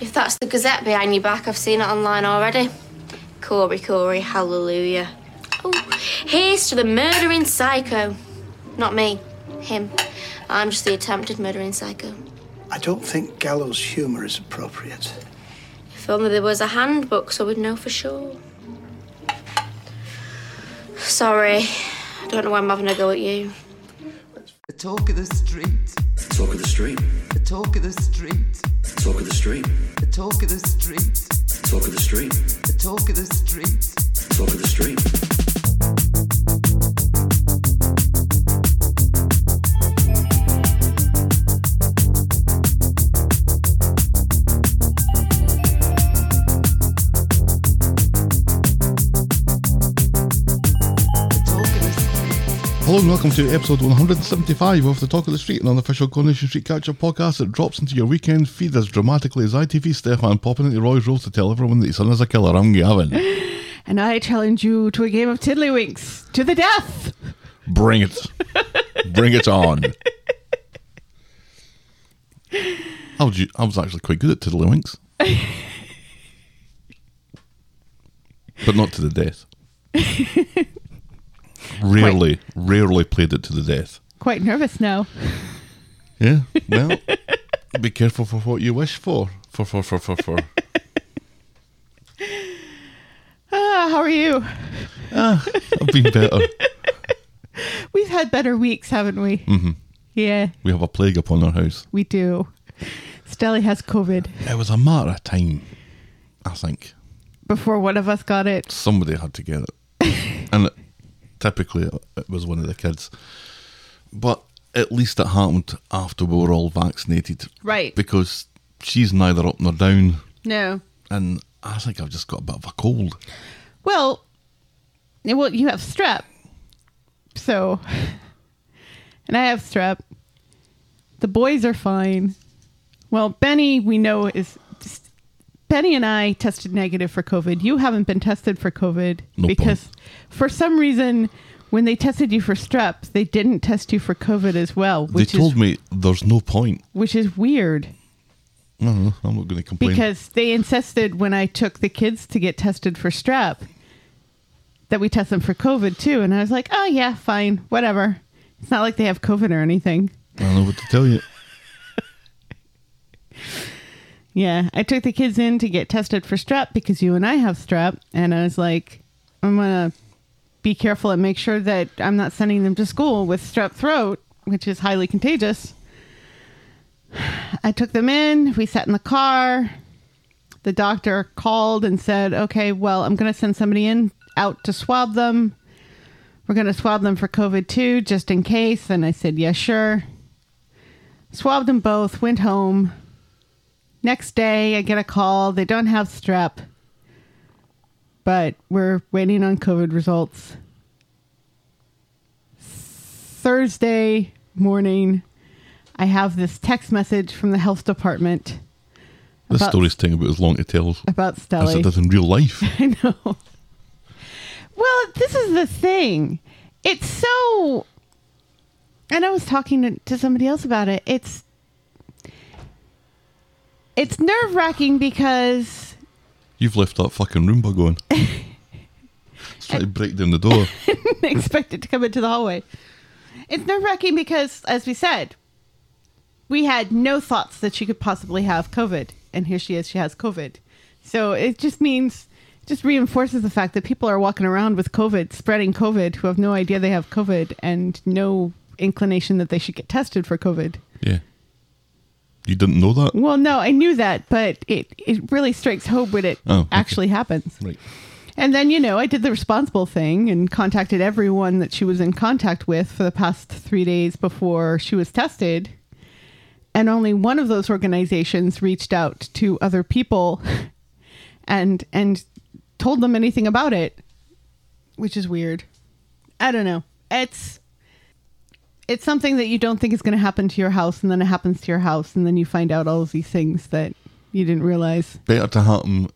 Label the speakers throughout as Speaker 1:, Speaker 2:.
Speaker 1: If that's the Gazette behind your back, I've seen it online already. Corey, Corey, hallelujah. Oh, here's to the murdering psycho. Not me, him. I'm just the attempted murdering psycho.
Speaker 2: I don't think gallows humour is appropriate.
Speaker 1: If only there was a handbook so we'd know for sure. Sorry, I don't know why I'm having a go at you.
Speaker 3: The talk of the street.
Speaker 4: Talk of the street.
Speaker 3: The talk of the street.
Speaker 4: Talk of the street.
Speaker 3: The talk of the street.
Speaker 4: Talk of the street.
Speaker 3: The talk of the street.
Speaker 4: Talk of the street.
Speaker 5: Hello and welcome to episode 175 of The Talk of the Street, an unofficial Coronation Street Catcher podcast that drops into your weekend feed as dramatically as ITV Stefan popping into Roy's rules to tell everyone that his son is a killer. I'm Gavin.
Speaker 6: And I challenge you to a game of tiddlywinks to the death.
Speaker 5: Bring it. Bring it on. I was, I was actually quite good at Tiddlywinks. but not to the death. Rarely, rarely played it to the death.
Speaker 6: Quite nervous now.
Speaker 5: Yeah. Well, be careful for what you wish for. For for for for for.
Speaker 6: Ah, how are you?
Speaker 5: Ah, I've been better.
Speaker 6: We've had better weeks, haven't we? Mm-hmm. Yeah,
Speaker 5: We have a plague upon our house.
Speaker 6: we do. Stelly has COVID
Speaker 5: It was a matter of time. I think
Speaker 6: before one of us got it.
Speaker 5: somebody had to get it, and it, typically it was one of the kids. But at least it happened after we were all vaccinated,
Speaker 6: Right.
Speaker 5: Because she's neither up nor down,
Speaker 6: No.
Speaker 5: and I think I've just got a bit of a cold.
Speaker 6: Well, yeah, well, you have strep. So, and I have strep. The boys are fine. Well, Benny, we know is just, Benny and I tested negative for COVID. You haven't been tested for COVID
Speaker 5: No
Speaker 6: because for some reason when they tested you for strep, they didn't test you for COVID as well, which
Speaker 5: they told
Speaker 6: is
Speaker 5: me there's no point.
Speaker 6: which is weird
Speaker 5: No, no, I'm not going to complain.
Speaker 6: because they insisted when I took the kids to get tested for strep that we test them for COVID too. And I was like, oh, yeah, fine, whatever. It's not like they have COVID or anything.
Speaker 5: I don't know what to tell you.
Speaker 6: Yeah, I took the kids in to get tested for strep because you and I have strep. And I was like, I'm going to be careful and make sure that I'm not sending them to school with strep throat, which is highly contagious. I took them in. We sat in the car. The doctor called and said, okay, well, I'm going to send somebody in out to swab them. We're going to swab them for COVID too, just in case. And I said, yeah, sure. Swabbed them both, went home. Next day, I get a call. They don't have strep, but we're waiting on COVID results. Thursday morning, I have this text message from the health department
Speaker 5: This
Speaker 6: About-
Speaker 5: story's taking about as long to tell
Speaker 6: about
Speaker 5: as
Speaker 6: Stelly.
Speaker 5: it does in real life.
Speaker 6: I know. Well, this is the thing. It's so. And I was talking to, to somebody else about it. It's it's nerve wracking because
Speaker 5: You've left that fucking Roomba going. It's trying to break down the door.
Speaker 6: didn't expect it to come into the hallway. It's nerve wracking because, as we said, we had no thoughts that she could possibly have COVID, and here she is. She has COVID, so it just means just reinforces the fact that people are walking around with COVID, spreading COVID, who have no idea they have COVID and no inclination that they should get tested for COVID.
Speaker 5: Yeah. You didn't know that?
Speaker 6: Well, no, I knew that, but it it really strikes home when it
Speaker 5: Oh, okay.
Speaker 6: actually happens.
Speaker 5: Right.
Speaker 6: And then, you know, I did the responsible thing and contacted everyone that she was in contact with for the past three days before she was tested. And only one of those organizations reached out to other people and and told them anything about it. Which is weird. I don't know. It's it's something that you don't think is gonna happen to your house and then it happens to your house and then you find out all of these things that you didn't realize.
Speaker 5: Better to happen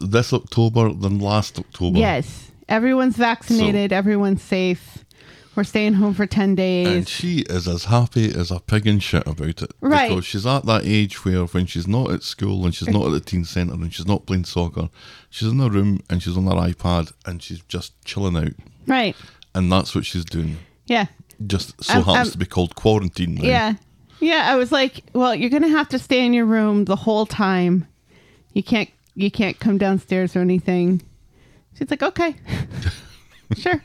Speaker 5: this October than last October.
Speaker 6: Yes. Everyone's vaccinated. everyone's safe. We're staying home for 10 days.
Speaker 5: And she is as happy as a pig in shit about it.
Speaker 6: Right.
Speaker 5: Because she's at that age where when she's not at school and she's not at the teen centre and she's not playing soccer, she's in her room and she's on her iPad and she's just chilling out.
Speaker 6: right.
Speaker 5: And that's what she's doing.
Speaker 6: Yeah.
Speaker 5: Just so
Speaker 6: Um,
Speaker 5: happens
Speaker 6: um,
Speaker 5: to be called quarantine now.
Speaker 6: Yeah. Yeah. I was like, well, you're going to have to stay in your room the whole time. You can't, you can't come downstairs or anything. She's like, okay. sure.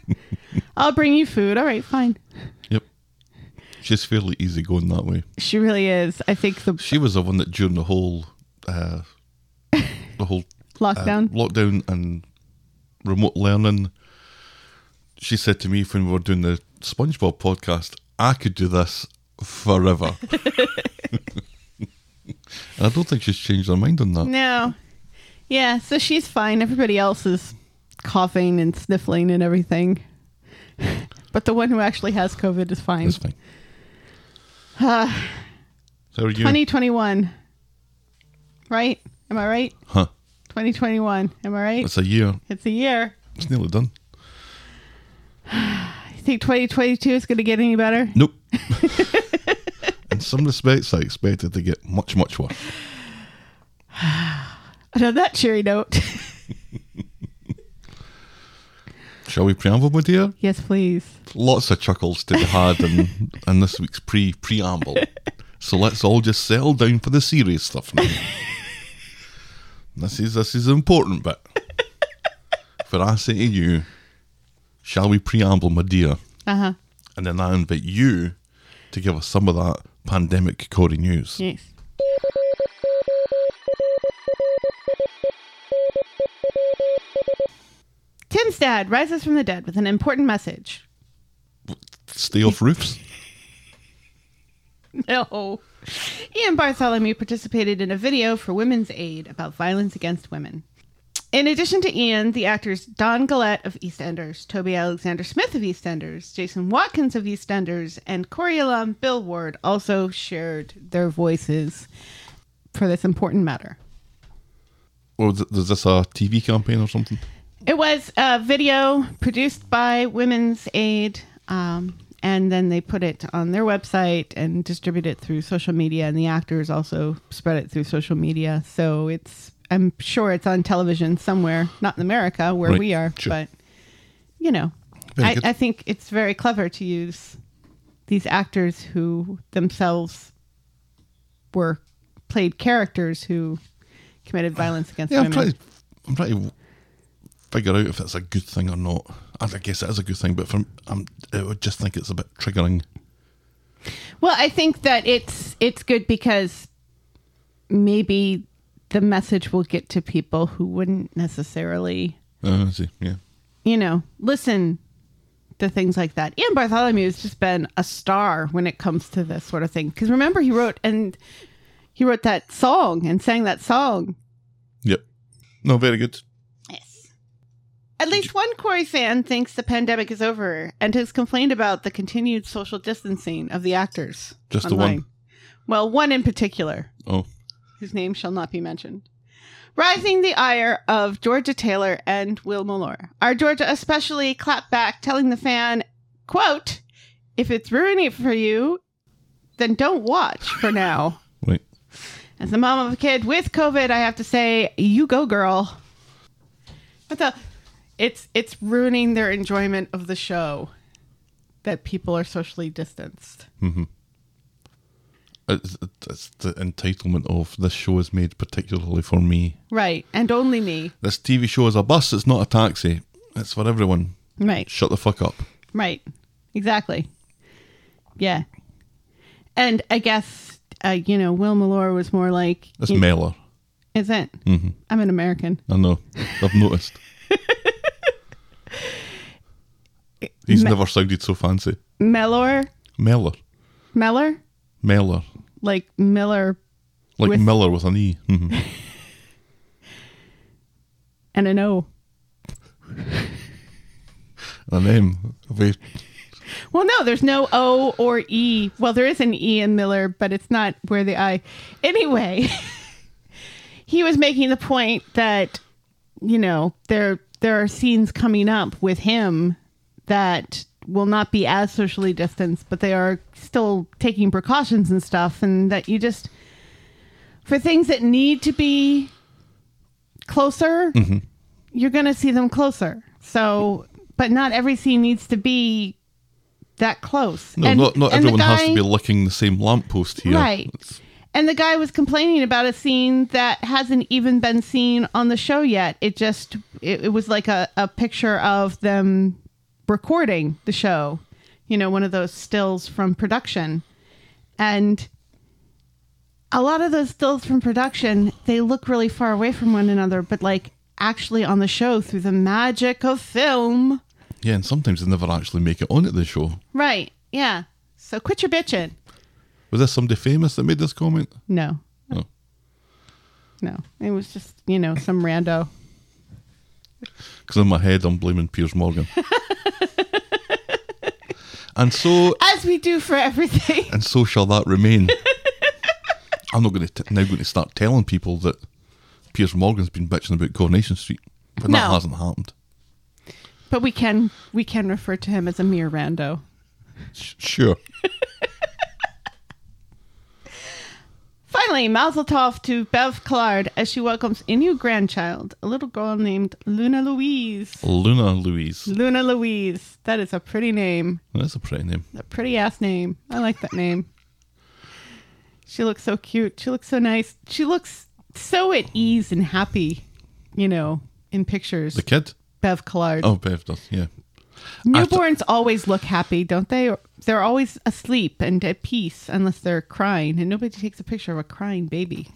Speaker 6: I'll bring you food. All right. Fine.
Speaker 5: Yep. She's fairly easy going that way.
Speaker 6: She really is. I think the
Speaker 5: She was the one that during the whole uh the whole uh,
Speaker 6: lockdown.
Speaker 5: lockdown and remote learning. She said to me when we were doing the SpongeBob podcast, I could do this forever. and I don't think she's changed her mind on that.
Speaker 6: No. Yeah, so she's fine. Everybody else is coughing and sniffling and everything. but the one who actually has COVID is fine.
Speaker 5: It's fine. How are you?
Speaker 6: 2021. Right? Am I right?
Speaker 5: Huh.
Speaker 6: 2021. Am I right?
Speaker 5: It's a year.
Speaker 6: It's a year.
Speaker 5: It's nearly done.
Speaker 6: You think 2022 is going to get any better?
Speaker 5: Nope. In some respects, I expected to get much, much worse.
Speaker 6: And on that cheery note,
Speaker 5: Shall we preamble, my dear?
Speaker 6: yes, please.
Speaker 5: lots of chuckles to be had in, in this week's pre preamble. So let's all just settle down for the serious stuff now. this is this is the important bit. For I say to you, shall we preamble, my dear?
Speaker 6: Uh huh.
Speaker 5: And then I invite you to give us some of that pandemic Corey news.
Speaker 6: Yes. Tim's dad rises from the dead with an important message.
Speaker 5: Stay off roofs.
Speaker 6: No. Ian Bartholomew participated in a video for Women's Aid about violence against women. In addition to Ian, the actors Don Gillette of EastEnders, Toby Alexander Smith of EastEnders, Jason Watkins of EastEnders, and Corey alum Bill Ward also shared their voices for this important matter.
Speaker 5: Or is is this a TV campaign or something?
Speaker 6: It was a video produced by Women's Aid, um, and then they put it on their website and distribute it through social media. And the actors also spread it through social media. So it's I'm sure it's on television somewhere, not in America where
Speaker 5: Right,
Speaker 6: we are,
Speaker 5: sure.
Speaker 6: but you know,
Speaker 5: Very
Speaker 6: I,
Speaker 5: good.
Speaker 6: I think it's very clever to use these actors who themselves were played characters who committed violence against
Speaker 5: Yeah, I'm
Speaker 6: women.
Speaker 5: trying. To, I'm trying to figure out if it's a good thing or not. I I guess it is a good thing, but from I'm, I would just think it's a bit triggering.
Speaker 6: Well, I think that it's it's good because maybe the message will get to people who wouldn't necessarily,
Speaker 5: Uh, I see. Yeah,
Speaker 6: you know, listen to things like that. Ian Bartholomew has just been a star when it comes to this sort of thing. Because remember, he wrote and he wrote that song and sang that song.
Speaker 5: yep. No, very good.
Speaker 6: At least one Corey fan thinks the pandemic is over and has complained about the continued social distancing of the actors.
Speaker 5: Just the one?
Speaker 6: Well, one in particular.
Speaker 5: Oh,
Speaker 6: whose name shall not be mentioned. Rising the ire of Georgia Taylor and Will Muller. Our Georgia especially clapped back, telling the fan, quote, if it's ruining it for you, then don't watch for now.
Speaker 5: right.
Speaker 6: As the mom of a kid with COVID, I have to say, you go, girl. What the? It's it's ruining their enjoyment of the show that people are socially distanced.
Speaker 5: It's, it's the entitlement of this show is made particularly for me.
Speaker 6: Right, and only me.
Speaker 5: This TV show is a bus. It's not a taxi. It's for everyone.
Speaker 6: Right.
Speaker 5: Shut the fuck up.
Speaker 6: Right. Exactly. Yeah. And I guess, uh, you know, Will Malore was more like,
Speaker 5: It's
Speaker 6: you-
Speaker 5: Mellor.
Speaker 6: is it? Mm-hmm. I'm an American.
Speaker 5: I know. I've noticed. He's never sounded so fancy.
Speaker 6: Mellor?
Speaker 5: Mellor.
Speaker 6: Mellor?
Speaker 5: Mellor.
Speaker 6: Like Miller
Speaker 5: Like
Speaker 6: With- Mm-hmm.
Speaker 5: Miller with an E. Mhm.
Speaker 6: and an O.
Speaker 5: and an M. Very-
Speaker 6: Well, no, there's no O or E. Well, there is an E in Miller, but it's not where the I. Anyway, he was making the point that you know there there are scenes coming up with him that will not be as socially distanced, but they are still taking precautions and stuff, and that you just for things that need to be closer,
Speaker 5: Mm-hmm.
Speaker 6: you're going to see them closer. So, but not every scene needs to be that close.
Speaker 5: No,
Speaker 6: And-
Speaker 5: not, not
Speaker 6: and the
Speaker 5: everyone has to
Speaker 6: guy-
Speaker 5: be licking the same lamppost here.
Speaker 6: Right.
Speaker 5: It's-
Speaker 6: And the guy was complaining about a scene that hasn't even been seen on the show yet. It just it, it was like a, a picture of them recording the show. You know, one of those stills from production. And a lot of those stills from production, they look really far away from one another, but like actually on the show through the magic of film.
Speaker 5: Yeah, and sometimes they never actually make it onto the show.
Speaker 6: Right. Yeah. So quit your bitching.
Speaker 5: Was this somebody famous that made this comment?
Speaker 6: No.
Speaker 5: Oh.
Speaker 6: No, it was just you know some rando.
Speaker 5: Because in my head, I'm blaming Piers Morgan. and so,
Speaker 6: As we do for everything.
Speaker 5: and so shall that remain. I'm not going to now going to start telling people that Piers Morgan's been bitching about Coronation Street, but that
Speaker 6: No.
Speaker 5: hasn't happened.
Speaker 6: But we can we can refer to him as a mere rando.
Speaker 5: Sh- sure.
Speaker 6: Finally, Mazel Tov to Bev Collard as she welcomes a new grandchild, a little girl named Luna Louise.
Speaker 5: Luna Louise.
Speaker 6: Luna Louise. That is a pretty name.
Speaker 5: That's a pretty name.
Speaker 6: A pretty ass name. I like that name. She looks so cute. She looks so nice. She looks so at ease and happy, you know, in pictures.
Speaker 5: The kid?
Speaker 6: Bev Collard.
Speaker 5: Oh, Bev does, yeah.
Speaker 6: Newborns always look happy, don't they? They're always asleep and at peace unless they're crying, and nobody takes a picture of a crying baby.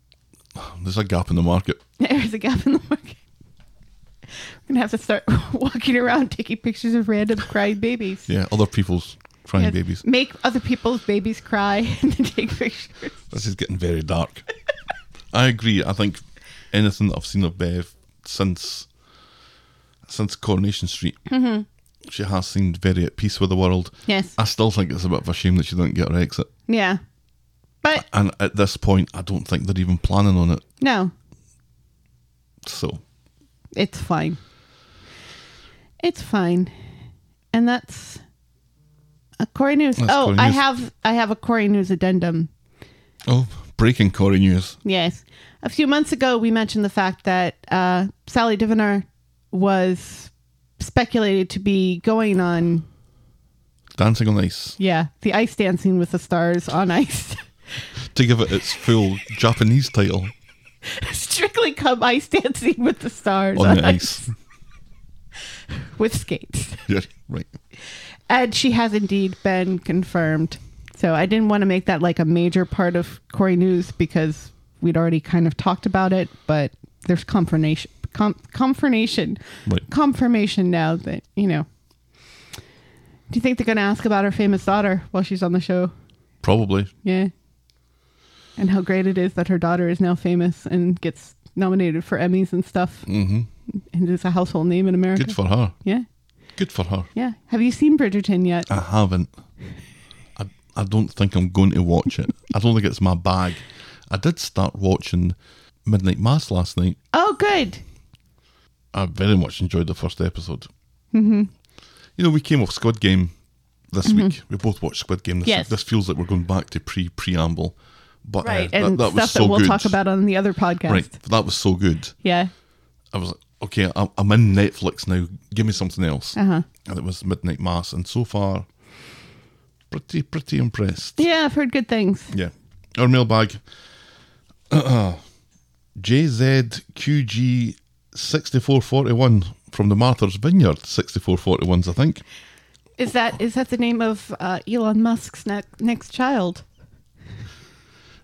Speaker 5: There's a gap in the market.
Speaker 6: There's a gap in the market. We're gonna have to start walking around taking pictures of random crying babies.
Speaker 5: Yeah, other people's crying
Speaker 6: Yeah,
Speaker 5: babies.
Speaker 6: Make other people's babies cry and then take pictures.
Speaker 5: This is getting very dark. I agree. I think anything that I've seen of Bev since since Coronation Street, she has seemed very at peace with the world.
Speaker 6: Mm-hmm. Yes.
Speaker 5: I still think it's a bit of a shame that she didn't get her exit.
Speaker 6: Yeah. But
Speaker 5: And at this point, I don't think they're even planning on it.
Speaker 6: no,
Speaker 5: So
Speaker 6: it's fine. It's fine. And that's a Corey News.
Speaker 5: That's
Speaker 6: oh,
Speaker 5: Corey
Speaker 6: I
Speaker 5: News.
Speaker 6: have I have a Corey News addendum.
Speaker 5: Oh, breaking Corey news.
Speaker 6: Yes. A few months ago, we mentioned the fact that uh, Sally Diviner was speculated to be going on,
Speaker 5: Dancing on ice.
Speaker 6: yeah, the ice dancing with the stars on ice.
Speaker 5: To give it its full Japanese title
Speaker 6: Strictly come ice dancing with the stars
Speaker 5: on the ice.
Speaker 6: with skates.
Speaker 5: yeah, right.
Speaker 6: And she has indeed been confirmed. So I didn't want to make that like a major part of Corey News because we'd already kind of talked about it, but there's confirmation. Com- confirmation.
Speaker 5: Right.
Speaker 6: confirmation now that you know. Do you think they're going to ask about her famous daughter while she's on the show?
Speaker 5: Probably.
Speaker 6: Yeah. And how great it is that her daughter is now famous and gets nominated for Emmys and stuff, mm-hmm. and is a household name in America.
Speaker 5: Good for her.
Speaker 6: yeah,
Speaker 5: Good for her.
Speaker 6: yeah. Have you seen Bridgerton yet?
Speaker 5: I haven't. I, I don't think I'm going to watch it. I don't think it's my bag. I did start watching Midnight Mass last night.
Speaker 6: oh, good.
Speaker 5: I very much enjoyed the first episode. Mm-hmm. You know, we came off Squid Game this week. We both watched Squid Game. This,
Speaker 6: Mm-hmm. Yes.
Speaker 5: this feels like we're going back to pre preamble, but uh,
Speaker 6: Right,
Speaker 5: that,
Speaker 6: and
Speaker 5: that was
Speaker 6: stuff
Speaker 5: so
Speaker 6: that we'll
Speaker 5: good.
Speaker 6: talk about on the other podcast.
Speaker 5: right, that was so good.
Speaker 6: Yeah.
Speaker 5: I was like, okay, I'm, I'm in Netflix now. Give me something else.
Speaker 6: Uh-huh.
Speaker 5: And it was Midnight Mass, and so far, pretty pretty impressed.
Speaker 6: Yeah, I've heard good things.
Speaker 5: Yeah. Our mailbag. JZQG6441 from the Martha's Vineyard. 6441s, I think.
Speaker 6: Is that is that the name of uh, Elon Musk's ne- next child?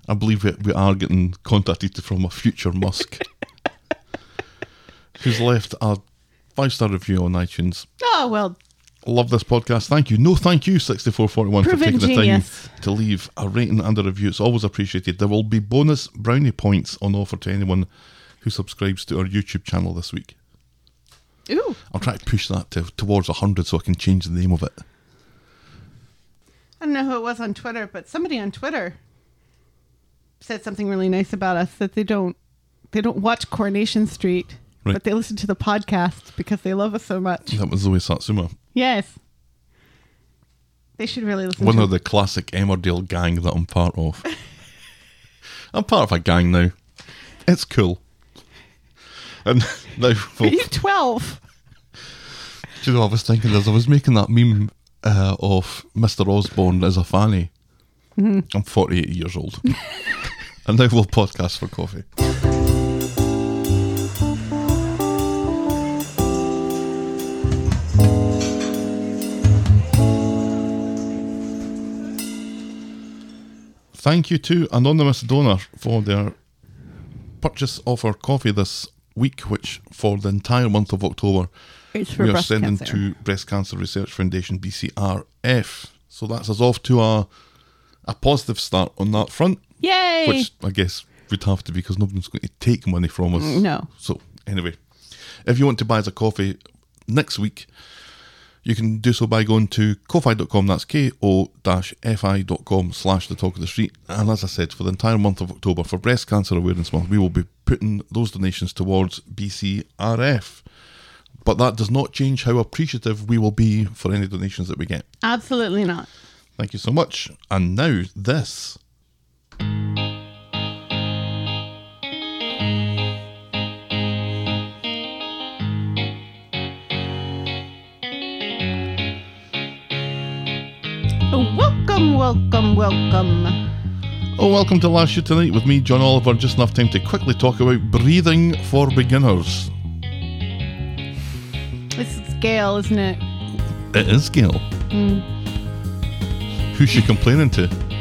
Speaker 5: I believe we, we are getting contacted from a future Musk who's left a five star review on iTunes.
Speaker 6: Oh well,
Speaker 5: Love this podcast. Thank you. No, thank you, 6441, for
Speaker 6: Proven
Speaker 5: taking the
Speaker 6: genius.
Speaker 5: time to leave a rating and a review. It's always appreciated. There will be bonus brownie points on offer to anyone who subscribes to our YouTube channel this week.
Speaker 6: ooh,
Speaker 5: I'll try to push that to, towards 100 so I can change the name of it.
Speaker 6: I don't know who it was on Twitter, but somebody on Twitter said something really nice about us that they don't they don't watch Coronation Street.
Speaker 5: Right.
Speaker 6: but they listen to the podcast because they love us so much.
Speaker 5: That was Zoe Satsuma,
Speaker 6: Yes. They should really listen
Speaker 5: one
Speaker 6: to
Speaker 5: of the classic Emmerdale gang that I'm part of. I'm part of a gang now. It's cool. And now,
Speaker 6: Are
Speaker 5: well,
Speaker 6: you 12?
Speaker 5: Do you know what I was thinking as I was making that meme uh, of Mr. Osborne as a fanny? I'm 48 years old. and now we'll podcast for coffee. Thank you to Anonymous Donor for their purchase of our coffee this week, which for the entire month of October
Speaker 6: It's for
Speaker 5: we are
Speaker 6: breast
Speaker 5: sending
Speaker 6: cancer.
Speaker 5: to Breast Cancer Research Foundation BCRF. So that's us off to a a positive start on that front,
Speaker 6: Yay!
Speaker 5: which I guess would have to be because nobody's going to take money from us.
Speaker 6: No.
Speaker 5: So anyway, if you want to buy us a coffee next week, you can do so by going to kofi.com, that's ko-fi.com slash the talk of the street. And as I said, for the entire month of October, for Breast Cancer Awareness Month, we will be putting those donations towards BCRF. But that does not change how appreciative we will be for any donations that we get.
Speaker 6: Absolutely not.
Speaker 5: Thank you so much. And now this.
Speaker 6: Welcome, welcome, welcome.
Speaker 5: Oh, welcome to Last Year Tonight with me, John Oliver. Just enough time to quickly talk about breathing for beginners.
Speaker 6: This is Gail, isn't it?
Speaker 5: It is Gail. Who's she complaining to? Hmm.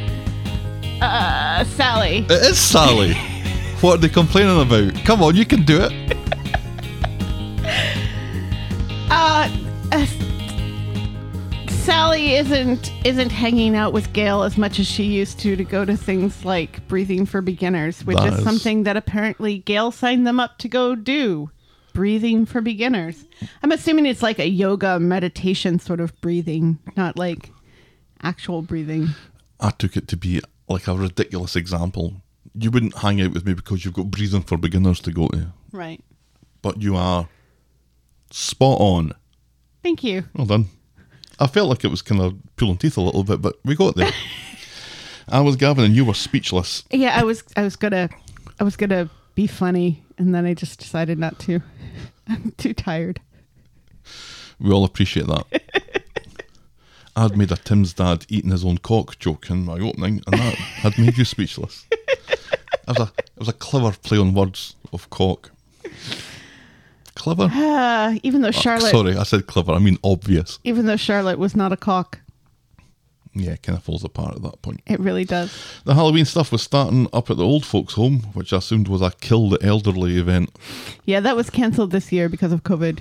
Speaker 5: It
Speaker 6: Uh, Sally.
Speaker 5: is Sally. what are they complaining about? Come on, you can do it.
Speaker 6: Uh, uh, Sally isn't isn't hanging out with Gail as much as she used to to go to things like breathing for beginners, which
Speaker 5: That
Speaker 6: is
Speaker 5: is-
Speaker 6: something that apparently Gail signed them up to go do. Breathing for beginners. I'm assuming it's like a yoga meditation sort of breathing, not like actual breathing.
Speaker 5: I took it to be like a ridiculous example. You wouldn't hang out with me because you've got breathing for beginners to go to,
Speaker 6: Right.
Speaker 5: but you are spot on.
Speaker 6: Thank you.
Speaker 5: Well done. I felt like it was kind of pulling teeth a little bit, but we got there. I was Gavin and you were speechless.
Speaker 6: Yeah, I was I was gonna I was gonna be funny and then I just decided not to. I'm too tired.
Speaker 5: We all appreciate that. I'd made a Tim's dad eating his own cock joke in my opening, and that had made you speechless. It was a it was a clever play on words of cock. Clever.
Speaker 6: Uh, even though Charlotte
Speaker 5: Sorry, I said clever. I mean obvious.
Speaker 6: even though Charlotte was not a cock,
Speaker 5: Yeah, it kind of falls apart at that point.
Speaker 6: it really does.
Speaker 5: The Halloween stuff was starting up at the old folks' home, which I assumed was a kill the elderly event.
Speaker 6: Yeah, that was canceled this year because of COVID.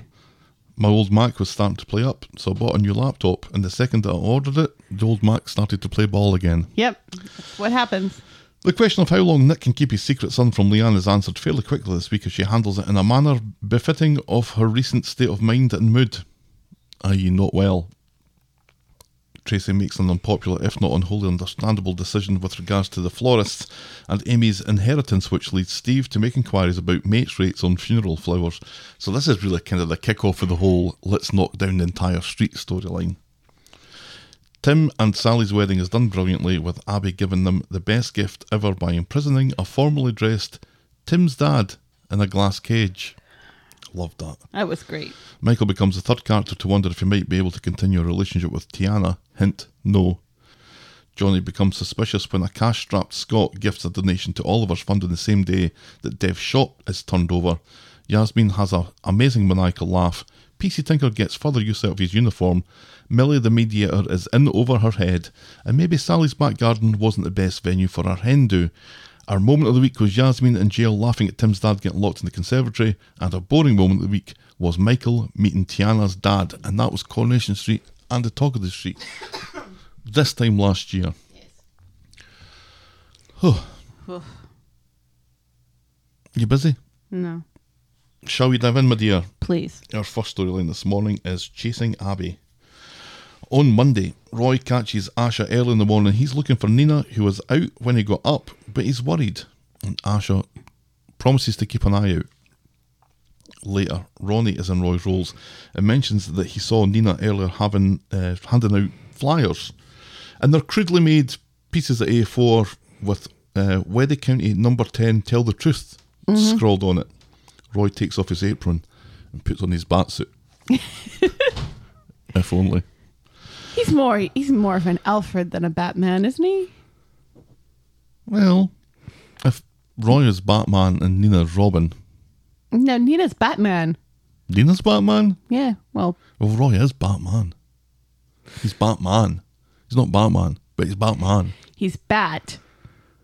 Speaker 5: My old Mac was starting to play up, so I bought a new laptop. And the second that I ordered it, the old Mac started to play ball again.
Speaker 6: Yep. That's what happens?
Speaker 5: The question of how long Nick can keep his secret son from Leanne is answered fairly quickly this week as she handles it in a manner befitting of her recent state of mind and mood, i.e., not well. Tracy makes an unpopular, if not unwholly understandable, decision with regards to the florists and Amy's inheritance, which leads Steve to make inquiries about mates rates on funeral flowers. So, this is really kind of the kickoff of the whole let's knock down the entire street storyline. Tim and Sally's wedding is done brilliantly, with Abby giving them the best gift ever by imprisoning a formally dressed Tim's dad in a glass cage. Love that.
Speaker 6: That was great.
Speaker 5: Michael becomes the third character to wonder if he might be able to continue a relationship with Tiana. Hint, no. Johnny becomes suspicious when a cash strapped Scott gifts a donation to Oliver's fund on the same day that Dev's shop is turned over. Yasmin has an amazing maniacal laugh. PC Tinker gets further use out of his uniform. Millie the mediator is in over her head. And maybe Sally's back garden wasn't the best venue for our hen do. Our moment of the week was Yasmin in jail laughing at Tim's dad getting locked in the conservatory. And our boring moment of the week was Michael meeting Tiana's dad. And that was Coronation Street and the talk of the street this time last year. Oh, you busy?
Speaker 6: No.
Speaker 5: Shall we dive in, my dear?
Speaker 6: Please.
Speaker 5: Our first storyline this morning is Chasing Abby. On Monday, Roy catches Asha early in the morning. He's looking for Nina, who was out when he got up, but he's worried. And Asha promises to keep an eye out. later, Ronnie is in Roy's roles and mentions that he saw Nina earlier having uh, handing out flyers, and they're crudely made pieces of A4 with uh, Weddy County Number Ten Tell the Truth scrawled on it. Roy takes off his apron and puts on his bat suit. if only.
Speaker 6: He's more he's more of an Alfred than a Batman, isn't he?
Speaker 5: Well, if Roy is Batman and Nina's Robin,
Speaker 6: No, Nina's Batman.
Speaker 5: Nina's Batman?
Speaker 6: Yeah. Well,
Speaker 5: Well, Roy is Batman. He's Batman. He's not Batman, but he's Batman.
Speaker 6: he's Bat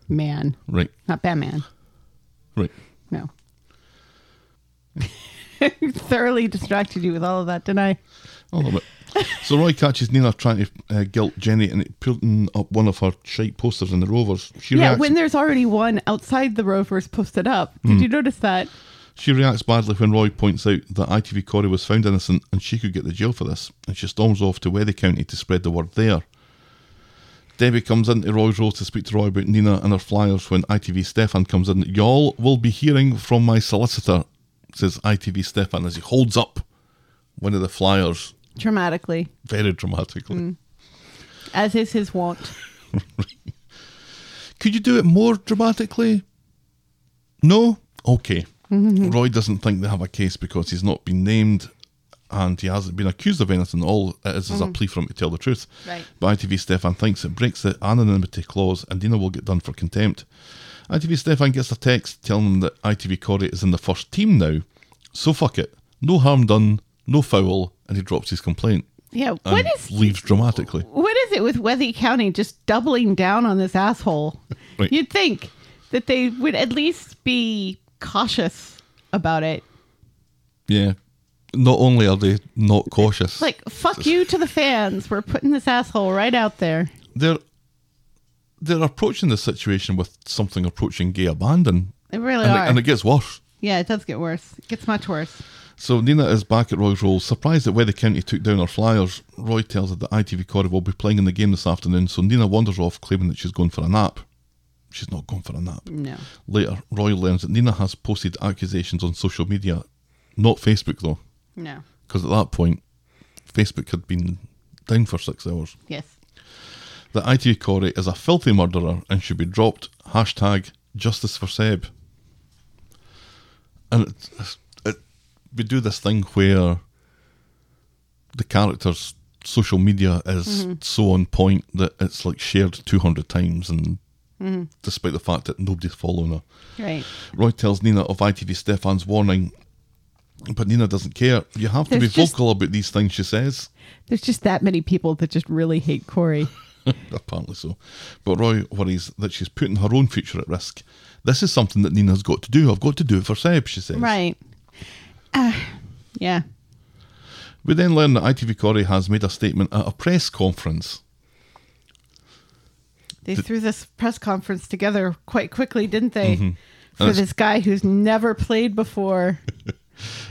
Speaker 6: Man,
Speaker 5: Right,
Speaker 6: not Batman.
Speaker 5: right.
Speaker 6: No. Thoroughly distracted you with all of that, didn't I?
Speaker 5: A little bit. So Roy catches Nina trying to uh, guilt Jenny and putting up one of her shite posters in the Rovers. She
Speaker 6: yeah,
Speaker 5: reacts.
Speaker 6: when there's already one outside the Rovers posted up.
Speaker 5: Hmm.
Speaker 6: Did you notice that?
Speaker 5: She reacts badly when Roy points out that ITV Corey was found innocent and she could get the jail for this, and she storms off to Weddy County to spread the word there. Debbie comes into Roy's role to speak to Roy about Nina and her flyers when ITV Stefan comes in. Y'all will be hearing from my solicitor, says ITV Stefan as he holds up one of the flyers
Speaker 6: Dramatically,
Speaker 5: very dramatically.
Speaker 6: Mm. as is his wont.
Speaker 5: Could you do it more dramatically? No? Okay.
Speaker 6: Mm-hmm.
Speaker 5: Roy doesn't think they have a case because he's not been named and he hasn't been accused of anything. All it is is a plea for him to tell the truth.
Speaker 6: Mm-hmm. Right.
Speaker 5: But ITV Stefan thinks it breaks the anonymity clause and Dina will get done for contempt. ITV Stefan gets a text telling him that ITV Corey is in the first team now, so fuck it. No harm done, no foul, and he drops his complaint.
Speaker 6: Yeah,
Speaker 5: And
Speaker 6: what is
Speaker 5: leaves dramatically.
Speaker 6: what is it with Wethy County just doubling down on this asshole?
Speaker 5: Right.
Speaker 6: You'd think that they would at least be cautious about it.
Speaker 5: Yeah. Not only are they not cautious,
Speaker 6: Like, fuck you to the fans. We're putting this asshole right out there.
Speaker 5: they're they're approaching the situation with something approaching gay abandon,
Speaker 6: They really
Speaker 5: and,
Speaker 6: are.
Speaker 5: it, and it gets worse.
Speaker 6: yeah, it does get worse. It gets much worse.
Speaker 5: So Nina is back at Roy's Roll, surprised that Weddy County took down her flyers. Roy tells her that ITV Corey will be playing in the game this afternoon, so Nina wanders off, claiming that she's going for a nap. She's not going for a nap.
Speaker 6: No.
Speaker 5: Later, Roy learns that Nina has posted accusations on social media, not Facebook though,
Speaker 6: No.
Speaker 5: because at that point, Facebook had been down for six hours.
Speaker 6: Yes.
Speaker 5: that IT Corey is a filthy murderer and should be dropped. Hashtag justice for Seb. And it, it, we do this thing where the character's social media is
Speaker 6: Mm-hmm.
Speaker 5: so on point that it's like shared 200 times, and
Speaker 6: Mm-hmm.
Speaker 5: despite the fact that nobody's following her.
Speaker 6: Right.
Speaker 5: Roy tells Nina of ITV Stefan's warning, but Nina doesn't care. You have to
Speaker 6: There's
Speaker 5: be
Speaker 6: just-
Speaker 5: vocal about these things, she says.
Speaker 6: There's just that many people that just really hate Corey.
Speaker 5: Apparently so. But Roy worries that she's putting her own future at risk. This is something that Nina's got to do. I've got to do it for Seb, she says.
Speaker 6: right. Ah, yeah.
Speaker 5: We then learn that ITV Corey has made a statement at a press conference.
Speaker 6: They threw this press conference together quite quickly, didn't they?
Speaker 5: Mm-hmm.
Speaker 6: For
Speaker 5: it's-
Speaker 6: this guy who's never played before.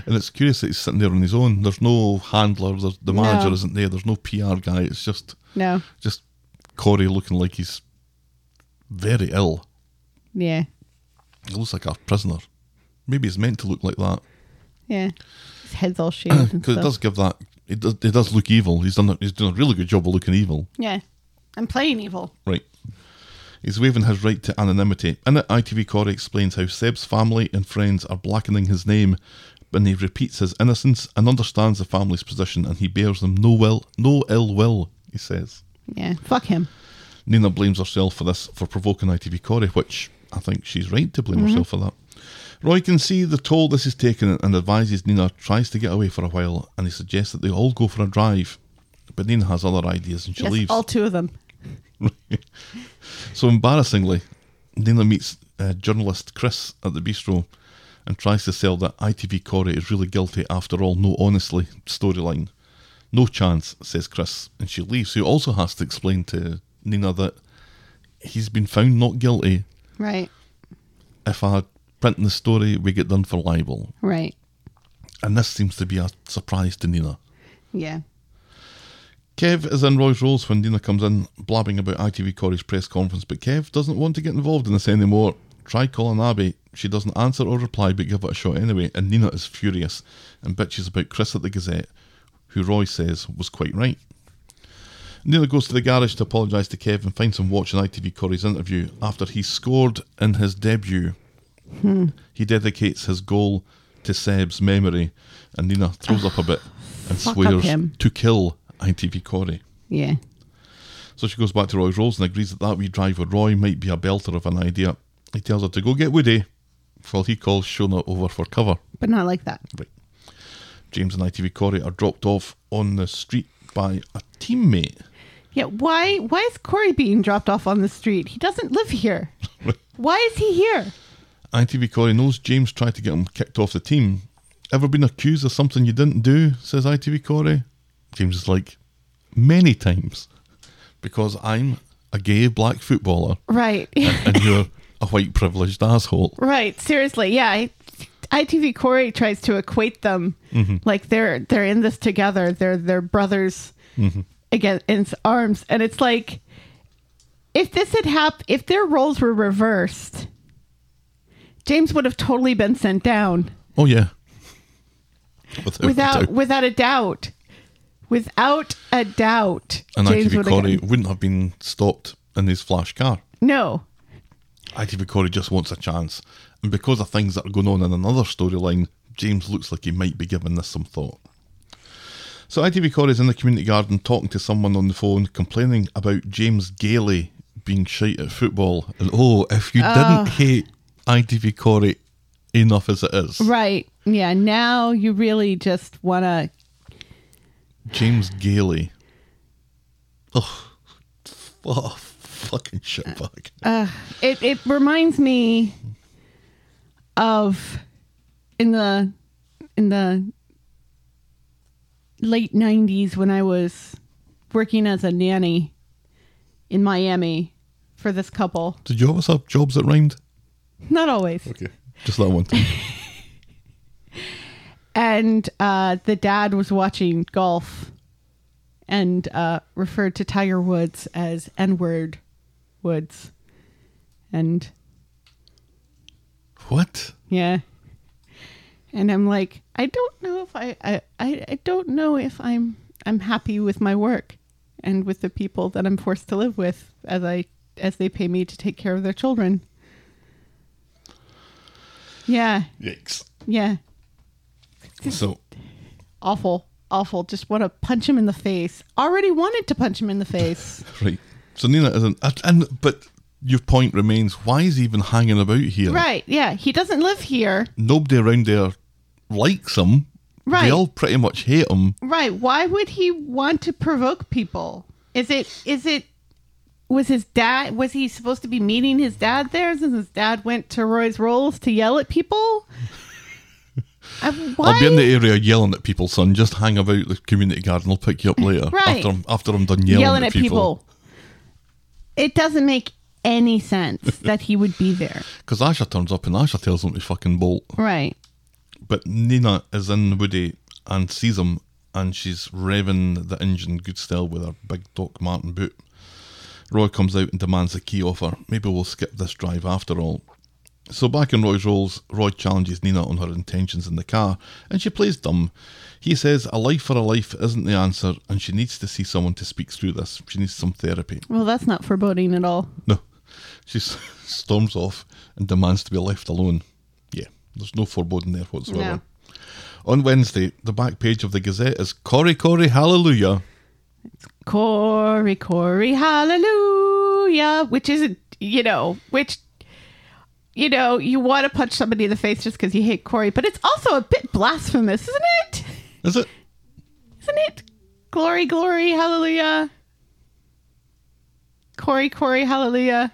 Speaker 5: And it's curious that he's sitting there on his own. There's no handler, there's, the manager
Speaker 6: No.
Speaker 5: isn't there, there's no PR guy. It's just
Speaker 6: No.
Speaker 5: just Corey looking like he's very ill.
Speaker 6: Yeah.
Speaker 5: He looks like a prisoner. Maybe he's meant to look like that.
Speaker 6: Yeah. His head's all shaved and
Speaker 5: Because it
Speaker 6: stuff.
Speaker 5: does give that. It does, it does look evil. He's done. A, he's done a really good job of looking evil.
Speaker 6: Yeah. I'm playing evil.
Speaker 5: Right. He's waiving his right to anonymity. In it, ITV Corey explains how Seb's family and friends are blackening his name, and he repeats his innocence and understands the family's position, and he bears them no will, no ill will. He says.
Speaker 6: Yeah. Fuck him.
Speaker 5: Nina blames herself for this for provoking ITV Corey, which I think she's right to blame
Speaker 6: Mm-hmm.
Speaker 5: herself for that. Roy can see the toll this is taking and advises Nina tries to get away for a while, and he suggests that they all go for a drive. But Nina has other ideas and she
Speaker 6: Yes,
Speaker 5: leaves.
Speaker 6: all two of them.
Speaker 5: So embarrassingly, Nina meets uh, journalist Chris at the bistro and tries to sell that ITV Corey is really guilty after all, no honestly storyline. No chance, says Chris, and she leaves. Who also has to explain to Nina that he's been found not guilty.
Speaker 6: Right.
Speaker 5: If I print the story, we get done for libel.
Speaker 6: Right.
Speaker 5: And this seems to be a surprise to Nina.
Speaker 6: Yeah.
Speaker 5: Kev is in Roy's roles when Nina comes in, blabbing about ITV Corey's press conference, but Kev doesn't want to get involved in this anymore, Try calling Abby. She doesn't answer or reply, but give it a shot anyway. And Nina is furious and bitches about Chris at the Gazette, who Roy says was quite right. Nina goes to the garage to apologise to Kev and finds him watching ITV Corey's interview after he scored in his debut.
Speaker 6: Hmm.
Speaker 5: He dedicates his goal to Seb's memory, and Nina throws up a bit and
Speaker 6: Fuck up
Speaker 5: swears
Speaker 6: him.
Speaker 5: to kill ITV Corey.
Speaker 6: Yeah.
Speaker 5: So she goes back to Roy's Rolls and agrees that that wee drive with Roy might be a belter of an idea. He tells her to go get Woody, while he calls Shona over for cover.
Speaker 6: But not like that.
Speaker 5: Right. James and ITV Corey are dropped off on the street by a teammate.
Speaker 6: Yeah. Why why is Corey being dropped off on the street? He doesn't live here. Why is he here?
Speaker 5: ITV Corey knows James tried to get him kicked off the team. Ever been accused of something you didn't do? Says ITV Corey. James is like, many times, because I'm a gay black footballer
Speaker 6: Right.
Speaker 5: and you're a white privileged asshole.
Speaker 6: right. Seriously. Yeah. I, ITV Corey tries to equate them
Speaker 5: Mm-hmm.
Speaker 6: like they're they're in this together. They're they're brothers
Speaker 5: Mm-hmm.
Speaker 6: again in s- arms, and it's like if this had happened, if their roles were reversed, James would have totally been sent down.
Speaker 5: Oh yeah. Without, a
Speaker 6: without
Speaker 5: doubt.
Speaker 6: without a doubt, without a doubt,
Speaker 5: and ITV
Speaker 6: would've
Speaker 5: Corey
Speaker 6: gotten-
Speaker 5: wouldn't have been stopped in his flash car.
Speaker 6: No,
Speaker 5: ITV Corey just wants a chance, and because of things that are going on in another storyline, James looks like he might be giving this some thought. So ITV Corey is in the community garden talking to someone on the phone, complaining about James Gailey being shite at football. And oh, if you didn't hate ITV Corey enough as it is,
Speaker 6: right? Yeah, now you really just want to.
Speaker 5: James Gailey. Oh, oh fucking shitbag.
Speaker 6: Uh, It it reminds me of in the in the late '90s when I was working as a nanny in Miami for this couple.
Speaker 5: Did you always have jobs that rhymed?
Speaker 6: Not always.
Speaker 5: Okay. Just that one time.
Speaker 6: and uh, the dad was watching golf and uh, referred to Tiger Woods as N word Woods. And
Speaker 5: what?
Speaker 6: yeah. And I'm like, I don't know if I, I, I, I don't know if I'm, I'm happy with my work and with the people that I'm forced to live with as I, as they pay me to take care of their children. Yeah.
Speaker 5: Yikes.
Speaker 6: Yeah.
Speaker 5: So,
Speaker 6: awful awful just want to punch him in the face already wanted to punch him in the face
Speaker 5: right. So Nina isn't. and- And but your point remains: why is he even hanging about here?
Speaker 6: right yeah he doesn't live here
Speaker 5: Nobody around there likes him. They
Speaker 6: Right.
Speaker 5: all pretty much hate him.
Speaker 6: right why would he want to provoke people is it is it was his dad was he supposed to be meeting his dad there since his dad went to roy's rolls to yell at people I, why?
Speaker 5: I'll be in the area yelling at people, son. Just hang about the community garden. I'll pick you up later
Speaker 6: Right.
Speaker 5: after I'm after I'm done yelling,
Speaker 6: yelling at people it doesn't make any sense that he would be there
Speaker 5: Because Asha turns up and Asha tells him to fucking bolt.
Speaker 6: right
Speaker 5: But Nina is in Woody and sees him, and she's revving the engine good still with her big Doc Martin boot. Roy comes out and demands a key offer. Maybe we'll skip this drive after all. So back in Roy's roles, Roy challenges Nina on her intentions in the car, and she plays dumb. He says a life for a life isn't the answer, and she needs to see someone to speak through this. She needs some therapy.
Speaker 6: well that's not foreboding at all
Speaker 5: No. She s- storms off and demands to be left alone. Yeah, there's no foreboding there whatsoever. On Wednesday, the back page of the Gazette is Cory Cory Hallelujah.
Speaker 6: Corey, Corey, hallelujah, which isn't, you know, which, you know, you want to punch somebody in the face just because you hate Corey, but it's also a bit blasphemous, isn't it?
Speaker 5: Is it?
Speaker 6: Isn't it? Glory, glory, hallelujah. Corey, Corey, hallelujah.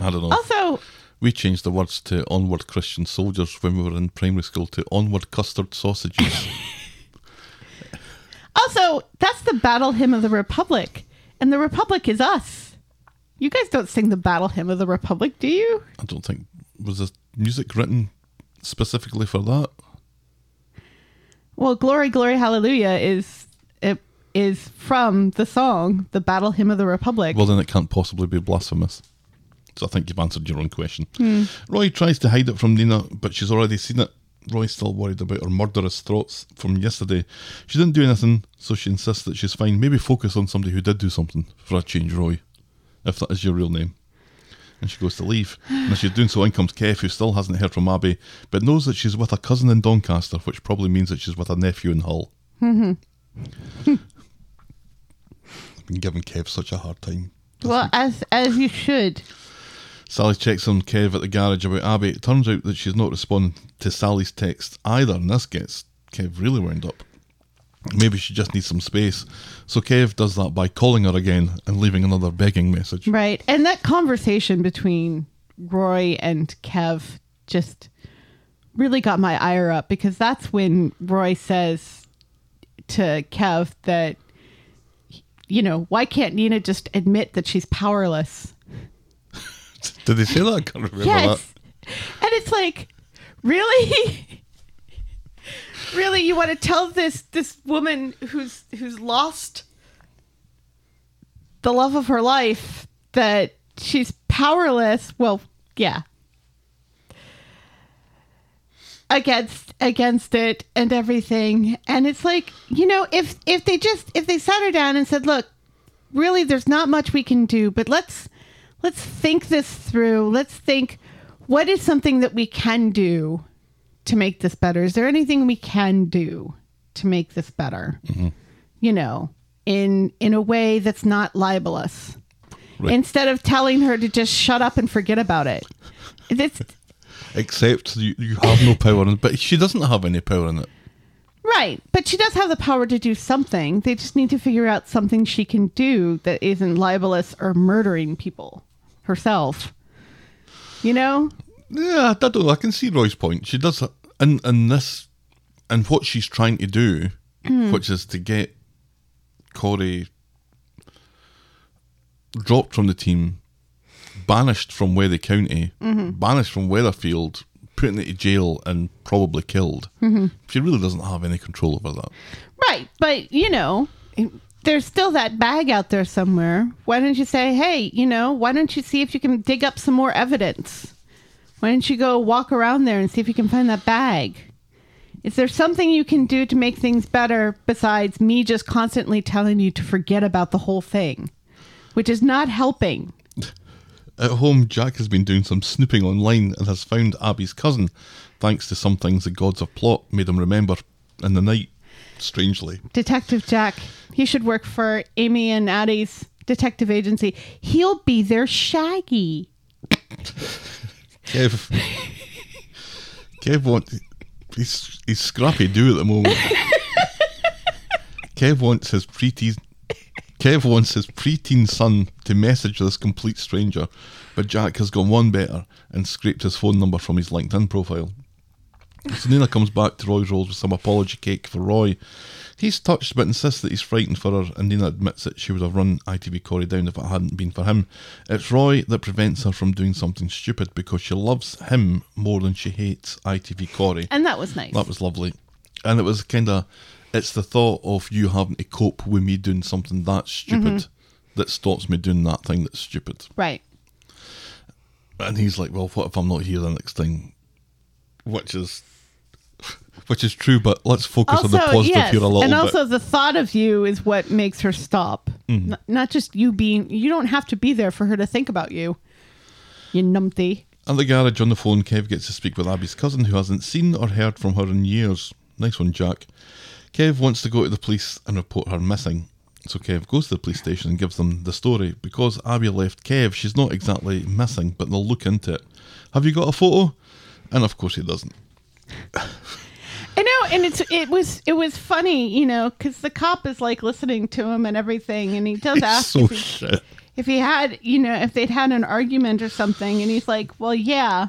Speaker 5: I don't know.
Speaker 6: Also,
Speaker 5: We changed the words to Onward Christian Soldiers when we were in primary school to Onward Custard Sausages.
Speaker 6: also, that's the battle hymn of the Republic, and the Republic is us. You guys don't sing the battle hymn of the Republic, do you?
Speaker 5: I don't think. Was this music written specifically for that?
Speaker 6: Well, "Glory, Glory, Hallelujah" is it is from the song "The Battle Hymn of the Republic."
Speaker 5: Well, then it can't possibly be blasphemous. So I think you've answered your own question. Roy tries to hide it from Nina, but she's already seen it. Roy's still worried about her murderous thoughts from yesterday. She didn't do anything, so she insists that she's fine. Maybe focus on somebody who did do something for a change, Roy, if that is your real name. And she goes to leave. And as she's doing so, in comes Kev, who still hasn't heard from Abby, but knows that she's with a cousin in Doncaster, which probably means that she's with a nephew in Hull. I've been giving Kev such a hard time.
Speaker 6: Well, as as you should.
Speaker 5: Sally checks on Kev at the garage about Abby. It turns out that she's not responding to Sally's text either, and this gets Kev really wound up. Maybe she just needs some space. So Kev does that by calling her again and leaving another begging message.
Speaker 6: Right. And that conversation between Roy and Kev just really got my ire up because that's when Roy says to Kev that, you know, why can't Nina just admit that she's powerless?
Speaker 5: Did they say that? I can't remember
Speaker 6: Yes. And it's like, really? really you want to tell this this woman who's who's lost the love of her life that she's powerless? Well, yeah. Against against it and everything. And it's like, you know, if if they just if they sat her down and said, "Look, really there's not much we can do but let's let's think this through let's think what is something that we can do to make this better is there anything we can do to make this better you know in in a way that's not libelous
Speaker 5: Right.
Speaker 6: instead of telling her to just shut up and forget about it it's
Speaker 5: that. Except you, you have no power in it. But she doesn't have any power in it.
Speaker 6: right but she does have the power to do something they just need to figure out something she can do that isn't libelous or murdering people herself you know
Speaker 5: Yeah, I don't know. I can see Roy's point. She does in in this and what she's trying to do, which is to get Corey dropped from the team, banished from Wether County, banished from Weatherfield, put into jail and probably killed. She really doesn't have any control over that.
Speaker 6: Right, but you know, there's still that bag out there somewhere. Why don't you say, hey, you know, why don't you see if you can dig up some more evidence? Why don't you go walk around there and see if you can find that bag? Is there something you can do to make things better besides me just constantly telling you to forget about the whole thing, which is not helping?
Speaker 5: At home, Jack has been doing some snooping online and has found Abby's cousin, thanks to some things the gods of plot made him remember in the night, strangely.
Speaker 6: Detective Jack, he should work for Amy and Addie's detective agency. He'll be their shaggy.
Speaker 5: Kev. Kev wants. He's, he's scrappy do at the moment. Kev wants his preteen. Kev wants his preteen son to message this complete stranger, but Jack has gone one better and scraped his phone number from his LinkedIn profile. So Nina comes back to Roy's Rolls with some apology cake for Roy. He's touched but insists that he's frightened for her, and Nina admits that she would have run ITV Corey down if it hadn't been for him. It's Roy that prevents her from doing something stupid because she loves him more than she hates ITV Corey.
Speaker 6: And that was nice.
Speaker 5: That was lovely. And it was kind of, it's the thought of you having to cope with me doing something that stupid
Speaker 6: Mm-hmm.
Speaker 5: that stops me doing that thing that's stupid.
Speaker 6: Right.
Speaker 5: And he's like, well, what if I'm not here the next thing? Which is, which is true, but let's focus on the
Speaker 6: Also,
Speaker 5: positive
Speaker 6: yes,
Speaker 5: here a little
Speaker 6: and
Speaker 5: bit.
Speaker 6: also the thought of you is what makes her stop.
Speaker 5: Mm-hmm.
Speaker 6: N- not just you being. You don't have to be there for her to think about you. You numpty.
Speaker 5: At the garage on the phone, Kev gets to speak with Abby's cousin who hasn't seen or heard from her in years. Nice one, Jack. Kev wants to go to the police and report her missing. So Kev goes to the police station and gives them the story. Because Abby left Kev, she's not exactly missing, but they'll look into it. Have you got a photo? And of course he doesn't.
Speaker 6: I know, and it's it was it was funny, you know, because the cop is like listening to him and everything, and he does
Speaker 5: He's
Speaker 6: ask
Speaker 5: so
Speaker 6: if, he,
Speaker 5: shit.
Speaker 6: if he had, you know, if they'd had an argument or something, and he's like, "Well, yeah."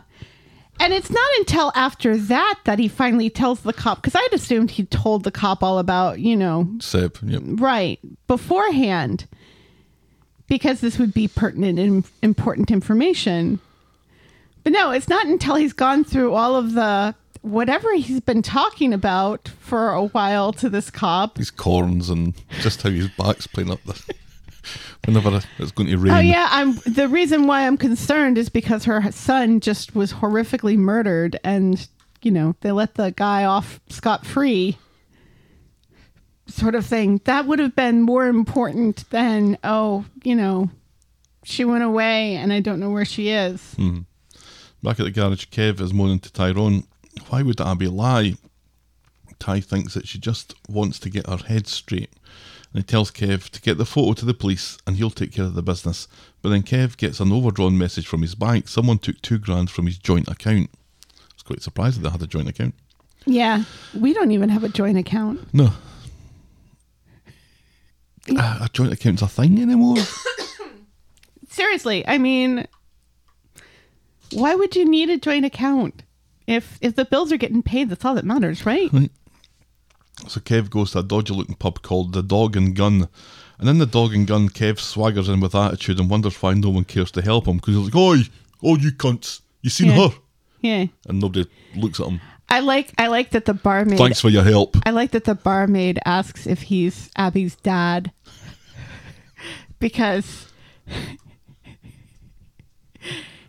Speaker 6: And it's not until after that that he finally tells the cop, because I'd assumed he told the cop all about, you know,
Speaker 5: Seb, yep.
Speaker 6: right beforehand because this would be pertinent and important information but no it's not until he's gone through all of the whatever he's been talking about for a while to this cop
Speaker 5: His corns and just how his back's playing up the. whenever it's going to rain.
Speaker 6: Oh yeah, I'm. The reason why I'm concerned is because her son just was horrifically murdered, and you know they let the guy off scot free, sort of thing. That would have been more important than oh, you know, she went away and I don't know where she is.
Speaker 5: Back at the garage, Kev is moaning to Tyrone, Why would Abby lie? Ty thinks that she just wants to get her head straight. And he tells Kev to get the photo to the police and he'll take care of the business. But then Kev gets an overdrawn message from his bank. Someone took two grand from his joint account. I was quite surprised that they had a joint account.
Speaker 6: Yeah, we don't even have a joint account.
Speaker 5: No. Ah, A joint account's a thing anymore.
Speaker 6: seriously, I mean, why would you need a joint account if if the bills are getting paid? That's all that matters, right?
Speaker 5: So Kev goes to a dodgy looking pub called the Dog and Gun. And in the Dog and Gun, Kev swaggers in with attitude and wonders why no one cares to help him because he's like, Oi, oh, you cunts, you seen
Speaker 6: Yeah.
Speaker 5: her?
Speaker 6: Yeah,
Speaker 5: And nobody looks at him.
Speaker 6: I like I like that the barmaid.
Speaker 5: Thanks for your help.
Speaker 6: I like that the barmaid asks if he's Abby's dad because.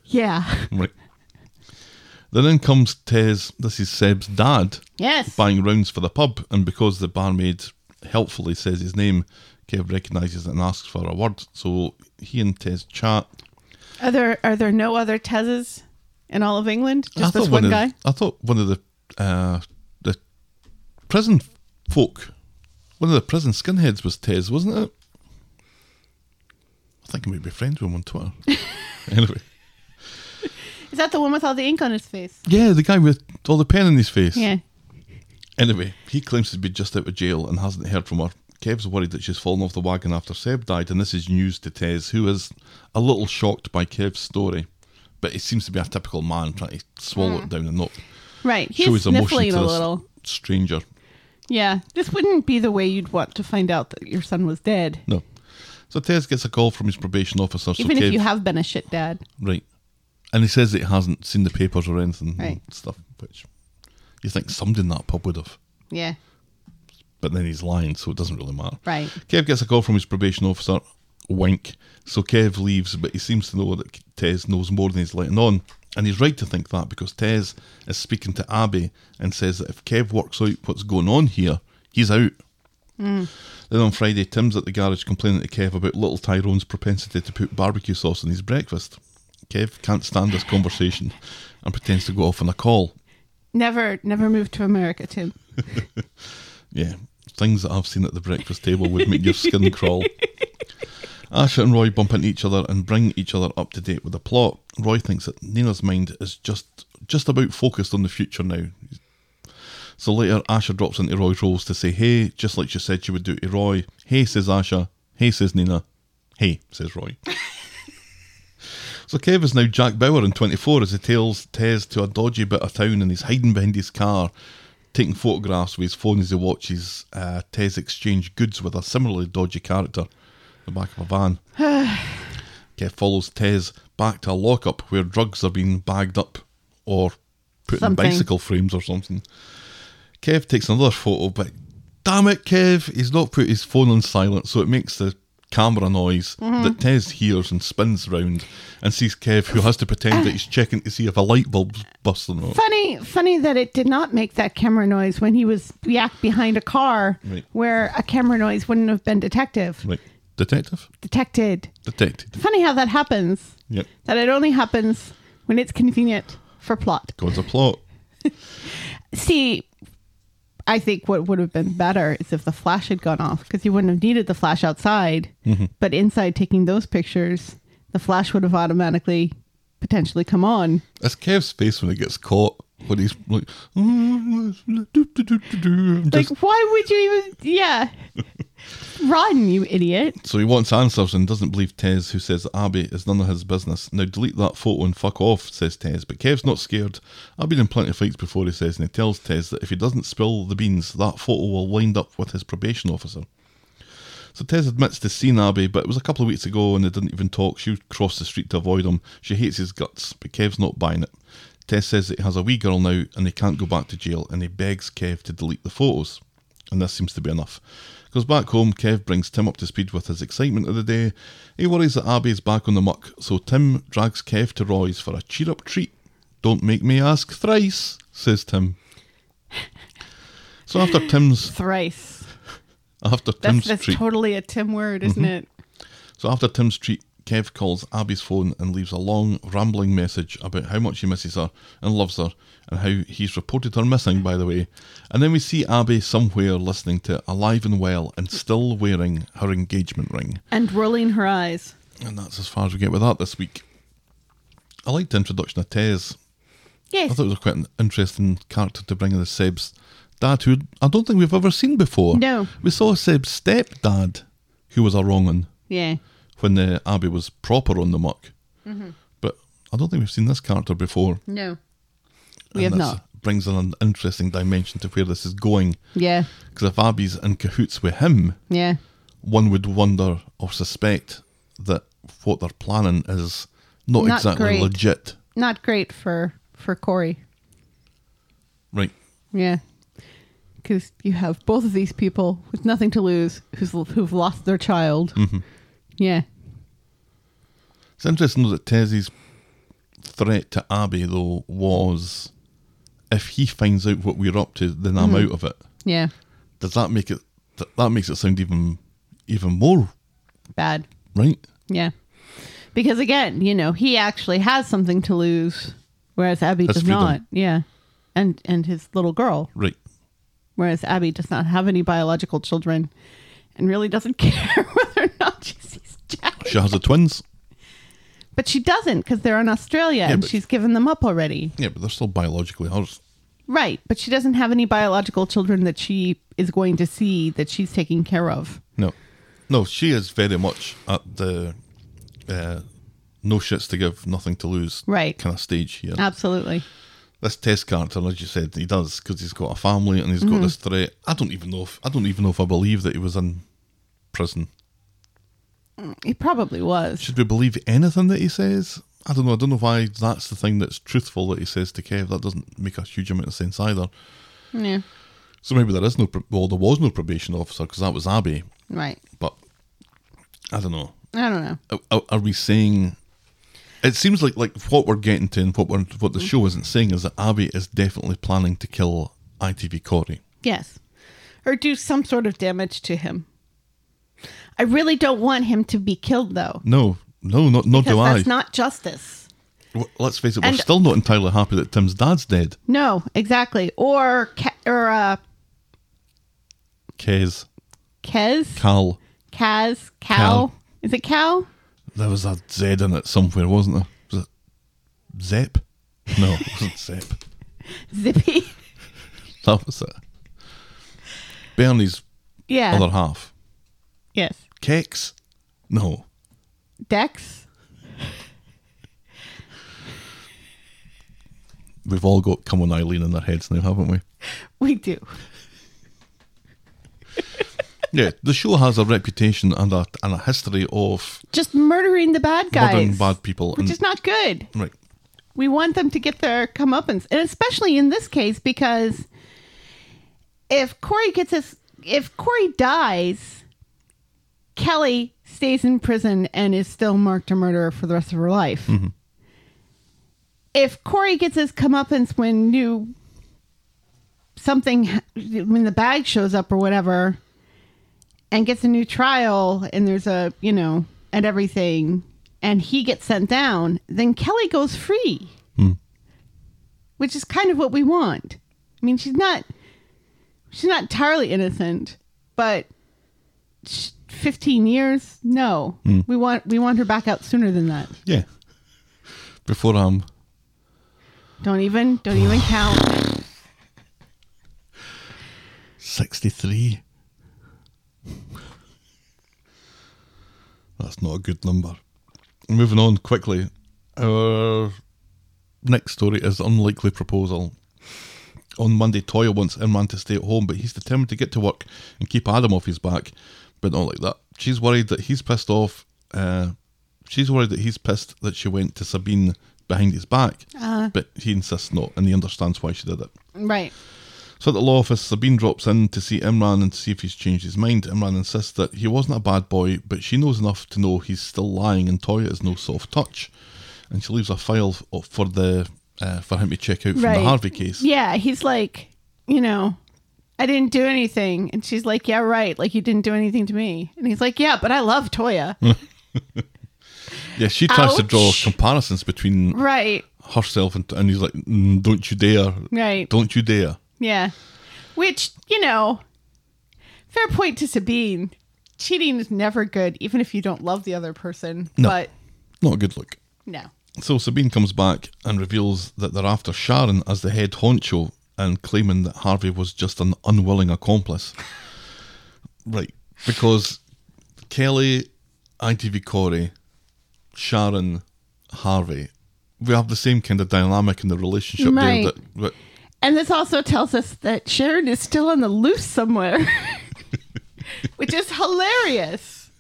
Speaker 6: Yeah.
Speaker 5: Right. Then in comes Tez, this is Seb's dad,
Speaker 6: Yes.
Speaker 5: buying rounds for the pub. And because the barmaid helpfully says his name, Kev recognises it and asks for a word. So he and Tez chat.
Speaker 6: Are there are there no other Tezes in all of England?
Speaker 5: I
Speaker 6: Just
Speaker 5: thought
Speaker 6: this one
Speaker 5: of,
Speaker 6: guy.
Speaker 5: I thought one of the uh, the prison folk, one of the prison skinheads was Tez, wasn't it? I think I might be friends with him on Twitter. anyway,
Speaker 6: Is that the one with all the ink on his face?
Speaker 5: yeah, the guy with all the pen in his face.
Speaker 6: Yeah.
Speaker 5: Anyway, he claims to be just out of jail and hasn't heard from her. Kev's worried that she's fallen off the wagon after Seb died, and this is news to Tez, who is a little shocked by Kev's story. But he seems to be a typical man trying to swallow it down and not
Speaker 6: Right. Hmm. He's
Speaker 5: show his emotion
Speaker 6: sniffling
Speaker 5: to
Speaker 6: a
Speaker 5: this
Speaker 6: little.
Speaker 5: stranger.
Speaker 6: Yeah, this wouldn't be the way you'd want to find out that your son was dead,
Speaker 5: No. So Tez gets a call from his probation officer.
Speaker 6: even
Speaker 5: so
Speaker 6: if
Speaker 5: Kev-
Speaker 6: you have been a shit dad.
Speaker 5: right, and he says that he hasn't seen the papers or anything
Speaker 6: Right.
Speaker 5: and stuff, which you think somebody in that pub would have.
Speaker 6: Yeah,
Speaker 5: But then he's lying, so it doesn't really matter.
Speaker 6: Right.
Speaker 5: Kev gets a call from his probation officer. Wink. So Kev leaves, but he seems to know that Tez knows more than he's letting on. And he's right to think that because Tez is speaking to Abby and says that if Kev works out what's going on here, he's out. Then on Friday, Tim's at the garage complaining to Kev about little Tyrone's propensity to put barbecue sauce on his breakfast. Kev can't stand this conversation and pretends to go off on a call.
Speaker 6: never, never move to America, Tim.
Speaker 5: Yeah, things that I've seen at the breakfast table would make your skin crawl. Asha and Roy bump into each other and bring each other up to date with the plot. Roy thinks that Nina's mind is just just about focused on the future now. So later, Asha drops into Roy's roles to say, "Hey," just like she said she would do to Roy. "Hey," says Asha. "Hey," says Nina. "Hey," says Roy. So Kev is now Jack Bauer in 24 as he tails Tez to a dodgy bit of town and he's hiding behind his car, taking photographs with his phone as he watches uh, Tez exchange goods with a similarly dodgy character in the back of a van. Kev follows Tez back to a lockup where drugs are being bagged up or put
Speaker 6: Something.
Speaker 5: in bicycle frames or something. Kev takes another photo, but damn it, Kev, he's not put his phone on silent, so it makes the camera noise that Tez hears and spins round and sees Kev, who has to pretend that he's checking to see if a light bulb's busting or not.
Speaker 6: Funny, funny that it did not make that camera noise when he was yacked behind a car,
Speaker 5: Right.
Speaker 6: where a camera noise wouldn't have been detective
Speaker 5: Right. Detective?
Speaker 6: detected.
Speaker 5: Detective.
Speaker 6: Funny how that happens.
Speaker 5: Yep.
Speaker 6: That it only happens when it's convenient for plot.
Speaker 5: God's a plot.
Speaker 6: See, I think what would have been better is if the flash had gone off because you wouldn't have needed the flash outside,
Speaker 5: Mm-hmm.
Speaker 6: but inside taking those pictures, the flash would have automatically potentially come on.
Speaker 5: That's Kev's face when he gets caught. When he's like, I'm just-
Speaker 6: like, why would you even? Yeah. Run, you idiot.
Speaker 5: so he wants answers and doesn't believe Tez, who says that Abby is none of his business. Now delete that photo and fuck off, says Tez. But Kev's not scared. I've been in plenty of fights before, he says, and he tells Tez that if he doesn't spill the beans, that photo will wind up with his probation officer. So Tez admits to seeing Abby, but it was a couple of weeks ago and they didn't even talk. She crossed the street to avoid him. She hates his guts, but Kev's not buying it. Tez says that he has a wee girl now and they can't go back to jail, and he begs Kev to delete the photos. And this seems to be enough. Because back home, Kev brings Tim up to speed with his excitement of the day. He worries that Abby is back on the muck, so Tim drags Kev to Roy's for a cheer up treat. Don't make me ask thrice, says Tim. So after Tim's
Speaker 6: Thrice.
Speaker 5: after Tim's
Speaker 6: That's, that's
Speaker 5: treat,
Speaker 6: totally a Tim word,
Speaker 5: Mm-hmm.
Speaker 6: isn't it?
Speaker 5: So after Tim's treat, Kev calls Abby's phone and leaves a long, rambling message about how much he misses her and loves her and how he's reported her missing, by the way. And then we see Abby somewhere listening to Alive and Well and still wearing her engagement ring.
Speaker 6: And rolling her eyes.
Speaker 5: And that's as far as we get with that this week. I liked the introduction of Tez. I
Speaker 6: Yes.
Speaker 5: thought it was quite an interesting character to bring in as Seb's dad, who I don't think we've ever seen before.
Speaker 6: No.
Speaker 5: We saw Seb's stepdad, who was a wrong un
Speaker 6: Yeah.
Speaker 5: when the Abbey was proper on the muck.
Speaker 6: Mm-hmm.
Speaker 5: But I don't think we've seen this character before.
Speaker 6: No. We
Speaker 5: and
Speaker 6: have
Speaker 5: that's-
Speaker 6: not.
Speaker 5: Brings in an interesting dimension to where this is going.
Speaker 6: Yeah.
Speaker 5: Because if Abby's in cahoots with him,
Speaker 6: Yeah.
Speaker 5: one would wonder or suspect that what they're planning is not,
Speaker 6: Not
Speaker 5: exactly
Speaker 6: great.
Speaker 5: legit.
Speaker 6: Not great for for Corey.
Speaker 5: Right.
Speaker 6: Yeah. Because you have both of these people with nothing to lose who's, who've lost their child.
Speaker 5: Mm-hmm.
Speaker 6: Yeah.
Speaker 5: It's interesting though that Tezzy's threat to Abby, though, was if he finds out what we're up to, then I'm
Speaker 6: Mm-hmm.
Speaker 5: out of it.
Speaker 6: Yeah.
Speaker 5: Does that make it, that, that makes it sound even, even more
Speaker 6: Bad.
Speaker 5: right?
Speaker 6: Yeah. Because again, you know, he actually has something to lose, whereas Abby
Speaker 5: That's
Speaker 6: does
Speaker 5: freedom.
Speaker 6: not. Yeah. And and his little girl,
Speaker 5: Right.
Speaker 6: whereas Abby does not have any biological children and really doesn't care whether or not she sees Jack.
Speaker 5: She has the twins.
Speaker 6: But she doesn't because they're in Australia and
Speaker 5: but-
Speaker 6: she's given them up already.
Speaker 5: Yeah, but they're still biologically hers.
Speaker 6: Right, but she doesn't have any biological children that she is going to see that she's taking care of.
Speaker 5: No. No, she is very much at the uh, no shits to give, nothing to lose
Speaker 6: Right.
Speaker 5: kind of stage here.
Speaker 6: Absolutely.
Speaker 5: this test character, as you said, he does because he's got a family and he's got this threat. I don't even know if I don't even know if I believe that he was in prison.
Speaker 6: It probably was.
Speaker 5: Should we believe anything that he says? I don't know. I don't know why that's the thing that's truthful that he says to Kev. That doesn't make a huge amount of sense either.
Speaker 6: Yeah.
Speaker 5: So maybe there is no, pro- well, there was no probation officer because that was Abby.
Speaker 6: Right.
Speaker 5: But I don't know.
Speaker 6: I don't know.
Speaker 5: Are- are, are we saying? It seems like like what we're getting to and what we're, what the
Speaker 6: Hmm?
Speaker 5: show isn't saying is that Abby is definitely planning to kill ITV Corey.
Speaker 6: Yes. Or do some sort of damage to him. I really don't want him to be killed though.
Speaker 5: No, no, not nor
Speaker 6: Because
Speaker 5: do I.
Speaker 6: that's not justice.
Speaker 5: W- Let's face it, we're
Speaker 6: And-
Speaker 5: still not entirely happy that Tim's dad's dead.
Speaker 6: No, exactly. Or Ke- or uh
Speaker 5: Kez,
Speaker 6: Kez,
Speaker 5: Cal,
Speaker 6: Kaz, Cal.
Speaker 5: Cal.
Speaker 6: Is it Cal?
Speaker 5: there was a Z in it somewhere, wasn't there? Was it Zep? No, it wasn't Zep.
Speaker 6: Zippy.
Speaker 5: That was it. Bernie's
Speaker 6: yeah.
Speaker 5: other half.
Speaker 6: Yes.
Speaker 5: Kex? No.
Speaker 6: Dex.
Speaker 5: We've all got Come On Eileen in our heads now, haven't we?
Speaker 6: We do.
Speaker 5: Yeah, the show has a reputation and a, and a history of
Speaker 6: Just murdering the bad guys.
Speaker 5: murdering bad people.
Speaker 6: Which
Speaker 5: and,
Speaker 6: is not good.
Speaker 5: right.
Speaker 6: We want them to get their comeuppance, and especially in this case because if Corey gets his, if Corey dies, Kelly stays in prison and is still marked a murderer for the rest of her life. If Corey gets his comeuppance when new something when the bag shows up or whatever, and gets a new trial and there's a you know and everything and he gets sent down then kelly goes free which is kind of what we want i mean she's not she's not entirely innocent but sh- 15 years no we want we want her back out sooner than that
Speaker 5: Yeah. Before um, I'm
Speaker 6: don't even don't even count
Speaker 5: 63. That's not a good number. Moving on quickly, our next story is Unlikely Proposal. On Monday, Toya wants Irman to stay at home, but he's determined to get to work and keep Adam off his back, but not like that. She's worried that he's pissed off. Uh, she's worried that he's pissed that she went to Sabine behind his back, but he insists not, and he understands why she did it.
Speaker 6: right
Speaker 5: So at the law office, Sabine drops in to see Imran and to see if he's changed his mind. Imran insists that he wasn't a bad boy, but she knows enough to know he's still lying, and Toya is no soft touch. And she leaves a file f- for the uh, for him to check out from the Harvey case.
Speaker 6: Yeah, he's like, you know, I didn't do anything, and she's like, yeah, right, like you didn't do anything to me, and he's like, yeah, but I love Toya,
Speaker 5: Yeah, she tries to draw
Speaker 1: Ouch.
Speaker 5: comparisons between
Speaker 6: right,
Speaker 5: herself and, and he's like, mm, "Don't you dare!
Speaker 6: right,
Speaker 5: Don't you dare!"
Speaker 6: yeah, which you know, fair point to Sabine. Cheating is never good, even if you don't love the other person.
Speaker 5: No.
Speaker 6: But
Speaker 5: Not a good look.
Speaker 6: no,
Speaker 5: So Sabine comes back and reveals that they're after Sharon as the head honcho and claiming that Harvey was just an unwilling accomplice. right. Because Kelly, ITV Corey, Sharon, Harvey, we have the same kind of dynamic in the relationship
Speaker 6: Right.
Speaker 5: there that, that
Speaker 6: and this also tells us that Sharon is still on the loose somewhere, which is hilarious.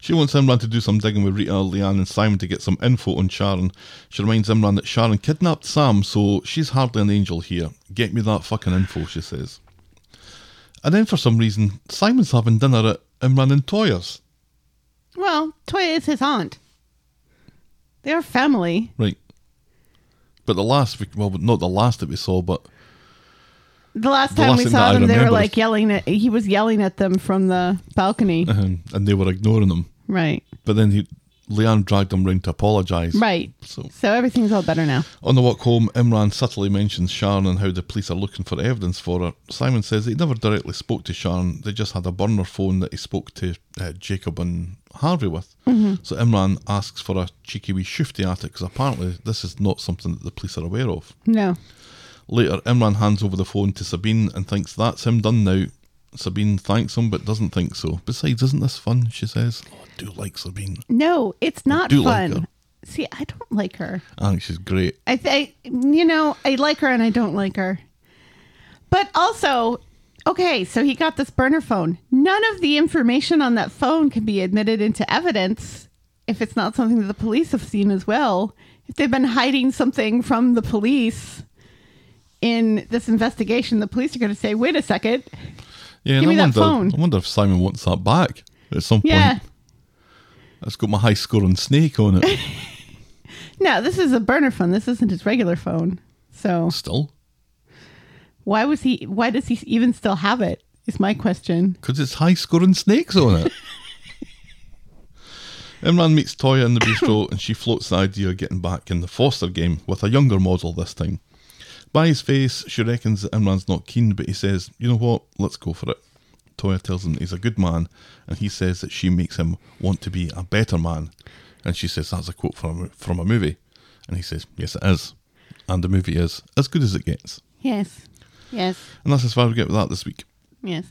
Speaker 5: She wants Imran to do some digging with Rita, Leanne, and Simon to get some info on Sharon. She reminds Imran that Sharon kidnapped Sam, so she's hardly an angel here. Get me that fucking info, she says. And then for some reason, Simon's having dinner at Imran and Toyer's.
Speaker 6: Well, Toya is his aunt. They are family.
Speaker 5: Right. But the last, we- well, not the last that we saw, but
Speaker 6: The last
Speaker 5: The
Speaker 6: time
Speaker 5: last
Speaker 6: we
Speaker 5: thing
Speaker 6: saw
Speaker 5: that I
Speaker 6: them, they were
Speaker 5: remember
Speaker 6: like
Speaker 5: is-
Speaker 6: yelling at. He was yelling at them from the balcony.
Speaker 5: um, and they were ignoring him.
Speaker 6: right,
Speaker 5: But then he, Leanne dragged him round to apologise.
Speaker 6: right.
Speaker 5: So-
Speaker 6: So, everything's all better now.
Speaker 5: On the walk home, Imran subtly mentions Sharon and how the police are looking for evidence for her. Simon says he never directly spoke to Sharon, they just had a burner phone that he spoke to uh, Jacob and Harvey with. So Imran asks for a cheeky wee shifty at it because apparently this is not something that the police are aware of.
Speaker 6: No,
Speaker 5: Later, Imran hands over the phone to Sabine and thinks that's him done now. Sabine thanks him but doesn't think so. Besides, isn't this fun? She says. Oh, I do like Sabine.
Speaker 6: no, it's not
Speaker 5: do like
Speaker 6: fun.
Speaker 5: her.
Speaker 6: See, I don't like her.
Speaker 5: I think she's great.
Speaker 6: I, th- I, you know, I like her and I don't like her. But also, okay, so he got this burner phone. None of the information on that phone can be admitted into evidence if it's not something that the police have seen as well. If they've been hiding something from the police in this investigation, the police are going to say, "Wait a second,
Speaker 5: Yeah, and
Speaker 6: Give me
Speaker 5: I
Speaker 6: that
Speaker 5: wonder,
Speaker 6: phone.
Speaker 5: I wonder if Simon wants that back at some
Speaker 6: yeah,
Speaker 5: point. It's got my high score on Snake on it
Speaker 6: no, this is a burner phone. This isn't his regular phone." So
Speaker 5: still.
Speaker 6: why was he? Why does he even still have it? Is my question.
Speaker 5: Because it's high scoring snakes on it. Imran meets Toya in the bistro and she floats the idea of getting back in the Foster game with a younger model this time. By his face, she reckons that Imran's not keen, but he says, You know what? Let's go for it. Toya tells him that he's a good man and he says that she makes him want to be a better man. And she says, That's a quote from, from a movie. And he says, Yes, it is. And the movie is as good as it gets.
Speaker 6: Yes, yes,
Speaker 5: And that's as far as we get with that this week.
Speaker 6: yes.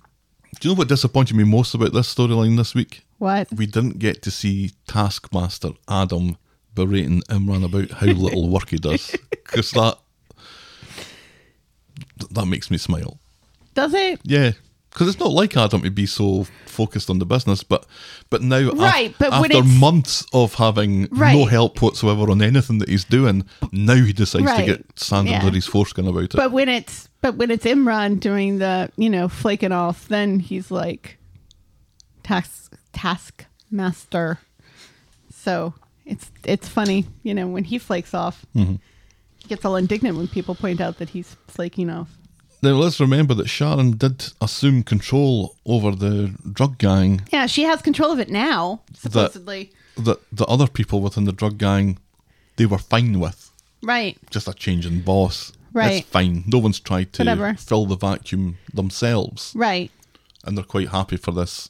Speaker 5: Do you know what disappointed me most about this storyline this week?
Speaker 6: What?
Speaker 5: We didn't get to see Taskmaster Adam berating Imran about how little work he does. Because that, that makes me smile.
Speaker 6: Does it?
Speaker 5: Yeah. Because it's not like Adam to be so focused on the business, but but now af-
Speaker 6: Right, but when
Speaker 5: after
Speaker 6: it's-
Speaker 5: months of having no
Speaker 6: Right.
Speaker 5: help whatsoever on anything that he's doing, now he decides to
Speaker 6: Right.
Speaker 5: get sand
Speaker 6: Yeah.
Speaker 5: under his foreskin about it.
Speaker 6: But when it's but when it's Imran doing the you know flaking off, then he's like task taskmaster. So it's it's funny, you know, when he flakes off, he gets all indignant when people point out that he's flaking off.
Speaker 5: Now let's remember that Sharon did assume control over the drug gang
Speaker 6: Yeah, she has control of it now, supposedly.
Speaker 5: that the other people within the drug gang they were fine with.
Speaker 6: right.
Speaker 5: Just a change in boss.
Speaker 6: Right.
Speaker 5: It's fine. No one's tried to
Speaker 6: Whatever.
Speaker 5: fill the vacuum themselves.
Speaker 6: Right.
Speaker 5: And they're quite happy for this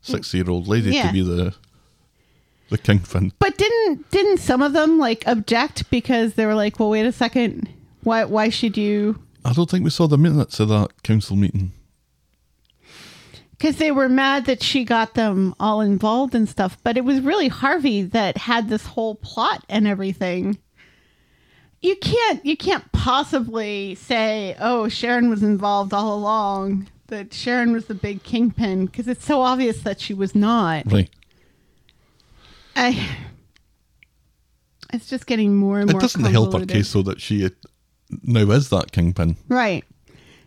Speaker 5: sixty year old lady to
Speaker 6: Yeah.
Speaker 5: be the the kingpin.
Speaker 6: But didn't didn't some of them like object because they were like, Well, wait a second, why why should you
Speaker 5: I don't think we saw the minutes of that council meeting.
Speaker 6: because they were mad that she got them all involved and stuff. But it was really Harvey that had this whole plot and everything. You can't you can't possibly say, "Oh, Sharon was involved all along." That Sharon was the big kingpin because it's so obvious that she was not.
Speaker 5: Right.
Speaker 6: I. It's just getting more and
Speaker 5: It
Speaker 6: more.
Speaker 5: doesn't help her
Speaker 6: convoluted.
Speaker 5: case though that she now is that kingpin.
Speaker 6: right?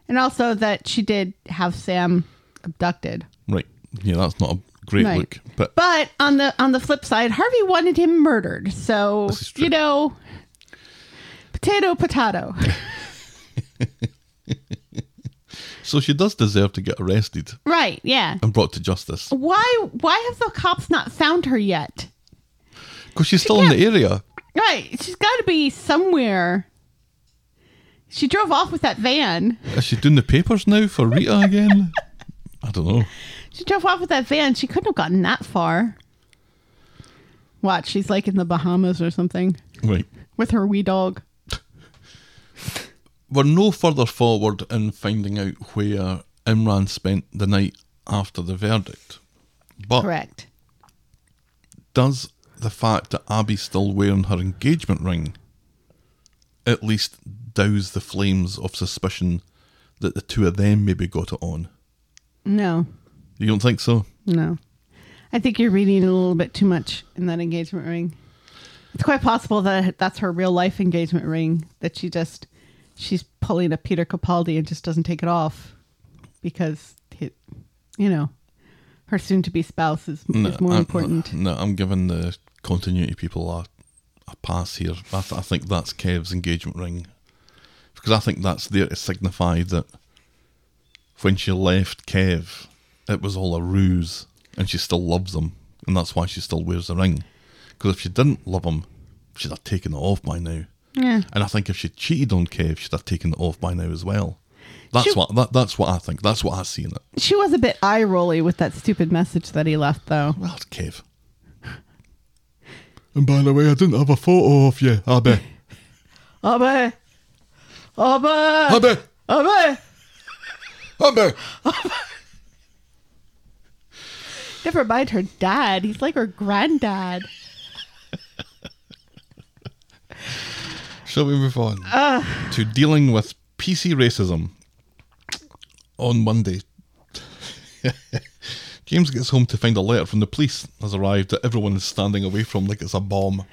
Speaker 6: And also that she did have Sam abducted.
Speaker 5: Right. Yeah, that's not a great
Speaker 6: Right.
Speaker 5: look. But
Speaker 6: But on the on the flip side, Harvey wanted him murdered. So
Speaker 5: This is true.
Speaker 6: you know, potato potato.
Speaker 5: so she does deserve to get arrested
Speaker 6: right? Yeah.
Speaker 5: and brought to justice
Speaker 6: Why why have the cops not found her yet?
Speaker 5: because she's still in the area.
Speaker 6: Right. She's got to be somewhere. She drove off with that van.
Speaker 5: Is she doing the papers now for Rita again? I don't know.
Speaker 6: She drove off with that van. She couldn't have gotten that far. Watch, she's like in the Bahamas or something
Speaker 5: Right.
Speaker 6: with her wee dog.
Speaker 5: We're no further forward in finding out where Imran spent the night after the verdict. But
Speaker 6: Correct.
Speaker 5: does the fact that Abby's still wearing her engagement ring at least douse the flames of suspicion that the two of them maybe got it on?
Speaker 6: No,
Speaker 5: You don't think so?
Speaker 6: no. I think you're reading a little bit too much in that engagement ring. It's quite possible that that's her real life engagement ring that she just she's pulling a Peter Capaldi and just doesn't take it off because he, you know her soon to be spouse is, is more
Speaker 5: I'm-
Speaker 6: important.
Speaker 5: No, I'm giving the continuity people a, a pass here. I, th- I think that's Kev's engagement ring because I think that's there to signify that when she left Kev, it was all a ruse, and she still loves him, and that's why she still wears the ring. Because if she didn't love him, she'd have taken it off by now.
Speaker 6: Yeah.
Speaker 5: And I think if she cheated on Kev, she'd have taken it off by now as well. That's
Speaker 6: She-
Speaker 5: what that, that's what I think. That's what I see in it.
Speaker 6: She was a bit eye rolly with that stupid message that he left, though.
Speaker 5: Well, it's Kev. And by the way, I didn't have a photo of you, Abby.
Speaker 6: Abba, Abba,
Speaker 5: Abby!
Speaker 6: Abba.
Speaker 5: Abby!
Speaker 6: Never mind her dad. He's like her granddad.
Speaker 5: Shall we move on to dealing with PC racism on Monday? James gets home to find a letter from the police has arrived that everyone is standing away from like it's a bomb.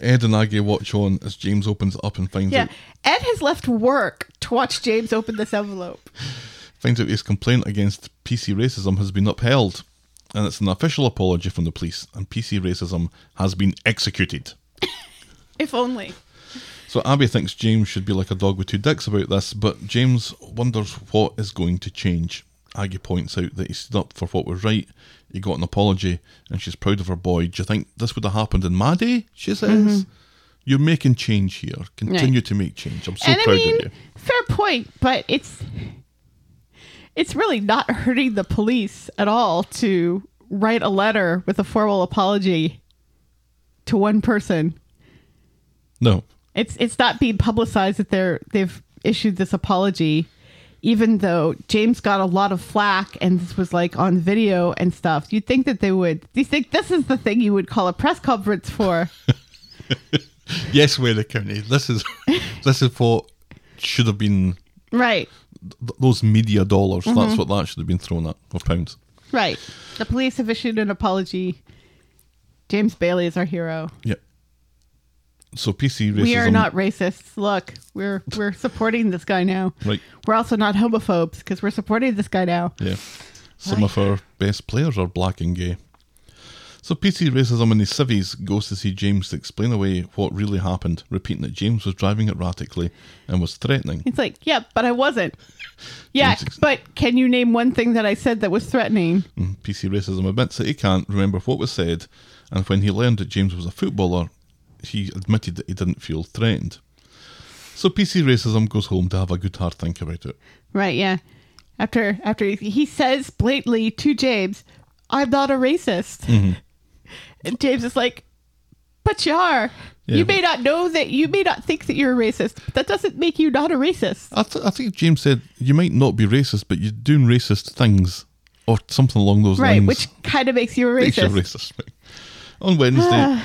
Speaker 5: Ed and Aggie watch on as James opens it up and finds
Speaker 6: Yeah.
Speaker 5: out
Speaker 6: Ed has left work to watch James open this envelope.
Speaker 5: finds out his complaint against PC racism has been upheld, and it's an official apology from the police, and PC racism has been executed.
Speaker 6: If only.
Speaker 5: So Abby thinks James should be like a dog with two dicks about this, but James wonders what is going to change. Aggie points out that he stood up for what was right, he got an apology, and she's proud of her boy. Do you think this would have happened in my day? She says.
Speaker 6: Mm-hmm.
Speaker 5: You're making change here. Continue to make change. I'm so
Speaker 6: and I
Speaker 5: proud
Speaker 6: mean,
Speaker 5: of you.
Speaker 6: fair point, but it's it's really not hurting the police at all to write a letter with a formal apology to one person
Speaker 5: No.
Speaker 6: It's it's not being publicized that they're they've issued this apology, even though James got a lot of flack and this was like on video and stuff. You'd think that they would. You think this is the thing you would call a press conference for?
Speaker 5: Yes, we're the county. This is this is what should have been
Speaker 6: right,
Speaker 5: th- those media dollars.
Speaker 6: Mm-hmm.
Speaker 5: That's what that should have been thrown at or pounds.
Speaker 6: right. The police have issued an apology. James Bailey is our hero.
Speaker 5: Yep. So PC racism.
Speaker 6: We are not racists. Look, we're we're supporting this guy now.
Speaker 5: Right.
Speaker 6: We're also not homophobes because we're supporting this guy now.
Speaker 5: Yeah. Some of our best players are black and gay. So PC racism in his civvies goes to see James to explain away what really happened, repeating that James was driving erratically and was threatening.
Speaker 6: It's like, yeah, but I wasn't. Yeah,
Speaker 5: James ex-
Speaker 6: but can you name one thing that I said that was threatening?
Speaker 5: PC racism admits that he can't remember what was said, and when he learned that James was a footballer, he admitted that he didn't feel threatened. So PC racism goes home to have a good hard think about it.
Speaker 6: Right, yeah. After after he- he says blatantly to James, "I'm not a racist."
Speaker 5: Mm-hmm.
Speaker 6: And James is like, "But you are.
Speaker 5: Yeah,
Speaker 6: you may not know that you may not think that you're a racist, but that doesn't make you not a racist."
Speaker 5: I, th- I think James said, "You might not be racist, but you're doing racist things, or something along those
Speaker 6: Right,
Speaker 5: lines."
Speaker 6: which kind of makes you a
Speaker 5: Makes you
Speaker 6: racist. Ah.
Speaker 5: racist. right. On Wednesday,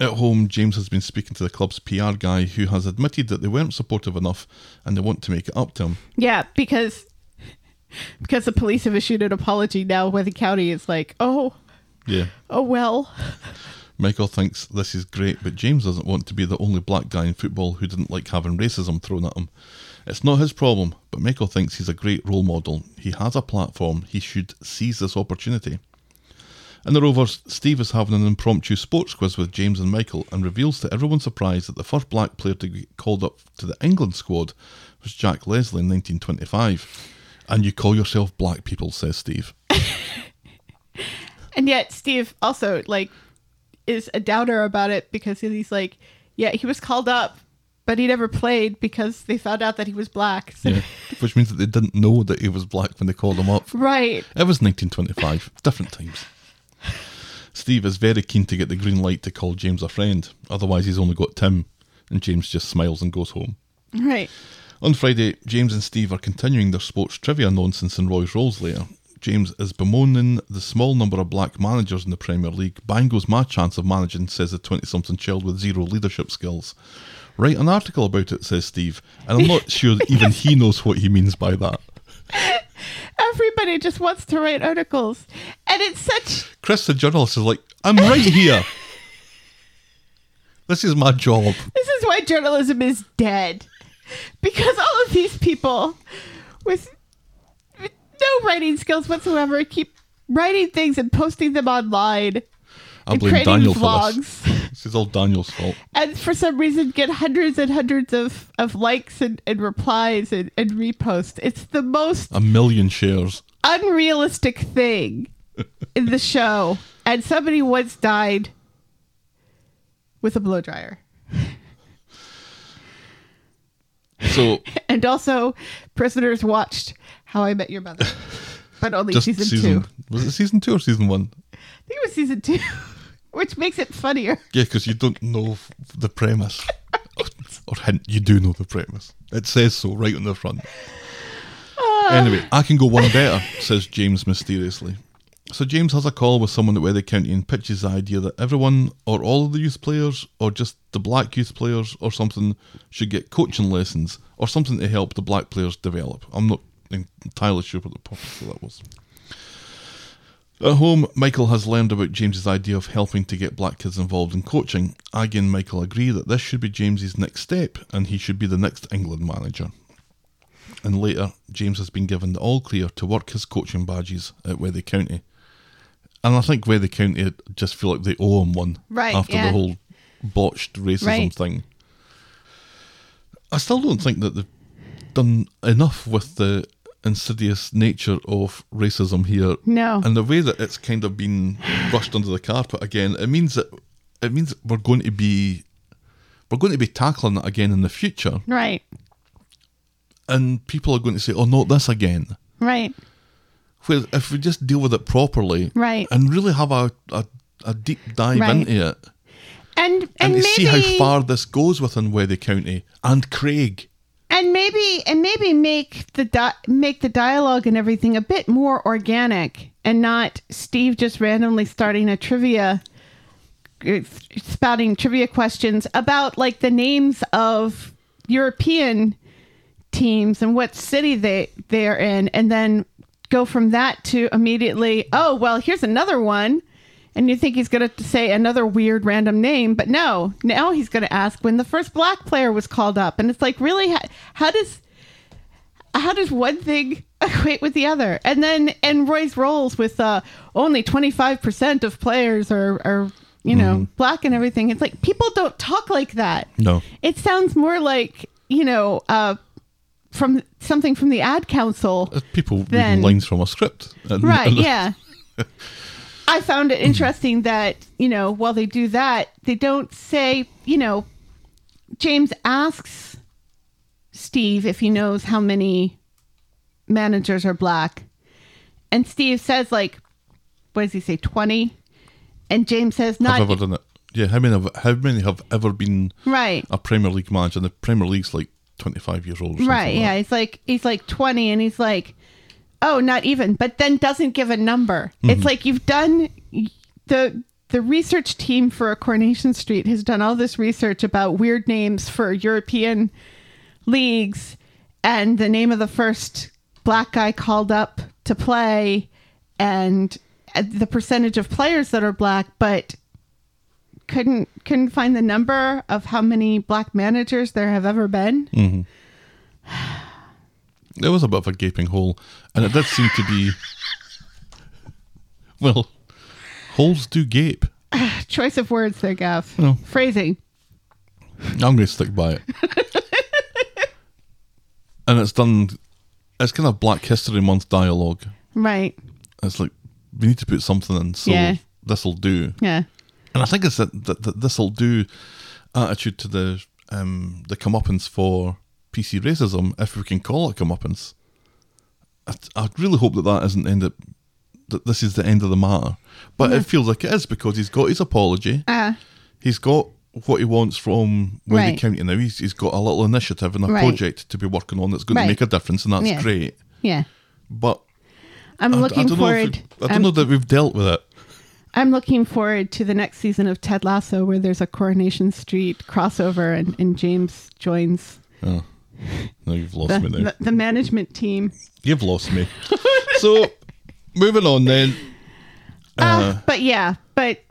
Speaker 5: at home, James has been speaking to the club's PR guy, who has admitted that they weren't supportive enough, and they want to make it up to him.
Speaker 6: Yeah, because because the police have issued an apology now where the county is like, "Oh,
Speaker 5: Yeah.
Speaker 6: oh well."
Speaker 5: Michael thinks this is great, but James doesn't want to be the only black guy in football who didn't like having racism thrown at him. It's not his problem, but Michael thinks he's a great role model. He has a platform. He should seize this opportunity. In the Rover, Steve is having an impromptu sports quiz with James and Michael and reveals to everyone's surprise that the first black player to get called up to the England squad was Jack Leslie in 1925. And you call yourself black people, says Steve.
Speaker 6: And yet Steve also like is a doubter about it because he's like, yeah, he was called up, but he never played because they found out that he was black. So,
Speaker 5: Yeah. Which means that they didn't know that he was black when they called him up.
Speaker 6: Right.
Speaker 5: It was 1925, different times. Steve is very keen to get the green light to call James a friend, otherwise, he's only got Tim, and James just smiles and goes home.
Speaker 6: Right.
Speaker 5: On Friday, James and Steve are continuing their sports trivia nonsense in Roy's Rolls later. James is bemoaning the small number of black managers in the Premier League. Bang goes my chance of managing, says the 20 something child with zero leadership skills. Write an article about it, says Steve, and I'm not sure that even he knows what he means by that.
Speaker 6: Everybody just wants to write articles. And it's such
Speaker 5: Chris, the journalist, is like, I'm right here. this is my job.
Speaker 6: this is why journalism is dead. Because all of these people with, with no writing skills whatsoever keep writing things and posting them online
Speaker 5: I
Speaker 6: and
Speaker 5: blame
Speaker 6: creating
Speaker 5: Daniel for this.
Speaker 6: vlogs.
Speaker 5: This is all Daniel's fault.
Speaker 6: and for some reason get hundreds and hundreds of, of likes and, and replies and, and reposts. It's the most
Speaker 5: A million shares.
Speaker 6: unrealistic thing in the show. And somebody once died with a blow dryer.
Speaker 5: So
Speaker 6: And also, prisoners watched How I Met Your Mother, but only
Speaker 5: just
Speaker 6: season,
Speaker 5: season,
Speaker 6: two.
Speaker 5: was it season two or season one?
Speaker 6: I think it was season two, which makes it funnier.
Speaker 5: Yeah, because you don't know f- the premise, or, or hint you do know the premise. It says so right on the front. Anyway, I can go one better, says James mysteriously. So James has a call with someone at Weather County and pitches the idea that everyone, or all of the youth players, or just the black youth players, or something, should get coaching lessons or something to help the black players develop. I'm not en- entirely sure what the purpose of that was. At home, Michael has learned about James's idea of helping to get black kids involved in coaching. Aggie and Michael agree that this should be James's next step and he should be the next England manager. And later, James has been given the all clear to work his coaching badges at Wethy County. And I think Wethy County just feel like they owe him one
Speaker 6: Right,
Speaker 5: after the
Speaker 6: yeah.
Speaker 5: whole botched racism
Speaker 6: Right.
Speaker 5: thing. I still don't think that they've done enough with the insidious nature of racism here.
Speaker 6: No.
Speaker 5: And the way that it's kind of been brushed under the carpet again, it means that it means that we're going to be we're going to be tackling it again in the future.
Speaker 6: Right,
Speaker 5: And people are going to say, Oh not this again.
Speaker 6: right,
Speaker 5: Whereas if we just deal with it properly
Speaker 6: Right.
Speaker 5: and really have a, a, a deep dive
Speaker 6: Right.
Speaker 5: into it
Speaker 6: and and,
Speaker 5: and, to
Speaker 6: maybe
Speaker 5: see how far this goes within Wethy County and Craig.
Speaker 6: and maybe and maybe make the di- make the dialogue and everything a bit more organic and not Steve just randomly starting a trivia uh, spouting trivia questions about like the names of European teams and what city they they're in and then go from that to immediately oh well here's another one and you think he's going to say another weird random name but no now he's going to ask when the first black player was called up and it's like really how, how does how does one thing equate with the other and then and roy's roles with uh only 25% of players are are you know black and everything it's like people don't talk like that
Speaker 5: No.
Speaker 6: it sounds more like you know uh, from something from the ad council,
Speaker 5: There's people reading
Speaker 6: Then-
Speaker 5: lines from a script. And,
Speaker 6: right?
Speaker 5: and-
Speaker 6: Yeah. I found it interesting that you know while they do that, they don't say you know. James asks Steve if he knows how many managers are black, and Steve says like, what does he say, twenty? And James says
Speaker 5: I've
Speaker 6: not
Speaker 5: ever done it. Yeah, how many have how many have ever been
Speaker 6: right.
Speaker 5: a Premier League manager? And the Premier League's like twenty five years old. Or something
Speaker 6: Right.
Speaker 5: like
Speaker 6: Yeah.
Speaker 5: that.
Speaker 6: He's like he's like twenty, and he's like, oh, not even. But then doesn't give a number.
Speaker 5: Mm-hmm.
Speaker 6: It's like you've done the the research team for Coronation Street has done all this research about weird names for European leagues, and the name of the first black guy called up to play, and uh, the percentage of players that are black, but couldn't couldn't find the number of how many black managers there have ever been.
Speaker 5: There was a bit of a gaping hole, and it did seem to be. Well, holes do gape.
Speaker 6: Choice of words there, Gav.
Speaker 5: No.
Speaker 6: Phrasing.
Speaker 5: I'm going to stick by it. and it's done. It's kind of Black History Month dialogue.
Speaker 6: Right.
Speaker 5: It's like we need to put something in, so
Speaker 6: Yeah.
Speaker 5: this'll do.
Speaker 6: Yeah.
Speaker 5: And I think it's that that, that this'll do attitude to the um the comeuppance for PC racism, if we can call it comeuppance. I, I really hope that that isn't end up that this is the end of the matter, but it feels like it is because he's got his apology.
Speaker 6: Uh,
Speaker 5: He's got what he wants from Wendy
Speaker 6: Right.
Speaker 5: County now. He's, he's got a little initiative and a
Speaker 6: Right.
Speaker 5: project to be working on that's going
Speaker 6: Right.
Speaker 5: to make a difference, and that's
Speaker 6: Yeah.
Speaker 5: great.
Speaker 6: yeah.
Speaker 5: But
Speaker 6: I'm
Speaker 5: I- I
Speaker 6: looking
Speaker 5: don't know if
Speaker 6: forward. um,
Speaker 5: we- I don't
Speaker 6: I'm-
Speaker 5: know that we've dealt with it.
Speaker 6: I'm looking forward to the next season of Ted Lasso where there's a Coronation Street crossover and, and James joins
Speaker 5: Oh, no, you've lost
Speaker 6: the,
Speaker 5: me now.
Speaker 6: the, the management team.
Speaker 5: You've lost me. so, moving on then. Uh-huh.
Speaker 6: Uh, but yeah, but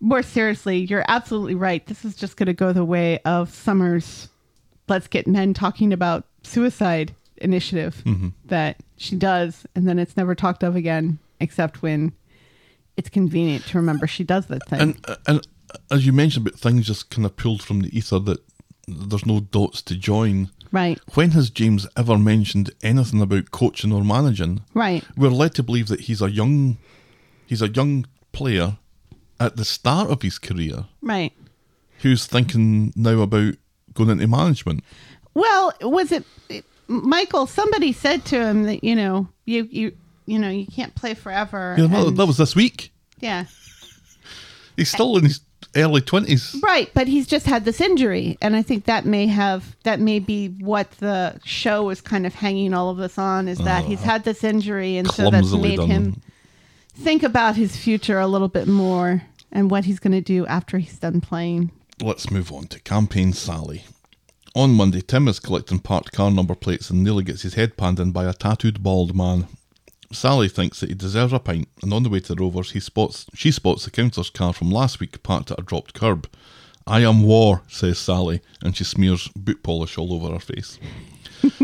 Speaker 6: more seriously, you're absolutely right. This is just going to go the way of Summer's Let's Get Men talking about suicide initiative
Speaker 5: Mm-hmm.
Speaker 6: that she does, and then it's never talked of again except when it's convenient to remember she does that thing.
Speaker 5: And and as you mentioned about things just kind of pulled from the ether that there's no dots to join.
Speaker 6: right,
Speaker 5: When has James ever mentioned anything about coaching or managing?
Speaker 6: right,
Speaker 5: We're led to believe that he's a young he's a young player at the start of his career
Speaker 6: right.
Speaker 5: who's thinking now about going into management.
Speaker 6: Well, was it Michael? Somebody said to him that you know you you you know you can't play forever.
Speaker 5: You know,
Speaker 6: and-
Speaker 5: that was this week.
Speaker 6: yeah.
Speaker 5: He's still in his early twenties.
Speaker 6: Right, but he's just had this injury, and I think that may have that may be what the show is kind of hanging all of this on is that he's had this injury, and so that's
Speaker 5: Uh, Clumsily
Speaker 6: made
Speaker 5: done.
Speaker 6: him think about his future a little bit more and what he's going to do after he's done playing.
Speaker 5: Let's move on to Campaign Sally. On Monday, Tim is collecting parked car number plates and nearly gets his head panned in by a tattooed bald man. Sally thinks that he deserves a pint, and on the way to the Rovers, he spots she spots the councillor's car from last week parked at a dropped curb. I am war, says Sally, and she smears boot polish all over her face.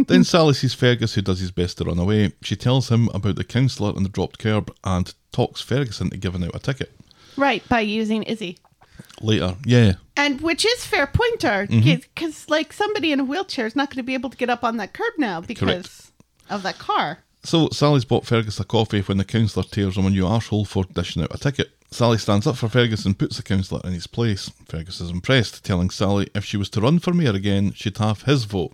Speaker 5: then Sally sees Fergus, who does his best to run away. She tells him about the councillor and the dropped curb, and talks Fergus into giving out a ticket.
Speaker 6: Right, by using Izzy.
Speaker 5: Later, yeah,
Speaker 6: And which is fair pointer,
Speaker 5: Mm-hmm.
Speaker 6: because like somebody in a wheelchair is not going to be able to get up on that curb now because of that car.
Speaker 5: So Sally's bought Fergus a coffee when the councillor tears him a new arsehole for dishing out a ticket. Sally stands up for Fergus and puts the councillor in his place. Fergus is impressed, telling Sally if she was to run for mayor again, she'd have his vote.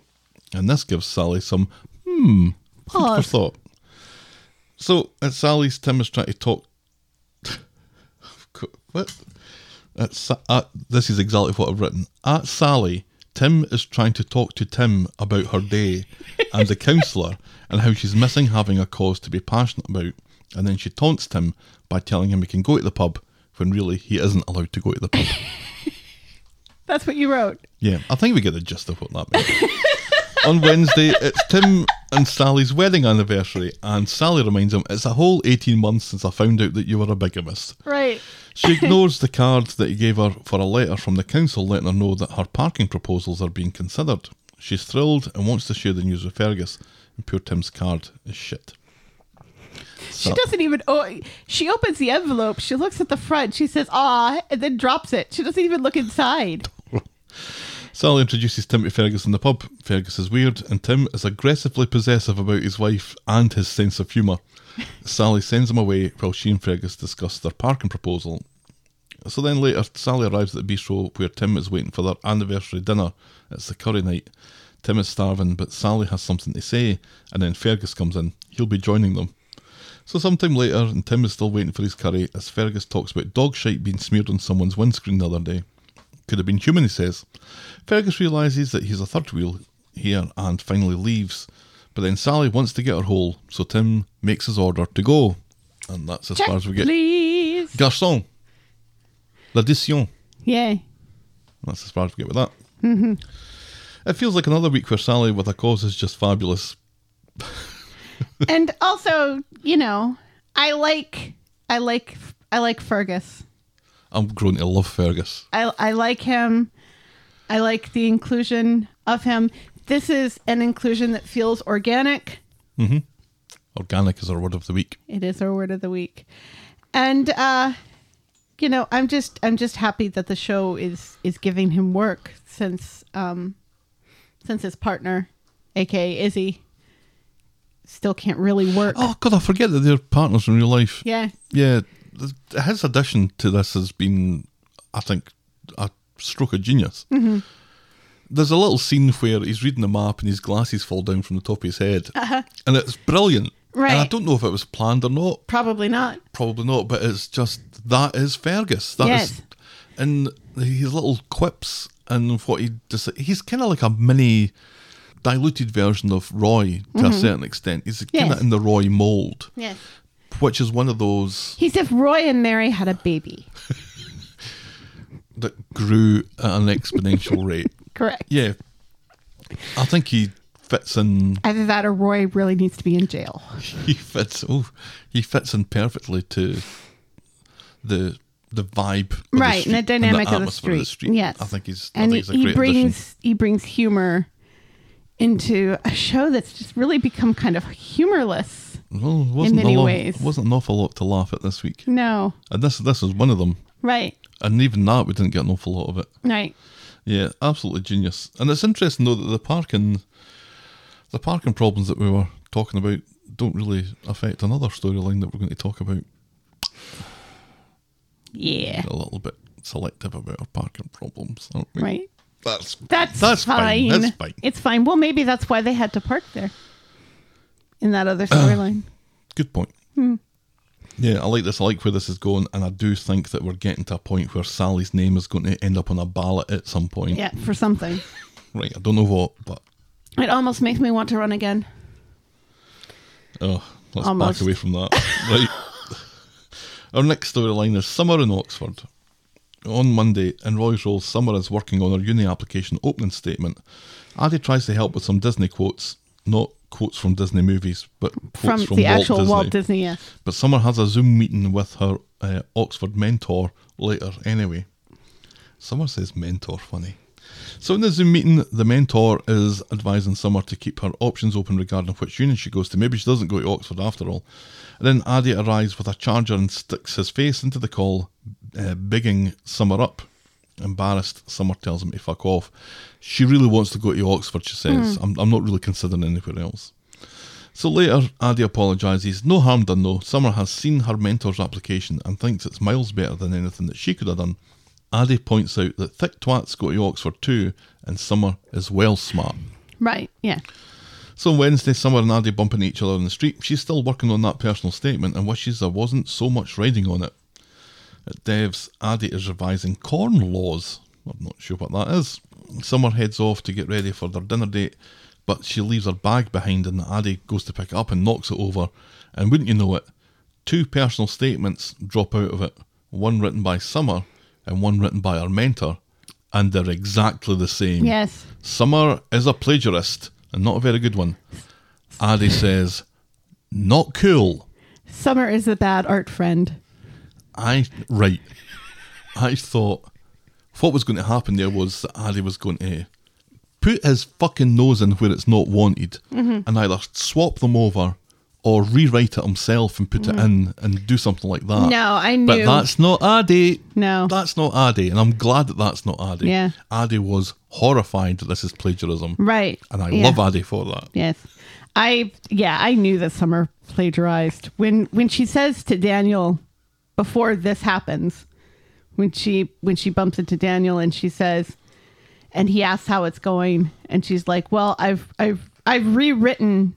Speaker 5: And this gives Sally some hmm food for
Speaker 6: Pause.
Speaker 5: thought. So at Sally's, Tim is trying to talk. what? At, Sa- at, this is exactly what I've written. At Sally, Tim is trying to talk to Tim about her day and the counsellor and how she's missing having a cause to be passionate about. And then she taunts Tim by telling him he can go to the pub when really he isn't allowed to go to the pub.
Speaker 6: That's what you wrote.
Speaker 5: Yeah, I think we get the gist of what that means. On Wednesday, it's Tim and Sally's wedding anniversary, and Sally reminds him it's a whole 18 months since I found out that you were a bigamist.
Speaker 6: Right.
Speaker 5: She ignores the card that he gave her for a letter from the council letting her know that her parking proposals are being considered. She's thrilled and wants to share the news with Fergus, and poor Tim's card is shit.
Speaker 6: She
Speaker 5: So-
Speaker 6: doesn't even. Oh, she opens the envelope. She looks at the front. She says "ah," and then drops it. She doesn't even look inside.
Speaker 5: Sally introduces Tim to Fergus in the pub. Fergus is weird, and Tim is aggressively possessive about his wife and his sense of humour. Sally sends him away while she and Fergus discuss their parking proposal. So then later, Sally arrives at the bistro where Tim is waiting for their anniversary dinner. It's the curry night. Tim is starving, but Sally has something to say, and then Fergus comes in. He'll be joining them. So sometime later, and Tim is still waiting for his curry, as Fergus talks about dog shite being smeared on someone's windscreen the other day. Could have been human, he says. Fergus realises that he's a third wheel here and finally leaves. But then Sally wants to get her hole, so Tim makes his order to go. And that's as
Speaker 6: Check,
Speaker 5: far as we get.
Speaker 6: please.
Speaker 5: Garçon. L'addition.
Speaker 6: Yay.
Speaker 5: That's as far as we get with that. Mm-hmm. It feels like another week where Sally with a cause is just fabulous.
Speaker 6: and also, you know, I like, I like, I like Fergus.
Speaker 5: I'm grown to love Fergus.
Speaker 6: I I like him. I like the inclusion of him. This is an inclusion that feels organic.
Speaker 5: Organic is our word of the week.
Speaker 6: It is our word of the week. And uh you know, I'm just I'm just happy that the show is is giving him work since um since his partner, aka Izzy, still can't really work.
Speaker 5: Oh God, I forget that they're partners in real life.
Speaker 6: Yeah.
Speaker 5: Yeah, th- his addition to this has been, I think, a stroke of genius.
Speaker 6: Mm-hmm.
Speaker 5: There's a little scene where he's reading the map and his glasses fall down from the top of his head, and it's brilliant. And I
Speaker 6: Uh-huh. Right.
Speaker 5: don't know if it was planned or not.
Speaker 6: Probably not.
Speaker 5: Probably not, but it's just that is Fergus. That is,
Speaker 6: Yes.
Speaker 5: and his little quips and what he does. He's kind of like a mini diluted version of Roy to a certain extent. He's kind
Speaker 6: Mm-hmm. Yes.
Speaker 5: of in the Roy mold,
Speaker 6: Yes.
Speaker 5: which is one of those
Speaker 6: He's if Roy and Mary had a baby.
Speaker 5: that grew at an exponential rate.
Speaker 6: Correct.
Speaker 5: Yeah, I think he fits in.
Speaker 6: Either that or Roy really needs to be in jail.
Speaker 5: He fits. Oh, he fits in perfectly to the the vibe, of the
Speaker 6: right
Speaker 5: street
Speaker 6: and the dynamic of the
Speaker 5: atmosphere
Speaker 6: street. yes
Speaker 5: I think he's. I
Speaker 6: and
Speaker 5: think he's a
Speaker 6: he
Speaker 5: great
Speaker 6: brings
Speaker 5: addition.
Speaker 6: he brings humor into a show that's just really become kind of humorless
Speaker 5: Well, it wasn't
Speaker 6: many
Speaker 5: a lot,
Speaker 6: ways.
Speaker 5: it wasn't an awful lot to laugh at this week,
Speaker 6: no
Speaker 5: and this this is one of them.
Speaker 6: right
Speaker 5: And even that, we didn't get an awful lot of it.
Speaker 6: right
Speaker 5: Yeah, absolutely genius. And it's interesting though that the parking, the parking problems that we were talking about don't really affect another storyline that we're going to talk about.
Speaker 6: yeah
Speaker 5: A little bit selective about our parking problems, aren't we?
Speaker 6: right
Speaker 5: That's
Speaker 6: that's
Speaker 5: That's fine.
Speaker 6: fine.
Speaker 5: That's fine.
Speaker 6: it's fine well maybe that's why they had to park there in that other storyline
Speaker 5: Good point.
Speaker 6: Hmm.
Speaker 5: Yeah, I like this. I like where this is going, and I do think that we're getting to a point where Sally's name is going to end up on a ballot at some point.
Speaker 6: yeah for something
Speaker 5: Right. I don't know what, but
Speaker 6: it almost makes me want to run again
Speaker 5: oh, let's
Speaker 6: Almost.
Speaker 5: back away from that. right. Our next storyline is Summer in Oxford. On Monday, in Roy's role, Summer is working on her uni application opening statement. Addy tries to help with some Disney quotes, not quotes from Disney movies, but quotes
Speaker 6: from,
Speaker 5: from,
Speaker 6: the
Speaker 5: Walt
Speaker 6: actual
Speaker 5: Disney.
Speaker 6: Walt Disney yes
Speaker 5: But Summer has a Zoom meeting with her uh, Oxford mentor later anyway. Summer says mentor, funny. So in the Zoom meeting, the mentor is advising Summer to keep her options open regarding which union she goes to. Maybe she doesn't go to Oxford after all. And then Addy arrives with a charger and sticks his face into the call, uh, bigging Summer up. Embarrassed, Summer tells him to fuck off. She really wants to go to Oxford, she says. I'm, I'm not really considering anywhere else. So later, Addy apologises. No harm done though. Summer has seen her mentor's application and thinks it's miles better than anything that she could have done. Addy points out that thick twats go to Oxford too, and Summer is well smart.
Speaker 6: right yeah
Speaker 5: So on Wednesday, Summer and Addy bumping each other on the street. She's still working on that personal statement and wishes there wasn't so much riding on it. At Dev's, Addy is revising corn laws. I'm not sure what that is. Summer heads off to get ready for their dinner date, but she leaves her bag behind and Addy goes to pick it up and knocks it over. And wouldn't you know it, two personal statements drop out of it one written by Summer and one written by her mentor, and they're exactly the same.
Speaker 6: yes
Speaker 5: Summer is a plagiarist and not a very good one. Addy says, not cool.
Speaker 6: Summer is a bad art friend
Speaker 5: I, right. I thought what was going to happen there was that Addy was going to put his fucking nose in where it's not wanted
Speaker 6: Mm-hmm.
Speaker 5: and either swap them over or rewrite it himself and put it in and do something like that.
Speaker 6: Mm-hmm. No, I
Speaker 5: But
Speaker 6: knew.
Speaker 5: that's not Addy.
Speaker 6: No.
Speaker 5: That's not Addy. And I'm glad that that's not Addy.
Speaker 6: Yeah.
Speaker 5: Addy was horrified that this is plagiarism.
Speaker 6: right
Speaker 5: And I
Speaker 6: yeah.
Speaker 5: love Addy for that.
Speaker 6: Yes. I yeah, I knew that Summer plagiarized. When when she says to Daniel before this happens, when she when she bumps into Daniel and she says and he asks how it's going and she's like, "Well, I've I've I've rewritten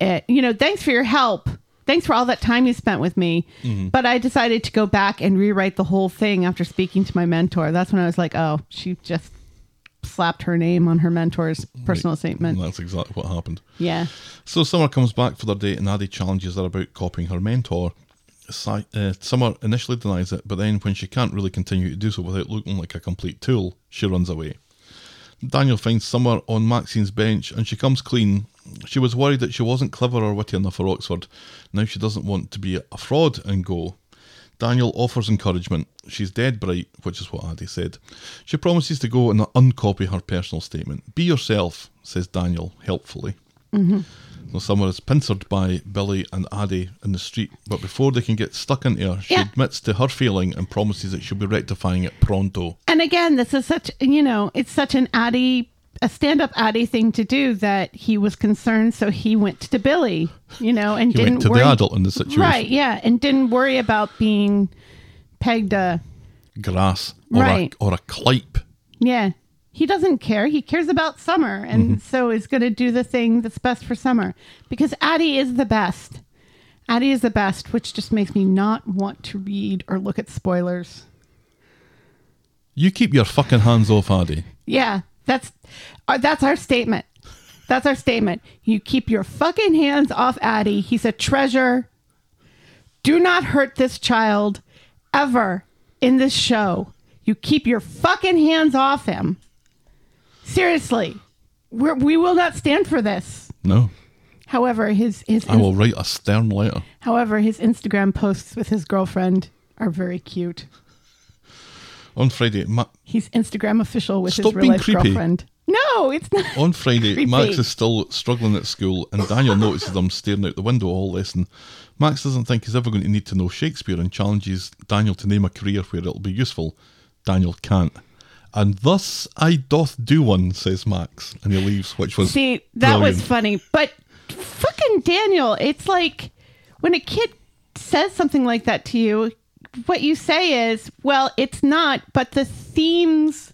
Speaker 6: it. You know, thanks for your help. Thanks for all that time you spent with me.
Speaker 5: Mm-hmm.
Speaker 6: But I decided to go back and rewrite the whole thing after speaking to my mentor. That's when I was like, "Oh, she just slapped her name on her mentor's personal
Speaker 5: Right.
Speaker 6: statement."
Speaker 5: And that's exactly what happened.
Speaker 6: Yeah.
Speaker 5: So Summer comes back for their date, and Addy challenges her about copying her mentor. Si- uh, Summer initially denies it, but then when she can't really continue to do so without looking like a complete tool, she runs away. Daniel finds Summer on Maxine's bench, and she comes clean. She was worried that she wasn't clever or witty enough for Oxford. Now she doesn't want to be a fraud and go. Daniel offers encouragement. She's dead bright, which is what Addie said. She promises to go and uncopy her personal statement. Be yourself, says Daniel helpfully.
Speaker 6: Mm-hmm.
Speaker 5: So someone is pincered by Billy and Addie in the street, but before they can get stuck into her, she
Speaker 6: Yeah.
Speaker 5: admits to her feeling and promises that she'll be rectifying it pronto.
Speaker 6: And again, this is such you know, it's such an Addy a stand up Addy thing to do that he was concerned, so he went to Billy, you know, and
Speaker 5: He
Speaker 6: didn't
Speaker 5: went to
Speaker 6: worry.
Speaker 5: the adult in the situation.
Speaker 6: Right, yeah, and didn't worry about being pegged uh, a
Speaker 5: Grass or,
Speaker 6: Right.
Speaker 5: a, or a clipe.
Speaker 6: yeah. He doesn't care. He cares about summer and
Speaker 5: Mm-hmm.
Speaker 6: so is gonna do the thing that's best for summer. Because Addy is the best. Addy is the best, which just makes me not want to read or look at spoilers.
Speaker 5: You keep your fucking hands off Addie.
Speaker 6: Yeah, that's uh, that's our statement. That's our statement. You keep your fucking hands off Addie. He's a treasure. Do not hurt this child ever in this show. You keep your fucking hands off him. Seriously, We're, we will not stand for this.
Speaker 5: No.
Speaker 6: However, his his
Speaker 5: I will write a stern letter.
Speaker 6: however his Instagram posts with his girlfriend are very cute.
Speaker 5: On Friday, Ma-
Speaker 6: He's Instagram official with
Speaker 5: Stop
Speaker 6: his real
Speaker 5: being
Speaker 6: life
Speaker 5: creepy.
Speaker 6: girlfriend. No, it's not.
Speaker 5: on Friday,
Speaker 6: Creepy.
Speaker 5: Max is still struggling at school, and Daniel notices them staring out the window all lesson. Max doesn't think he's ever going to need to know Shakespeare and challenges Daniel to name a career where it'll be useful. Daniel can't. And thus I doth do one, says Max, and he leaves, which was
Speaker 6: See, that was
Speaker 5: brilliant.
Speaker 6: funny. But fucking Daniel, it's like when a kid says something like that to you, what you say is, well, it's not, but the themes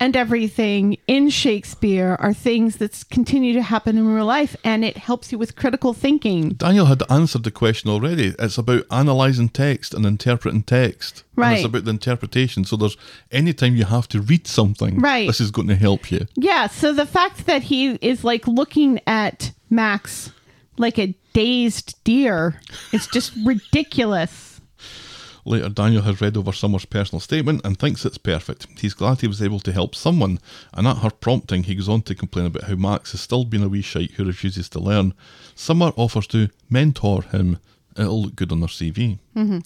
Speaker 6: and everything in Shakespeare are things that continue to happen in real life and it helps you with critical thinking.
Speaker 5: Daniel had answered the question already. It's about analysing text and interpreting text. And
Speaker 6: Right.
Speaker 5: it's about the interpretation. So there's any time you have to read something,
Speaker 6: Right.
Speaker 5: this is going to help you.
Speaker 6: Yeah, so the fact that he is like looking at Max like a dazed deer is just ridiculous.
Speaker 5: Later, Daniel has read over Summer's personal statement and thinks it's perfect. He's glad he was able to help someone, and at her prompting, he goes on to complain about how Max has still been a wee shite who refuses to learn. Summer offers to mentor him. It'll look good on her CV. Mm-hmm.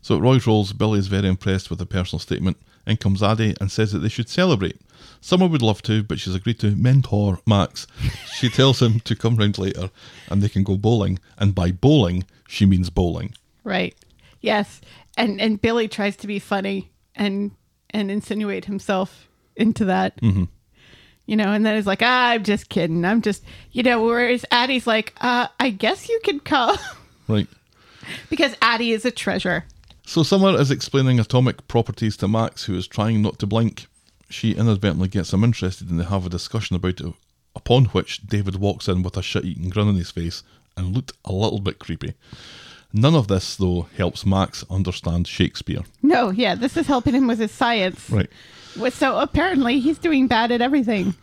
Speaker 5: So at Roy's Rolls, Billy is very impressed with the personal statement. In comes Addie and says that they should celebrate. Summer would love to, but she's agreed to mentor Max. She tells him to come round later and they can go bowling, and by bowling, she means bowling.
Speaker 6: Right. Yes. And and Billy tries to be funny and and insinuate himself into that. You know, and then he's like, ah, I'm just kidding. I'm just, you know, whereas Addie's like, uh, I guess you can come
Speaker 5: Right.
Speaker 6: because Addie is a treasure.
Speaker 5: So Summer is explaining atomic properties to Max, who is trying not to blink. She inadvertently gets him interested, and they have a discussion about it. Upon which David walks in with a shit-eating grin on his face and looked a little bit creepy. None of this, though, helps Max understand Shakespeare.
Speaker 6: No, yeah, this is helping him with his science.
Speaker 5: Right.
Speaker 6: Well, So apparently he's doing bad at everything.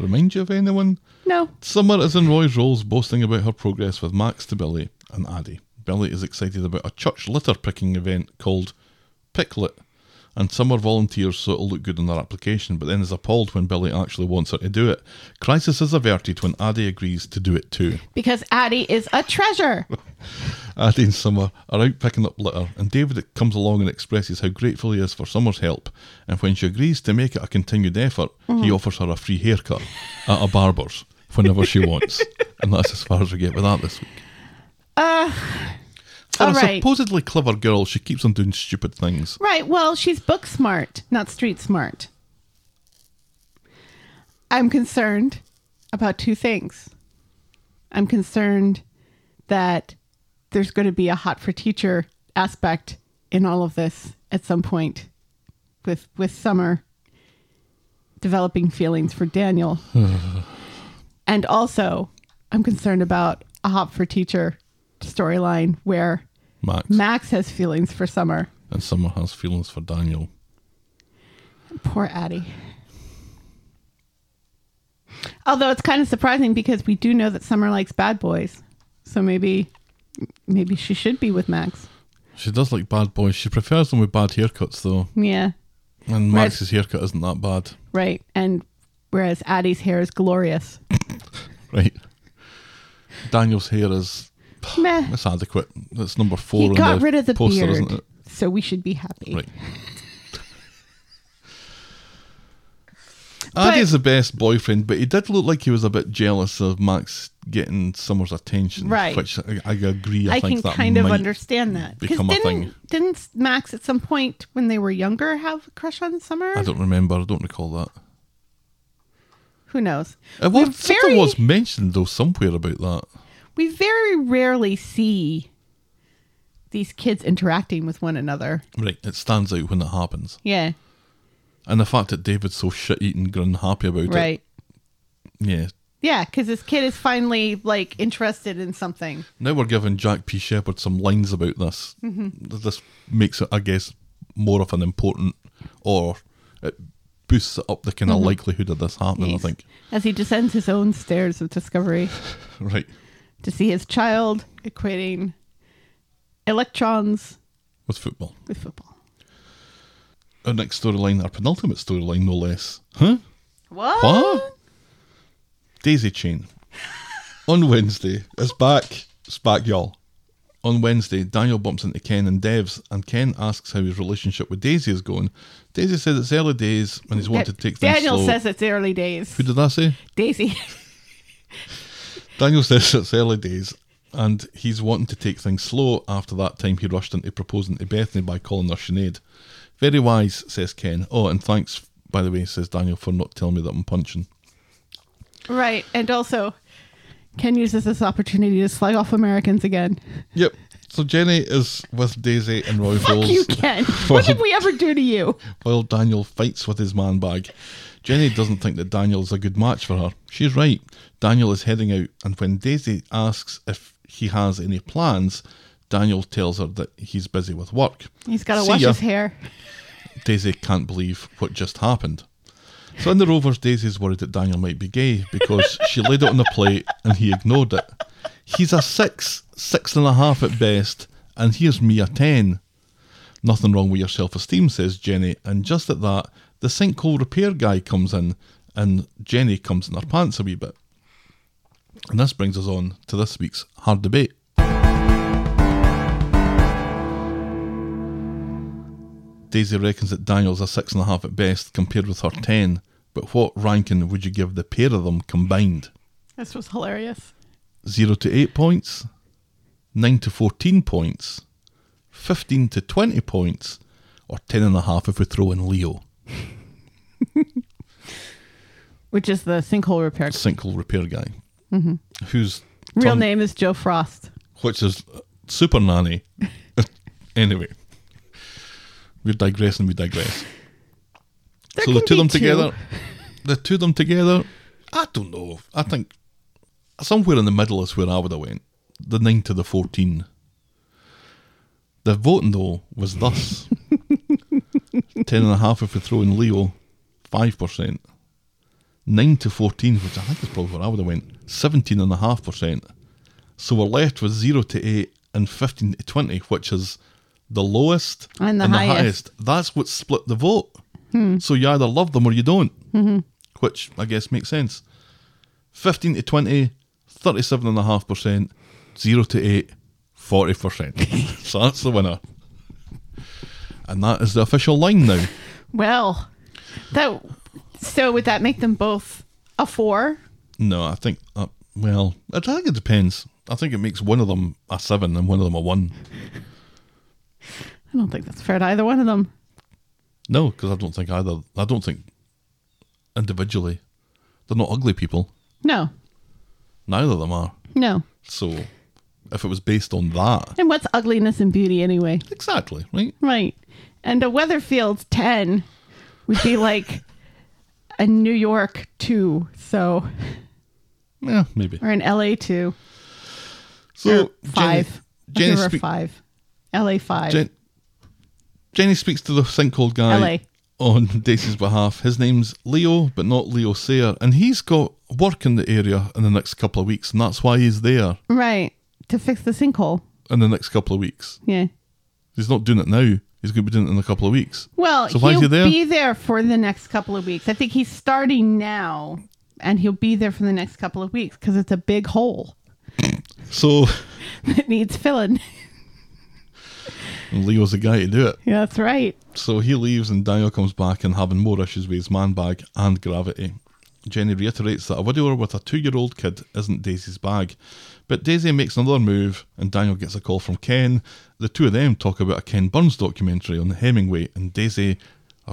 Speaker 5: Remind you of anyone?
Speaker 6: No.
Speaker 5: Summer is in Roy's Rolls boasting about her progress with Max to Billy and Addie. Billy is excited about a church litter picking event called Picklet, and Summer volunteers so it'll look good on their application, but then is appalled when Billy actually wants her to do it. Crisis is averted when Addie agrees to do it too.
Speaker 6: Because Addie is a treasure.
Speaker 5: Addie and Summer are out picking up litter, and David comes along and expresses how grateful he is for Summer's help. And when she agrees to make it a continued effort, he offers her a free haircut at a barber's whenever she wants. And that's as far as we get with that this week. Uh, for
Speaker 6: all
Speaker 5: a
Speaker 6: right.
Speaker 5: supposedly clever girl, she keeps on doing stupid things.
Speaker 6: Right. Well, she's book smart, not street smart. I'm concerned about two things. I'm concerned that there's going to be a hot for teacher aspect in all of this at some point with with summer developing feelings for Daniel. and also, I'm concerned about a hot for teacher storyline where
Speaker 5: Max.
Speaker 6: Max has feelings for summer.
Speaker 5: and Summer has feelings for Daniel.
Speaker 6: Poor Addie. Although it's kind of surprising because we do know that Summer likes bad boys, so maybe maybe she should be with Max.
Speaker 5: She does like bad boys. She prefers them with bad haircuts, though.
Speaker 6: Yeah,
Speaker 5: And
Speaker 6: Right.
Speaker 5: Max's haircut isn't that bad.
Speaker 6: right. And whereas Addie's hair is glorious.
Speaker 5: Right. Daniel's hair is
Speaker 6: Meh.
Speaker 5: That's adequate. That's number four.
Speaker 6: He
Speaker 5: on
Speaker 6: got
Speaker 5: the
Speaker 6: rid of the
Speaker 5: poster,
Speaker 6: beard,
Speaker 5: isn't it?
Speaker 6: so we should be happy.
Speaker 5: Right. Addy's the best boyfriend, but he did look like he was a bit jealous of Max getting Summer's attention.
Speaker 6: Right.
Speaker 5: Which I, I agree. I,
Speaker 6: I
Speaker 5: think
Speaker 6: can
Speaker 5: that
Speaker 6: kind of
Speaker 5: might-
Speaker 6: understand that because
Speaker 5: become a
Speaker 6: didn't
Speaker 5: thing.
Speaker 6: didn't Max at some point when they were younger have a crush on Summer?
Speaker 5: I don't remember. I don't recall that.
Speaker 6: Who knows?
Speaker 5: It
Speaker 6: We
Speaker 5: was, Something
Speaker 6: very-
Speaker 5: Uh, was mentioned though somewhere about that.
Speaker 6: we very rarely see these kids interacting with one another.
Speaker 5: Right. It stands out when it happens,
Speaker 6: Yeah,
Speaker 5: and the fact that David's so shit-eating and happy about it.
Speaker 6: right.
Speaker 5: Yeah.
Speaker 6: Yeah, because this kid is finally like interested in something.
Speaker 5: Now we're giving Jack P. Shepherd some lines about this.
Speaker 6: Mm-hmm.
Speaker 5: This makes it, I guess, more of an important, or it boosts up the kind of likelihood of this happening.
Speaker 6: Mm-hmm. Yes.
Speaker 5: I think.
Speaker 6: As he descends his own stairs of discovery
Speaker 5: Right.
Speaker 6: to see his child equating electrons
Speaker 5: With football.
Speaker 6: with football.
Speaker 5: Our next storyline, our penultimate storyline, no less. Huh?
Speaker 6: What?
Speaker 5: What? Daisy Chain. On Wednesday, it's back. It's back, y'all. On Wednesday, Daniel bumps into Ken and Devs, and Ken asks how his relationship with Daisy is going. Daisy says it's early days and he's wanting to take things
Speaker 6: Daniel
Speaker 5: slow.
Speaker 6: says it's early days.
Speaker 5: Who did I say?
Speaker 6: Daisy.
Speaker 5: Daniel says it's early days and he's wanting to take things slow after that time he rushed into proposing to Bethany by calling her Sinead. Very wise, says Ken. Oh, and thanks, by the way, says Daniel, for not telling me that I'm punching.
Speaker 6: right. And also, Ken uses this opportunity to slag off Americans again.
Speaker 5: Yep. So Jenny is with Daisy and Roy
Speaker 6: Fuck
Speaker 5: Rolls
Speaker 6: you, Ken. What did we ever do to you?
Speaker 5: while Daniel fights with his man bag. Jenny doesn't think that Daniel is a good match for her. She's right. Daniel is heading out, and when Daisy asks if he has any plans, Daniel tells her that he's busy with work.
Speaker 6: He's got to
Speaker 5: See
Speaker 6: wash
Speaker 5: ya.
Speaker 6: his hair.
Speaker 5: Daisy can't believe what just happened. So in the Rovers, Daisy's worried that Daniel might be gay because she laid it on the plate and he ignored it. He's a six, six and a half at best, and here's me a ten. Nothing wrong with your self esteem, says Jenny, and just at that, the sinkhole repair guy comes in and Jenny comes in her pants a wee bit. And this brings us on to this week's hard debate. Daisy reckons that Daniel's a six and a half at best compared with her ten, but what ranking would you give the pair of them combined?
Speaker 6: This was hilarious.
Speaker 5: Zero to eight points, nine to fourteen points, fifteen to twenty points, or ten and a half if we throw in Leo.
Speaker 6: Which is the sinkhole repair.
Speaker 5: Sinkhole repair guy. Mm-hmm. Whose
Speaker 6: Real
Speaker 5: tongue-
Speaker 6: name is Joe Frost.
Speaker 5: which is super nanny. anyway. We're digressing, we digress.
Speaker 6: There
Speaker 5: so the
Speaker 6: can
Speaker 5: two of
Speaker 6: be
Speaker 5: them together, the two of them together, I don't know. I think somewhere in the middle is where I would have went. The nine to the fourteen. The voting though was thus ten and a half if we throw in Leo, five percent. Nine to fourteen, which I think is probably where I would have went, seventeen and a half percent. So we're left with zero to eight and fifteen to twenty, which is the lowest
Speaker 6: And the highest. Hmm.
Speaker 5: That's what split the vote. So you either love them or you don't,
Speaker 6: Mm-hmm.
Speaker 5: which I guess makes sense. 15 to 20, 37.5%, 0 to 8, 40%. so that's the winner. And that is the official line now.
Speaker 6: Well, that so would that make them both a four?
Speaker 5: No, I think, uh, well, I think it depends. I think it makes one of them a 7 and one of them a 1.
Speaker 6: I don't think that's fair to either one of them.
Speaker 5: No, because I don't think either, I don't think individually, they're not ugly people.
Speaker 6: No,
Speaker 5: Neither of them are.
Speaker 6: no.
Speaker 5: So if it was based on that,
Speaker 6: And what's ugliness and beauty anyway?
Speaker 5: exactly, right?
Speaker 6: Right. And a Weatherfield ten would be like a New York two, so
Speaker 5: Yeah, maybe.
Speaker 6: or an LA two
Speaker 5: So
Speaker 6: or five.
Speaker 5: Jenny,
Speaker 6: I'll give
Speaker 5: Jenny,
Speaker 6: her a
Speaker 5: speak,
Speaker 6: five. LA five.
Speaker 5: Jen, Jenny speaks to the sinkhole guy
Speaker 6: LA.
Speaker 5: on Daisy's behalf. His name's Leo, but not Leo Sayer, and he's got work in the area in the next couple of weeks, and that's why he's there
Speaker 6: right. To fix the sinkhole.
Speaker 5: in the next couple of weeks.
Speaker 6: Yeah.
Speaker 5: He's not doing it now. He's going to be doing it in a couple of weeks.
Speaker 6: Well,
Speaker 5: so why is he
Speaker 6: he'll
Speaker 5: there?
Speaker 6: be there for the next couple of weeks. I think he's starting now, and he'll be there for the next couple of weeks because it's a big hole.
Speaker 5: so
Speaker 6: that needs filling.
Speaker 5: And Leo's the guy to do it.
Speaker 6: yeah, that's right.
Speaker 5: So he leaves and Daniel comes back and having more issues with his man bag and gravity. Jenny reiterates that a widower with a two year old kid isn't Daisy's bag. But Daisy makes another move and Daniel gets a call from Ken. The two of them talk about a Ken Burns documentary on Hemingway and Daisy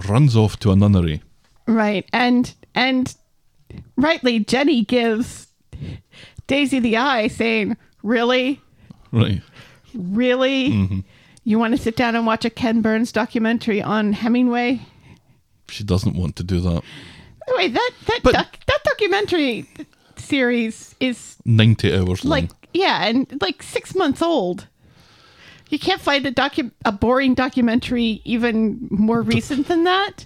Speaker 5: runs off to a nunnery.
Speaker 6: Right. And and rightly Jenny gives Daisy the eye saying, "Really?
Speaker 5: Right.
Speaker 6: Really?
Speaker 5: Mm-hmm.
Speaker 6: You want to sit down and watch a Ken Burns documentary on Hemingway?"
Speaker 5: She doesn't want to do that.
Speaker 6: By the way, that that
Speaker 5: But-
Speaker 6: doc, that documentary series is
Speaker 5: 90 hours long.
Speaker 6: like yeah, and like 6 months old. You can't find a docu- a boring documentary even more recent than that.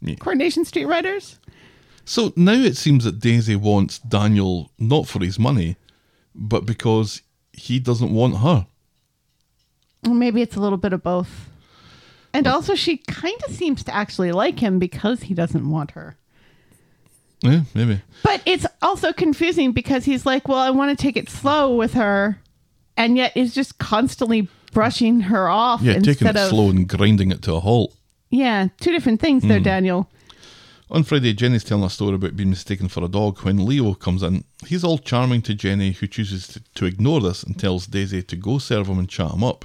Speaker 5: Yeah.
Speaker 6: Coronation Street Riders?
Speaker 5: So now it seems that Daisy wants Daniel not for his money, but because he doesn't want her.
Speaker 6: Well, maybe it's a little bit of both. And also, she kind of seems to actually like him because he doesn't want her.
Speaker 5: Yeah, Eh, maybe.
Speaker 6: But it's also confusing because he's like, well, I want to take it slow with her. And yet is just constantly brushing her off.
Speaker 5: Yeah,
Speaker 6: instead
Speaker 5: taking it
Speaker 6: of,
Speaker 5: slow Mm. and grinding it to a halt.
Speaker 6: Yeah, two different things there, Daniel.
Speaker 5: On Friday, Jenny's telling a story about being mistaken for a dog when Leo comes in. He's all charming to Jenny, who chooses to, to ignore this and tells Daisy to go serve him and chat him up.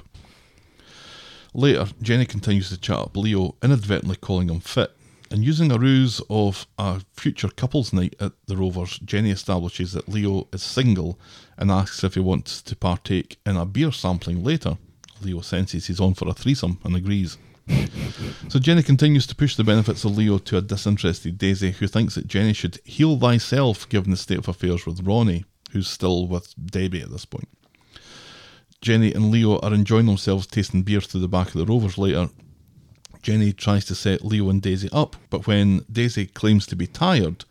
Speaker 5: Later, Jenny continues to chat up Leo, inadvertently calling him fit. And using a ruse of a future couples night at the Rovers, Jenny establishes that Leo is single and asks if he wants to partake in a beer sampling later. Leo senses he's on for a threesome and agrees. So Jenny continues to push the benefits of Leo to a disinterested Daisy, who thinks that Jenny should heal thyself given the state of affairs with Ronnie, who's still with Debbie at this point. Jenny and Leo are enjoying themselves tasting beer through the back of the Rovers later. Jenny tries to set Leo and Daisy up, but when Daisy claims to be tired,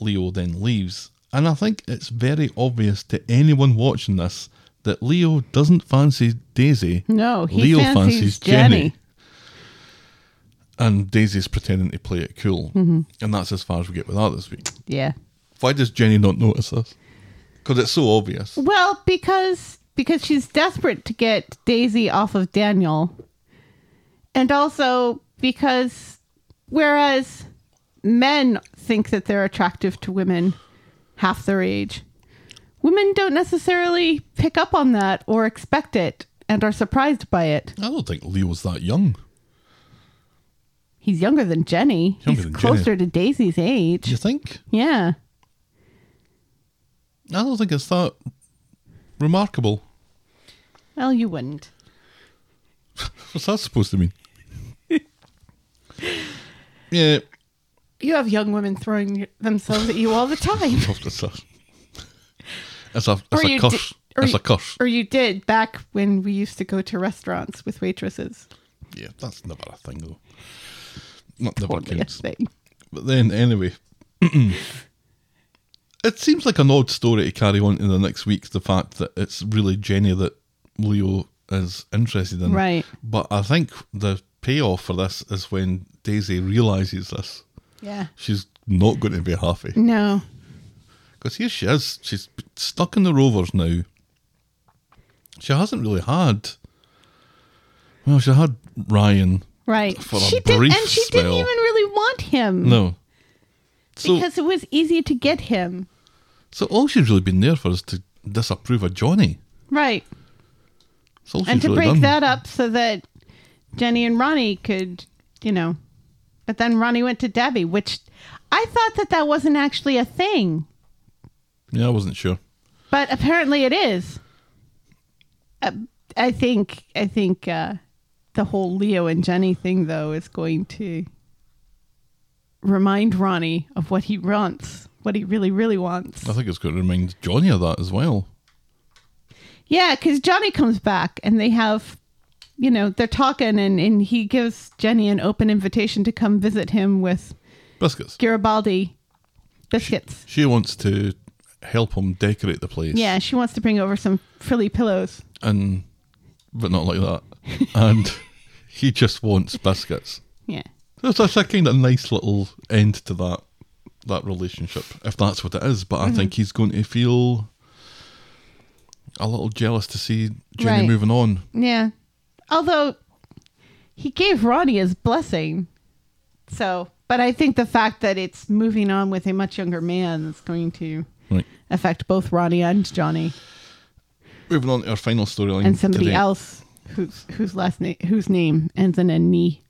Speaker 5: Leo then leaves. And I think it's very obvious to anyone watching this that Leo doesn't fancy Daisy.
Speaker 6: No, he
Speaker 5: Leo
Speaker 6: fancies Jenny.
Speaker 5: And Daisy's pretending to play it cool.
Speaker 6: Mm-hmm.
Speaker 5: And that's as far as we get with that this week.
Speaker 6: Yeah.
Speaker 5: Why does Jenny not notice this? Because it's so obvious.
Speaker 6: Well, because because she's desperate to get Daisy off of Daniel. And also because whereas men think that they're attractive to women half their age, women don't necessarily pick up on that or expect it and are surprised by it.
Speaker 5: I don't think Leo's that young.
Speaker 6: He's younger than Jenny.
Speaker 5: Younger
Speaker 6: He's
Speaker 5: than Jenny.
Speaker 6: closer to Daisy's
Speaker 5: Do
Speaker 6: age.
Speaker 5: you think?
Speaker 6: Yeah.
Speaker 5: I don't think it's that remarkable.
Speaker 6: Well, you wouldn't.
Speaker 5: What's that supposed to mean? yeah.
Speaker 6: You have young women throwing themselves at you all the time.
Speaker 5: It's a, it's a,
Speaker 6: Or
Speaker 5: it's a
Speaker 6: you
Speaker 5: curse.
Speaker 6: di- or
Speaker 5: it's
Speaker 6: you-
Speaker 5: a curse.
Speaker 6: Or you did back when we used to go to restaurants with waitresses.
Speaker 5: Yeah, that's never a thing, though. Not never
Speaker 6: Totally a
Speaker 5: counts.
Speaker 6: thing.
Speaker 5: But then, anyway, it seems like an odd story to carry on to the next week. The fact that it's really Jenny that Leo is interested in,
Speaker 6: Right.
Speaker 5: But I think the payoff for this is when Daisy realizes this.
Speaker 6: Yeah.
Speaker 5: She's not going to be happy
Speaker 6: No.
Speaker 5: because here she is. She's stuck in the Rovers now. She hasn't really had. Well, she had Ryan.
Speaker 6: Right.
Speaker 5: For a
Speaker 6: she
Speaker 5: brief
Speaker 6: did, and she
Speaker 5: spell.
Speaker 6: didn't even really want him
Speaker 5: No. So,
Speaker 6: because it was easy to get him.
Speaker 5: so all she's really been there for is to disapprove of Johnny.
Speaker 6: Right.
Speaker 5: That's all
Speaker 6: and
Speaker 5: she's
Speaker 6: to
Speaker 5: really
Speaker 6: break
Speaker 5: done.
Speaker 6: that up so that Jenny and Ronnie could, you know. But then Ronnie went to Debbie, which I thought that that wasn't actually a thing,
Speaker 5: Yeah, I wasn't sure.
Speaker 6: but apparently it is. Uh, I think I think uh, the whole Leo and Jenny thing though is going to remind Ronnie of what he wants, what he really really wants.
Speaker 5: I think it's going to remind Johnny of that as well.
Speaker 6: Yeah, because Johnny comes back and they have, you know, they're talking and, and he gives Jenny an open invitation to come visit him with
Speaker 5: Biscuits.
Speaker 6: Garibaldi biscuits.
Speaker 5: She wants to help him decorate the place.
Speaker 6: yeah, she wants to bring over some frilly pillows.
Speaker 5: And but not like that. And he just wants biscuits.
Speaker 6: Yeah.
Speaker 5: That's, that's a kind of nice little end to that
Speaker 6: Mm-hmm.
Speaker 5: that relationship, if that's what it is. But I think he's going to feel a little jealous to see Jenny
Speaker 6: Right.
Speaker 5: moving on.
Speaker 6: Yeah. Although he gave Ronnie his blessing. So, but I think the fact that it's moving on with a much younger man is going to
Speaker 5: Right.
Speaker 6: affect both Ronnie and Johnny
Speaker 5: Moving on to our final storyline.
Speaker 6: and somebody
Speaker 5: today.
Speaker 6: else whose whose last name whose name ends in a knee.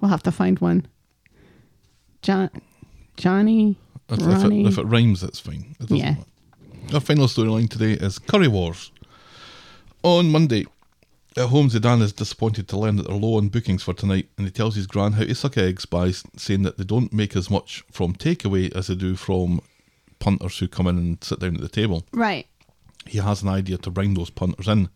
Speaker 6: we'll have to find one. John Johnny
Speaker 5: If, if, it,
Speaker 6: Ronnie.
Speaker 5: if it rhymes, that's fine. It doesn't
Speaker 6: Yeah.
Speaker 5: matter. Our final storyline today is Curry Wars. On Monday, at home, Zidane is disappointed to learn that they're low on bookings for tonight, and he tells his gran how to suck eggs by s- saying that they don't make as much from takeaway as they do from punters who come in and sit down at the table.
Speaker 6: right.
Speaker 5: He has an idea to bring those punters in.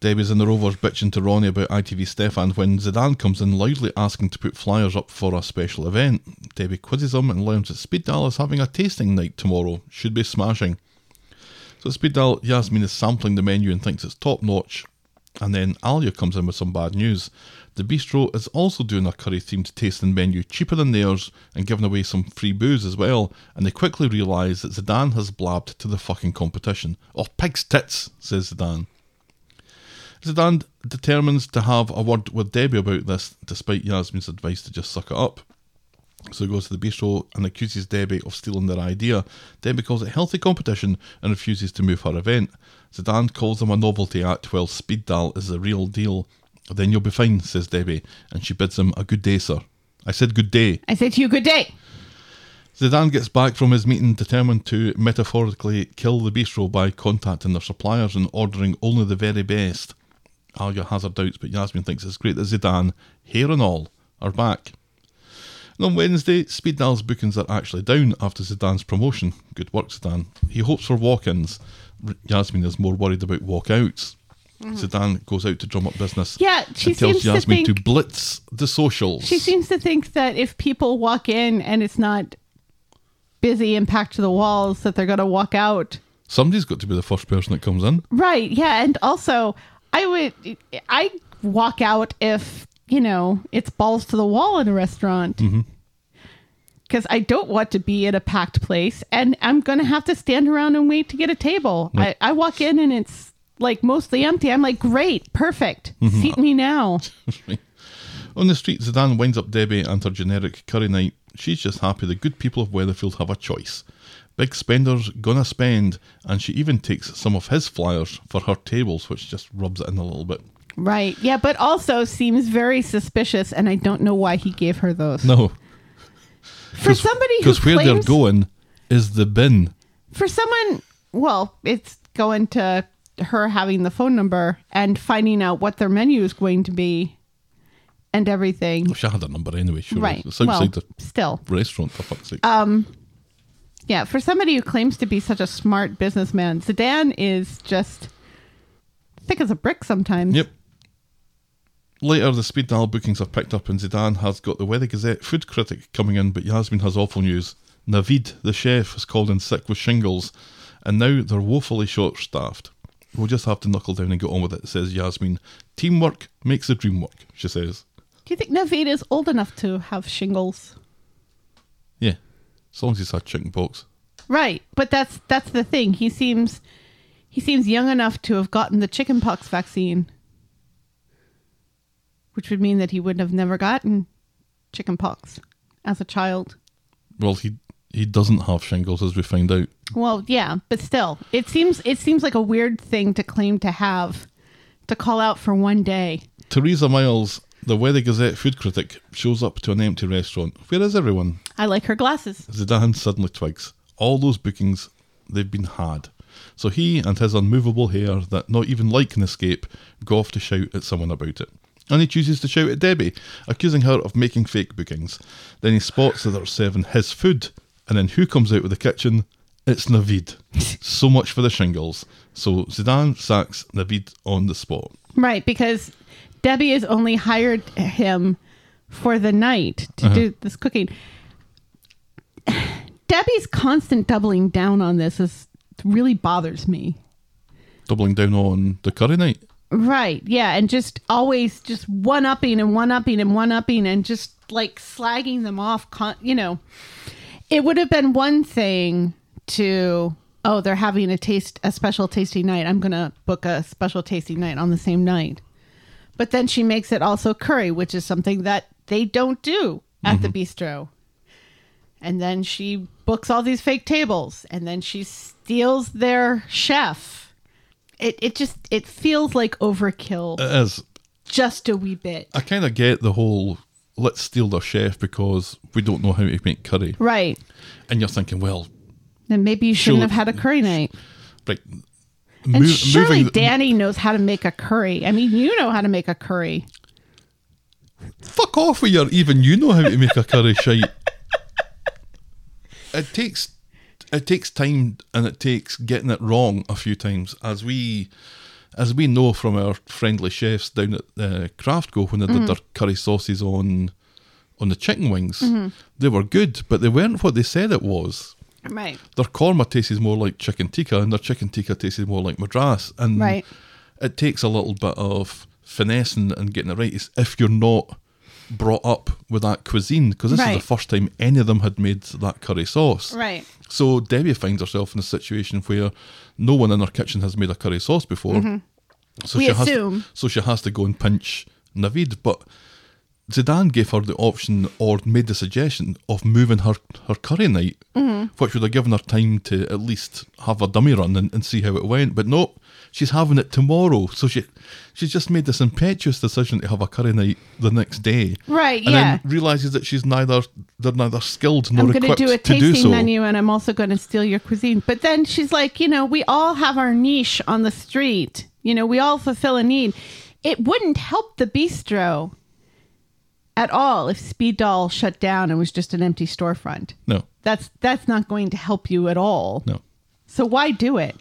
Speaker 5: Debbie's in the Rovers bitching to Ronnie about ITV Stefan when Zidane comes in loudly asking to put flyers up for a special event. Debbie quizzes him and learns that Speed Dial is having a tasting night tomorrow. Should be smashing. So Speed Dial Yasmin is sampling the menu and thinks it's top notch. And then Alia comes in with some bad news. The bistro is also doing a curry themed tasting menu cheaper than theirs and giving away some free booze as well. And they quickly realise that Zidane has blabbed to the fucking competition. Oh, pig's tits, says Zidane. Zidane determines to have a word with Debbie about this, despite Yasmin's advice to just suck it up. So he goes to the bistro and accuses Debbie of stealing their idea. Debbie calls it healthy competition and refuses to move her event. Zidane calls them a novelty act while speed dial is the real deal. Then you'll be fine, says Debbie, and she bids him a good day, sir. I said good day.
Speaker 6: I say to you good day.
Speaker 5: Zidane gets back from his meeting determined to metaphorically kill the bistro by contacting their suppliers and ordering only the very best. Alia has her doubts, but Yasmin thinks it's great that Zidane, hair and all, are back. And on Wednesday, Speed Dial's bookings are actually down after Zidane's promotion. Good work, Zidane. He hopes for walk ins. Yasmin is more worried about walkouts. Zidane goes out to drum up business
Speaker 6: Mm-hmm. Yeah, she
Speaker 5: and tells
Speaker 6: seems to
Speaker 5: Yasmin to,
Speaker 6: think-
Speaker 5: blitz the socials.
Speaker 6: She seems to think that if people walk in and it's not busy and packed to the walls, that they're going to walk out.
Speaker 5: Somebody's got to be the first person that comes in.
Speaker 6: Right. Yeah. And also, I would, I walk out if, you know, it's balls to the wall in a restaurant. Because I don't want to be in a packed place and I'm going to have to stand around and wait to get a table. I, I walk in and it's like mostly empty. I'm like, great, perfect. Seat me now.
Speaker 5: On the street, Zidane winds up Debbie and her generic curry night. She's just happy the good people of Weatherfield have a choice. Big spender's gonna spend, and she even takes some of his flyers for her tables, which just rubs it in a little bit.
Speaker 6: Right. Yeah, but also seems very suspicious, and I don't know why he gave her those.
Speaker 5: No,
Speaker 6: for somebody who
Speaker 5: because where they're
Speaker 6: claims,
Speaker 5: going is the bin.
Speaker 6: for someone, well, it's going to her having the phone number and finding out what their menu is going to be, and everything.
Speaker 5: Wish I had a number anyway. Sure,
Speaker 6: Right.
Speaker 5: it's
Speaker 6: Well,
Speaker 5: outside
Speaker 6: still,
Speaker 5: the restaurant for fuck's sake.
Speaker 6: yeah. For somebody who claims to be such a smart businessman, Sedan is just thick as a brick sometimes.
Speaker 5: Yep. Later, the speed dial bookings are picked up, and Zidane has got the Weather Gazette food critic coming in, but Yasmin has awful news. Navid, the chef, is called in sick with shingles, and now they're woefully short staffed. We'll just have to knuckle down and get on with it, says Yasmin. Teamwork makes the dream work, she says.
Speaker 6: Do you think Navid is old enough to have shingles?
Speaker 5: Yeah, as long as he's had chicken pox.
Speaker 6: Right, but that's that's the thing. He seems he seems young enough to have gotten the chickenpox vaccine, which would mean that he would have never gotten chickenpox as a child.
Speaker 5: Well, he he doesn't have shingles, as we find out.
Speaker 6: Well, yeah, but still, it seems it seems like a weird thing to claim to have to call out for one day.
Speaker 5: Theresa Miles, the Weather Gazette food critic, shows up to an empty restaurant. Where is everyone?
Speaker 6: I like her glasses.
Speaker 5: Zidane suddenly twigs. All those bookings, they've been had. So he and his unmovable hair, that not even light can escape, go off to shout at someone about it. And he chooses to shout at Debbie, accusing her of making fake bookings. Then he spots that they're serving his food, and then who comes out of the kitchen? It's Navid. so much for the shingles. So Zidane sacks Navid on the spot.
Speaker 6: Right, because Debbie has only hired him for the night to do this cooking. Debbie's constant doubling down on this is really bothers me.
Speaker 5: Doubling down on the curry night.
Speaker 6: Right, yeah, and just always just one upping and one upping and one upping and just like slagging them off. Con- you know, it would have been one thing to oh, they're having a taste, a special tasty night. I'm going to book a special tasty night on the same night. But then she makes it also curry, which is something that they don't do at the bistro. And then she books all these fake tables and then she steals their chef. It, it just it feels like overkill
Speaker 5: It is.
Speaker 6: just a wee bit.
Speaker 5: I kind of get the whole let's steal their chef because we don't know how to make curry.
Speaker 6: Right.
Speaker 5: And you're thinking, well,
Speaker 6: Then maybe you shouldn't
Speaker 5: Surely-
Speaker 6: have had a curry night.
Speaker 5: like,
Speaker 6: And
Speaker 5: move-
Speaker 6: surely
Speaker 5: moving-
Speaker 6: Danny knows how to make a curry. I mean, you know how to make a curry.
Speaker 5: fuck off with your even you know how to make a curry shite. It takes it takes time and it takes getting it wrong a few times as we as we know from our friendly chefs down at uh, Craft Go when they
Speaker 6: Mm-hmm.
Speaker 5: did their curry sauces on on the chicken wings.
Speaker 6: Mm-hmm.
Speaker 5: They were good, but they weren't what they said it was.
Speaker 6: Right.
Speaker 5: Their korma tastes more like chicken tikka and their chicken tikka tastes more like madras and
Speaker 6: Right.
Speaker 5: it takes a little bit of finessing and getting it right. It's if you're not brought up with that cuisine, because this
Speaker 6: Right.
Speaker 5: is the first time any of them had made that curry sauce.
Speaker 6: Right.
Speaker 5: So Debbie finds herself in a situation where no one in her kitchen has made a curry sauce before. So
Speaker 6: Mm-hmm. We
Speaker 5: has
Speaker 6: assume.
Speaker 5: To, so she has to go and pinch Navid, but Zidane gave her the option or made the suggestion of moving her, her curry night,
Speaker 6: Mm-hmm.
Speaker 5: which would have given her time to at least have a dummy run and, and see how it went. But no, she's having it tomorrow. So she she's just made this impetuous decision to have a curry night the next day.
Speaker 6: Right,
Speaker 5: And
Speaker 6: yeah.
Speaker 5: then realizes that she's neither they're neither skilled nor
Speaker 6: I'm going to
Speaker 5: equipped
Speaker 6: do a
Speaker 5: to
Speaker 6: tasting
Speaker 5: do so.
Speaker 6: menu and I'm also going to steal your cuisine. But then she's like, you know, we all have our niche on the street. You know, we all fulfill a need. It wouldn't help the bistro at all if Speed Doll shut down and was just an empty storefront.
Speaker 5: No,
Speaker 6: That's that's not going to help you at all.
Speaker 5: no.
Speaker 6: So why do it?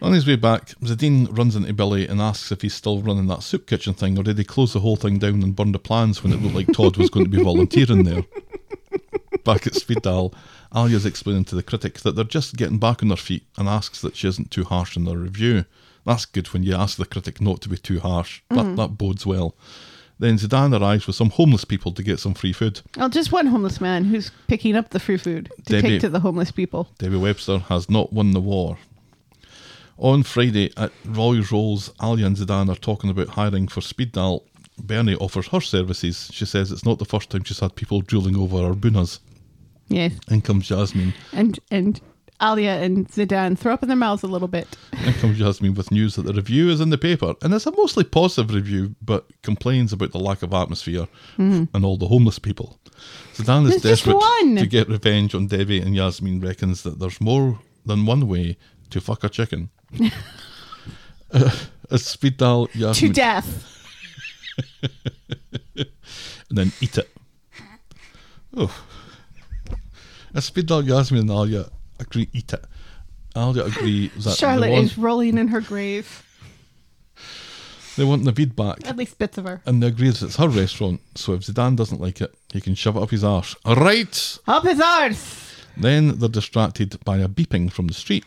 Speaker 5: On his way back, Zadine runs into Billy and asks if he's still running that soup kitchen thing, or did he close the whole thing down and burn the plans when it looked like Todd was going to be volunteering there? Back at Speedal, Alia's explaining to the critic that they're just getting back on their feet and asks that she isn't too harsh in their review. That's good when you ask the critic not to be too harsh. That, that bodes well. Then Zidane arrives with some homeless people to get some free food.
Speaker 6: Well, Oh, just one homeless man who's picking up the free food to
Speaker 5: Debbie.
Speaker 6: take to the homeless people.
Speaker 5: Debbie Webster has not won the war. On Friday at Roy Rolls, Alia and Zidane are talking about hiring for speed dial. Bernie offers her services. She says it's not the first time she's had people drooling over her bunas.
Speaker 6: Yes.
Speaker 5: In comes Jasmine.
Speaker 6: And and Alia and Zidane throw up in their mouths a little bit.
Speaker 5: In comes Jasmine with news that the review is in the paper. And it's a mostly positive review, but complains about the lack of atmosphere and all the homeless people. Zidane is
Speaker 6: Mm-hmm. There's just
Speaker 5: desperate
Speaker 6: one.
Speaker 5: to get revenge on Debbie, and Yasmin reckons that there's more than one way to fuck a chicken. As speed dial
Speaker 6: To
Speaker 5: Yasmin
Speaker 6: death.
Speaker 5: and then eat it. Oh. As speed dial Yasmin and Alia agree eat it. Alia agree that
Speaker 6: Charlotte
Speaker 5: they, want,
Speaker 6: is rolling in her grave.
Speaker 5: they want Navid back.
Speaker 6: At least bits of her.
Speaker 5: and they agree that it's her restaurant, so if Zidane doesn't like it, he can shove it up his arse. Right!
Speaker 6: Up his arse.
Speaker 5: Then they're distracted by a beeping from the street.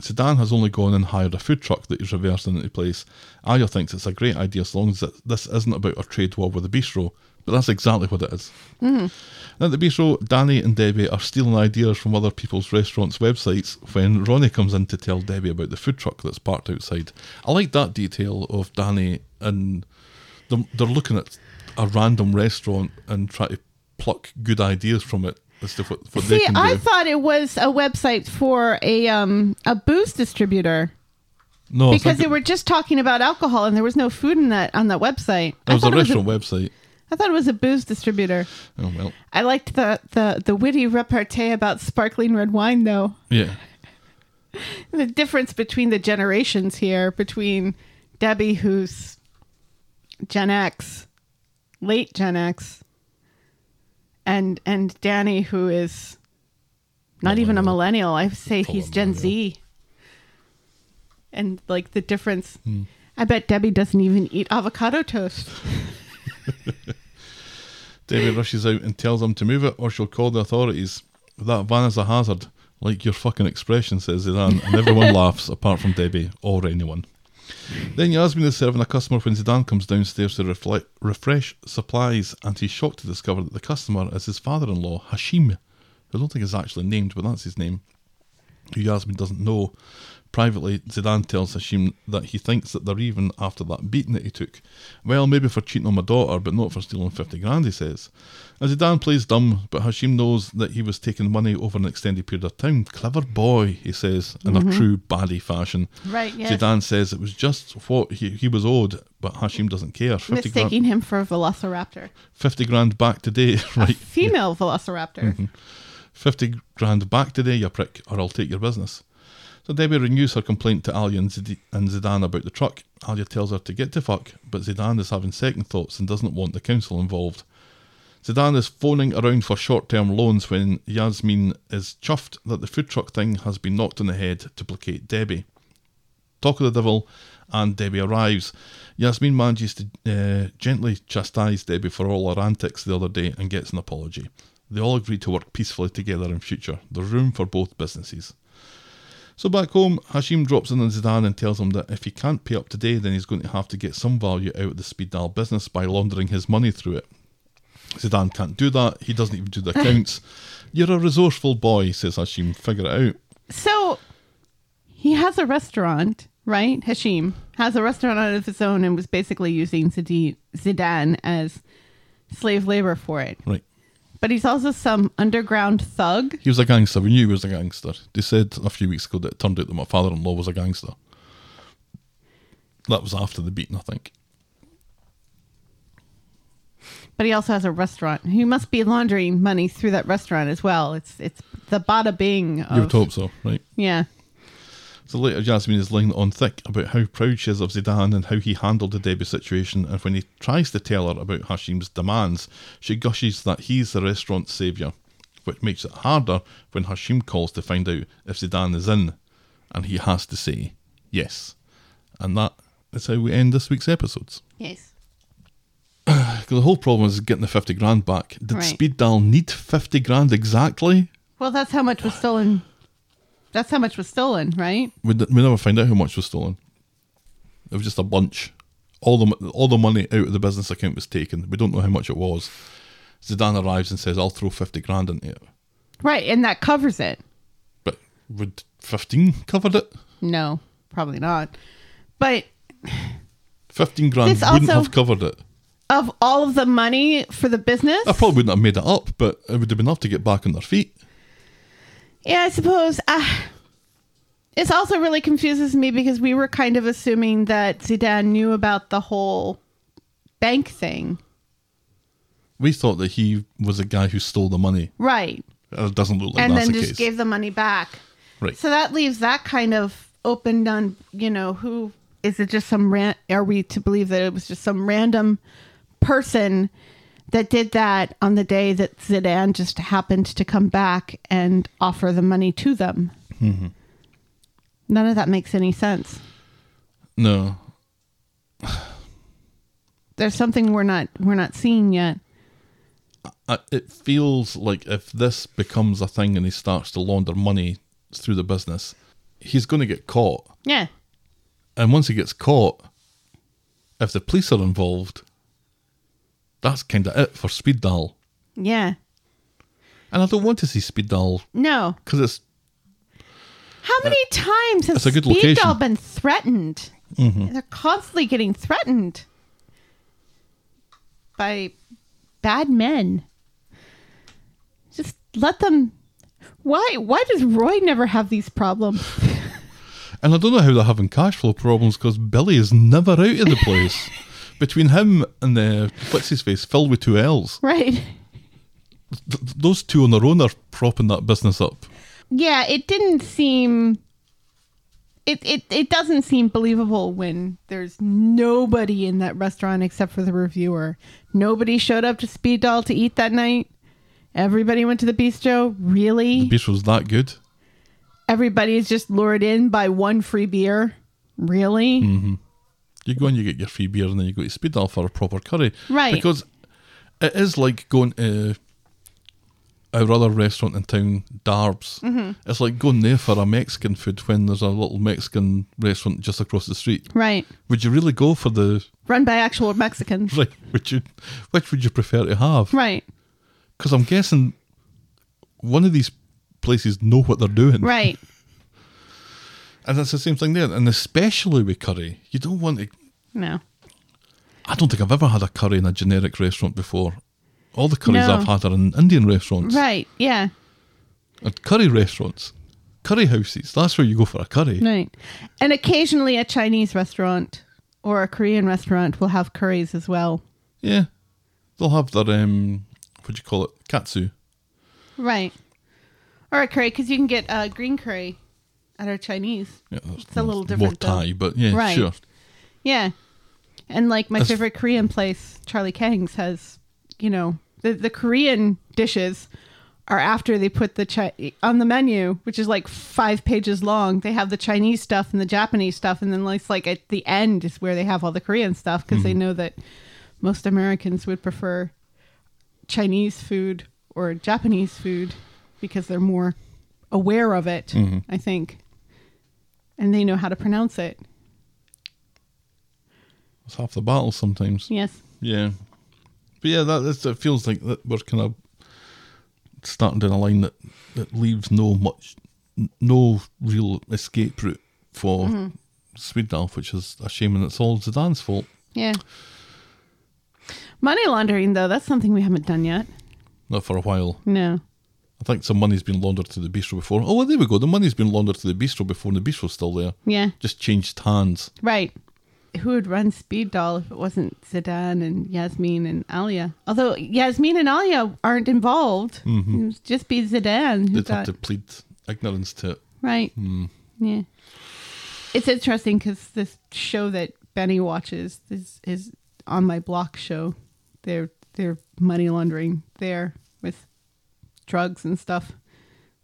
Speaker 5: Zidane has only gone and hired a food truck that is reversing into place. Aya thinks it's a great idea as long as it, this isn't about a trade war with the bistro, but that's exactly what it is. At the bistro, Danny and Debbie are stealing ideas from other people's restaurants' websites when Ronnie comes in to tell Debbie about the food truck that's parked outside. I like that detail of Danny and they're, they're looking at a random restaurant and try to pluck good ideas from it as to what, what they
Speaker 6: See,
Speaker 5: can
Speaker 6: I
Speaker 5: do.
Speaker 6: thought it was a website for a um a booze distributor
Speaker 5: no, I
Speaker 6: because
Speaker 5: think
Speaker 6: they
Speaker 5: it-
Speaker 6: were just talking about alcohol and there was no food in that on that website.
Speaker 5: That
Speaker 6: I
Speaker 5: was
Speaker 6: thought
Speaker 5: a
Speaker 6: it was
Speaker 5: restaurant website.
Speaker 6: I thought it was a booze distributor.
Speaker 5: Oh well,
Speaker 6: I liked the the the witty repartee about sparkling red wine though.
Speaker 5: yeah.
Speaker 6: the difference between the generations here between Debbie, who's Gen X, late Gen X, and and Danny, who is not even a millennial. I would say
Speaker 5: Full
Speaker 6: he's
Speaker 5: on
Speaker 6: Gen Z. And like the difference, I bet Debbie doesn't even eat avocado toast.
Speaker 5: Debbie rushes out and tells them to move it, or she'll call the authorities. That van is a hazard, like your fucking expression says Zidane, and everyone laughs apart from Debbie or anyone. Then Yasmin is serving a customer when Zidane comes downstairs to refle- refresh supplies, and he's shocked to discover that the customer is his father-in-law Hashim, who I don't think is actually named, but that's his name. who Yasmin doesn't know. Privately, Zidane tells Hashim that he thinks that they're even after that beating that he took. Well, maybe for cheating on my daughter, but not for stealing 50 grand, he says. And Zidane plays dumb, but Hashim knows that he was taking money over an extended period of time. Clever boy, he says, in a true baddie fashion.
Speaker 6: Mm-hmm. Right, yes.
Speaker 5: Zidane says it was just what he, he was owed, but Hashim doesn't care. 50 grand,
Speaker 6: mistaking him for a velociraptor.
Speaker 5: 50 grand back today, right?
Speaker 6: Female velociraptor.
Speaker 5: 50 grand back today, you prick, or I'll take your business. So Debbie renews her complaint to Alia and, Zid- and Zidane about the truck. Alia tells her to get to fuck, but Zidane is having second thoughts and doesn't want the council involved. Zidane is phoning around for short term loans when Yasmin is chuffed that the food truck thing has been knocked on the head to placate Debbie. Talk of the devil, and Debbie arrives. Yasmin manages to uh, gently chastise Debbie for all her antics the other day and gets an apology. They all agree to work peacefully together in future. There's room for both businesses. So back home, Hashim drops in on Zidane and tells him that if he can't pay up today, then he's going to have to get some value out of the speed dial business by laundering his money through it. Zidane can't do that. He doesn't even do the accounts. You're a resourceful boy, says Hashim. Figure it out.
Speaker 6: So he has a restaurant, right? Hashim has a restaurant out of his own and was basically using Zidi- Zidane as slave labor for it.
Speaker 5: Right.
Speaker 6: But he's also some underground thug.
Speaker 5: He was a gangster. We knew he was a gangster. They said a few weeks ago that it turned out that my father in law was a gangster. That was after the beating, I think.
Speaker 6: But he also has a restaurant. He must be laundering money through that restaurant as well. It's it's the bada bing. Of,
Speaker 5: You would hope so, right?
Speaker 6: Yeah.
Speaker 5: So later, Jasmine is laying it on thick about how proud she is of Zidane and how he handled the debut situation. And when he tries to tell her about Hashim's demands, she gushes that he's the restaurant's saviour, which makes it harder when Hashim calls to find out if Zidane is in. And he has to say yes. And that is how we end this week's episodes.
Speaker 6: Yes.
Speaker 5: Because the whole problem is getting the 50 grand back. Did
Speaker 6: Right.
Speaker 5: Speed Dial need 50 grand exactly?
Speaker 6: Well, that's how much was stolen. That's how much was stolen, right?
Speaker 5: We, d- we never find out how much was stolen. It was just a bunch. All the mo- all the money out of the business account was taken. We don't know how much it was. Zidane arrives and says, "I'll throw fifty grand into it."
Speaker 6: Right, and that covers it.
Speaker 5: But would fifteen covered it?
Speaker 6: No, probably not. But
Speaker 5: Fifteen grand
Speaker 6: This
Speaker 5: wouldn't
Speaker 6: also-
Speaker 5: have covered it.
Speaker 6: of all of the money for the business,
Speaker 5: I probably wouldn't have made it up, but it would have been enough to get back on their feet.
Speaker 6: yeah, I suppose. Uh, it also really confuses me because we were kind of assuming that Zidane knew about the whole bank thing,
Speaker 5: We thought that he was a guy who stole the money.
Speaker 6: right?
Speaker 5: It doesn't look like
Speaker 6: and
Speaker 5: that's
Speaker 6: then
Speaker 5: the
Speaker 6: just
Speaker 5: case.
Speaker 6: gave the money back.
Speaker 5: right.
Speaker 6: So that leaves that kind of open on, you know, who is it just some ran are we to believe that it was just some random person that did that on the day that Zidane just happened to come back and offer the money to them? None of that makes any sense.
Speaker 5: no,
Speaker 6: There's something we're not we're not seeing yet.
Speaker 5: I- it feels like if this becomes a thing and he starts to launder money through the business, he's going to get caught.
Speaker 6: Yeah.
Speaker 5: And once he gets caught, if the police are involved, that's kind of it for Speed Dial.
Speaker 6: Yeah.
Speaker 5: And I don't want to see Speed Dial
Speaker 6: No.
Speaker 5: because it's
Speaker 6: How many times has
Speaker 5: that's a good
Speaker 6: Speed
Speaker 5: location. Mm-hmm.
Speaker 6: Doll been threatened? They're constantly getting threatened by bad men. Just let them. Why? Why does Roy never have these problems?
Speaker 5: and I don't know how they're having cash flow problems because Billy is never out of the place. Between him and the what's his face filled with two L's,
Speaker 6: Right?
Speaker 5: th- th- those two on their own are propping that business up.
Speaker 6: Yeah. It didn't seem. It, it it doesn't seem believable when there's nobody in that restaurant except for the reviewer. Nobody showed up to Speed Doll to eat that night. Everybody went to the bistro. Really?
Speaker 5: Beast was that good.
Speaker 6: everybody is just lured in by one free beer. Really?
Speaker 5: You go and you get your free beer, and then you go to Speed Dial for a proper curry.
Speaker 6: Right.
Speaker 5: Because it is like going to our other restaurant in town, Darbs.
Speaker 6: Mm-hmm.
Speaker 5: It's like going there for a Mexican food when there's a little Mexican restaurant just across the street.
Speaker 6: Right.
Speaker 5: Would you really go for the
Speaker 6: Run by actual Mexicans.
Speaker 5: right? Would you? Which would you prefer to have?
Speaker 6: Right.
Speaker 5: Because I'm guessing one of these places know what they're doing.
Speaker 6: Right.
Speaker 5: And that's the same thing there. And especially with curry, you don't want to.
Speaker 6: No.
Speaker 5: I don't think I've ever had a curry in a generic restaurant before. All the curries
Speaker 6: No.
Speaker 5: I've had are in Indian restaurants,
Speaker 6: Right. Yeah.
Speaker 5: at curry restaurants, curry houses. That's where you go for a curry.
Speaker 6: Right. And occasionally a Chinese restaurant or a Korean restaurant will have curries as well.
Speaker 5: Yeah, they'll have their um, what do you call it, katsu.
Speaker 6: Right. Or a curry because you can get uh, green curry at our Chinese.
Speaker 5: Yeah, that's
Speaker 6: It's a little
Speaker 5: more
Speaker 6: different, though.
Speaker 5: Thai, but yeah,
Speaker 6: Right.
Speaker 5: sure.
Speaker 6: Yeah. And like my
Speaker 5: That's-
Speaker 6: favorite Korean place, Charlie Kang's, has, you know, the, the Korean dishes are after they put the chi- on the menu, which is like five pages long. They have the Chinese stuff and the Japanese stuff. And then it's like at the end is where they have all the Korean stuff because they know that most Americans would prefer Chinese food or Japanese food because they're more aware of it, I think. And they know how to pronounce it.
Speaker 5: It's half the battle sometimes.
Speaker 6: Yes.
Speaker 5: Yeah, but yeah, that that's, it feels like that we're kind of starting down a line that that leaves no much, n- no real escape route for Sweden, which is a shame, and it's all Zidane's fault.
Speaker 6: Yeah. Money laundering, though, that's something we haven't done yet.
Speaker 5: Not for a while.
Speaker 6: No.
Speaker 5: I think some money's been laundered to the bistro before. Oh, well, there we go. The money's been laundered to the bistro before, and the bistro's still there.
Speaker 6: Yeah.
Speaker 5: Just changed hands.
Speaker 6: Right. Who would run Speed Doll if it wasn't Zidane and Yasmin and Alia? Although Yasmin and Alia aren't involved, it would just be Zidane. who
Speaker 5: Mm-hmm. They'd have
Speaker 6: got-
Speaker 5: to Mm. plead ignorance to it.
Speaker 6: Right. Yeah. It's interesting because this show that Benny watches is is on my block show. They're they're money laundering there with drugs and stuff.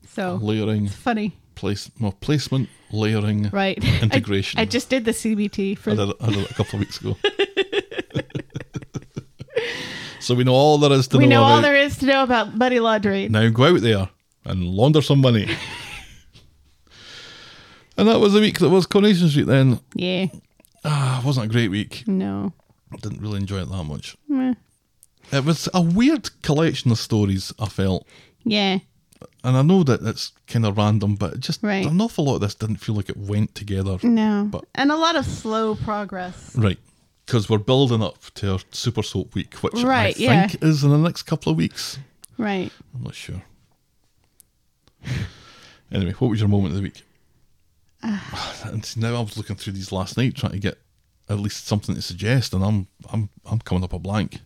Speaker 6: So
Speaker 5: Layering,
Speaker 6: it's funny.
Speaker 5: place, well, placement, layering.
Speaker 6: Right.
Speaker 5: Integration.
Speaker 6: I, I just did the CBT for
Speaker 5: I did, it- I did it a couple of weeks ago. so we know all there is to
Speaker 6: we know all
Speaker 5: about-
Speaker 6: there is to know about money laundering.
Speaker 5: Now go out there and launder some money. and that was the week that was Coronation Street then.
Speaker 6: Yeah.
Speaker 5: Ah, wasn't a great week.
Speaker 6: No.
Speaker 5: Didn't really enjoy it that much.
Speaker 6: Meh.
Speaker 5: It was a weird collection of stories, I felt.
Speaker 6: Yeah.
Speaker 5: And I know that it's kind of random, but it just
Speaker 6: Right.
Speaker 5: an awful lot of this didn't feel like it went together.
Speaker 6: No.
Speaker 5: But-
Speaker 6: and a lot of slow progress.
Speaker 5: Right. Because we're building up to our Super Soap Week, which I
Speaker 6: Right,
Speaker 5: think
Speaker 6: yeah.
Speaker 5: is in the next couple of weeks.
Speaker 6: Right.
Speaker 5: I'm not sure. anyway, what was your moment of the week? and see, now I was looking through these last night trying to get at least something to suggest, and I'm I'm I'm coming up a blank.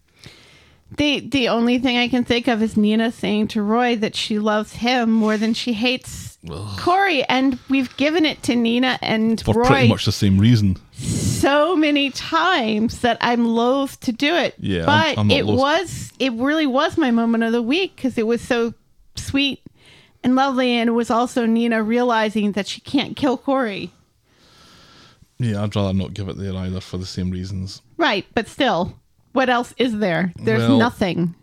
Speaker 6: The the only thing I can think of is Nina saying to Roy that she loves him more than she hates Corey, and we've given it to Nina and
Speaker 5: For
Speaker 6: Roy
Speaker 5: pretty much the same reason.
Speaker 6: so many times that I'm loath to do it.
Speaker 5: Yeah, I'm-
Speaker 6: but
Speaker 5: I'm not
Speaker 6: it
Speaker 5: loath.
Speaker 6: was it really was my moment of the week because it was so sweet and lovely, and it was also Nina realizing that she can't kill Corey.
Speaker 5: Yeah, I'd rather not give it there either for the same reasons.
Speaker 6: Right, but still, what else is there? There's
Speaker 5: Well-
Speaker 6: nothing.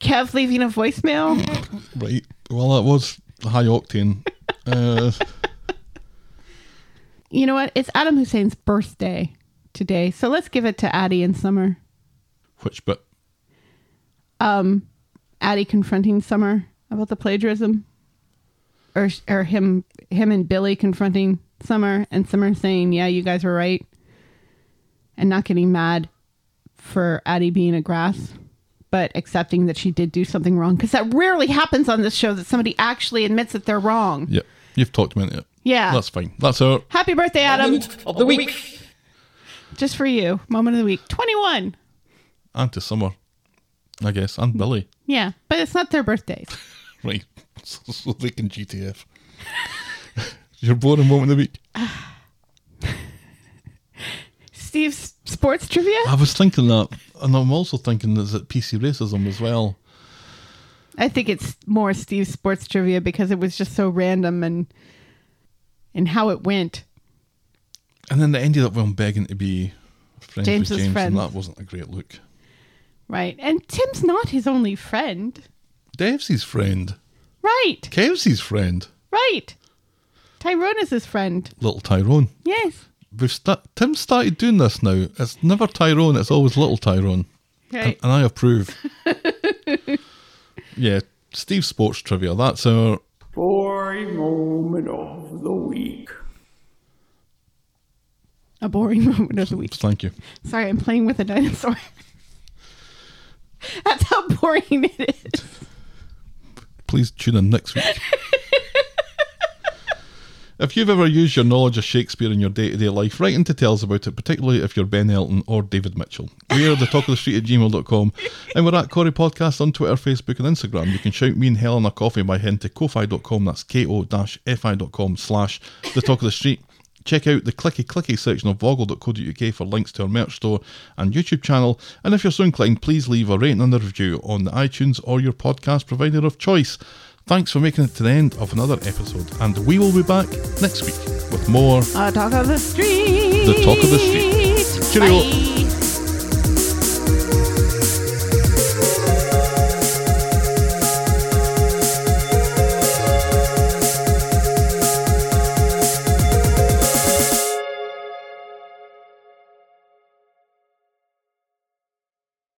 Speaker 6: Kev leaving a voicemail.
Speaker 5: Right. Well, that was high octane. uh,
Speaker 6: You know what? It's Adam Hussein's birthday today, so let's give it to Addie and Summer.
Speaker 5: which bit?
Speaker 6: Um, Addie confronting Summer about the plagiarism, or or him him and Billy confronting Summer, and Summer saying, "Yeah, you guys were right," and not getting mad for Addie being a grass, but accepting that she did do something wrong because that rarely happens on this show that somebody actually admits that they're wrong.
Speaker 5: Yep. You've talked me into it.
Speaker 6: Yeah.
Speaker 5: That's fine. That's our
Speaker 6: Happy birthday, Adam! Of the week, just for you. Moment of the week, twenty-one.
Speaker 5: and to Summer, I guess, and Billy.
Speaker 6: Yeah, but it's not their birthdays.
Speaker 5: Right. So, so they can GTF. Your boring moment of the week.
Speaker 6: Steve's sports trivia?
Speaker 5: I was thinking that, and I'm also thinking that that PC racism as well.
Speaker 6: I think it's more Steve's sports trivia because it was just so random and and how it went.
Speaker 5: And then they ended up with him begging to be friends
Speaker 6: James's
Speaker 5: with James,
Speaker 6: friends.
Speaker 5: and that wasn't a great look.
Speaker 6: Right. And Tim's not his only friend.
Speaker 5: Devsy's friend,
Speaker 6: Right.
Speaker 5: Kevsy's friend,
Speaker 6: Right. Tyrone is his friend.
Speaker 5: little Tyrone.
Speaker 6: Yes.
Speaker 5: We've sta- Tim started doing this now. It's never Tyrone. It's always little Tyrone, and,
Speaker 6: Right.
Speaker 5: and I approve. yeah, Steve sports trivia. That's our
Speaker 7: Boy, moment of the week.
Speaker 6: A boring moment of the week.
Speaker 5: Thank you.
Speaker 6: Sorry, I'm playing with a dinosaur. That's how boring it is.
Speaker 5: Please tune in next week. if you've ever used your knowledge of Shakespeare in your day to day life, write in to tell us about it, particularly if you're Ben Elton or David Mitchell. We are the talk of the street at gmail.com and we're at Corey Podcast on Twitter, Facebook, and Instagram. You can shout me and Helen a coffee by heading to kofi.com, that's ko fi.com slash the talk of the street. Check out the clicky clicky section of vogle.co.uk for links to our merch store and YouTube channel. And if you're so inclined, please leave a rating and a review on the iTunes or your podcast provider of choice. Thanks for making it to the end of another episode, and we will be back next week with more
Speaker 6: Uh, talk of the street.
Speaker 5: The talk of the street. Cheerio.
Speaker 6: Bye.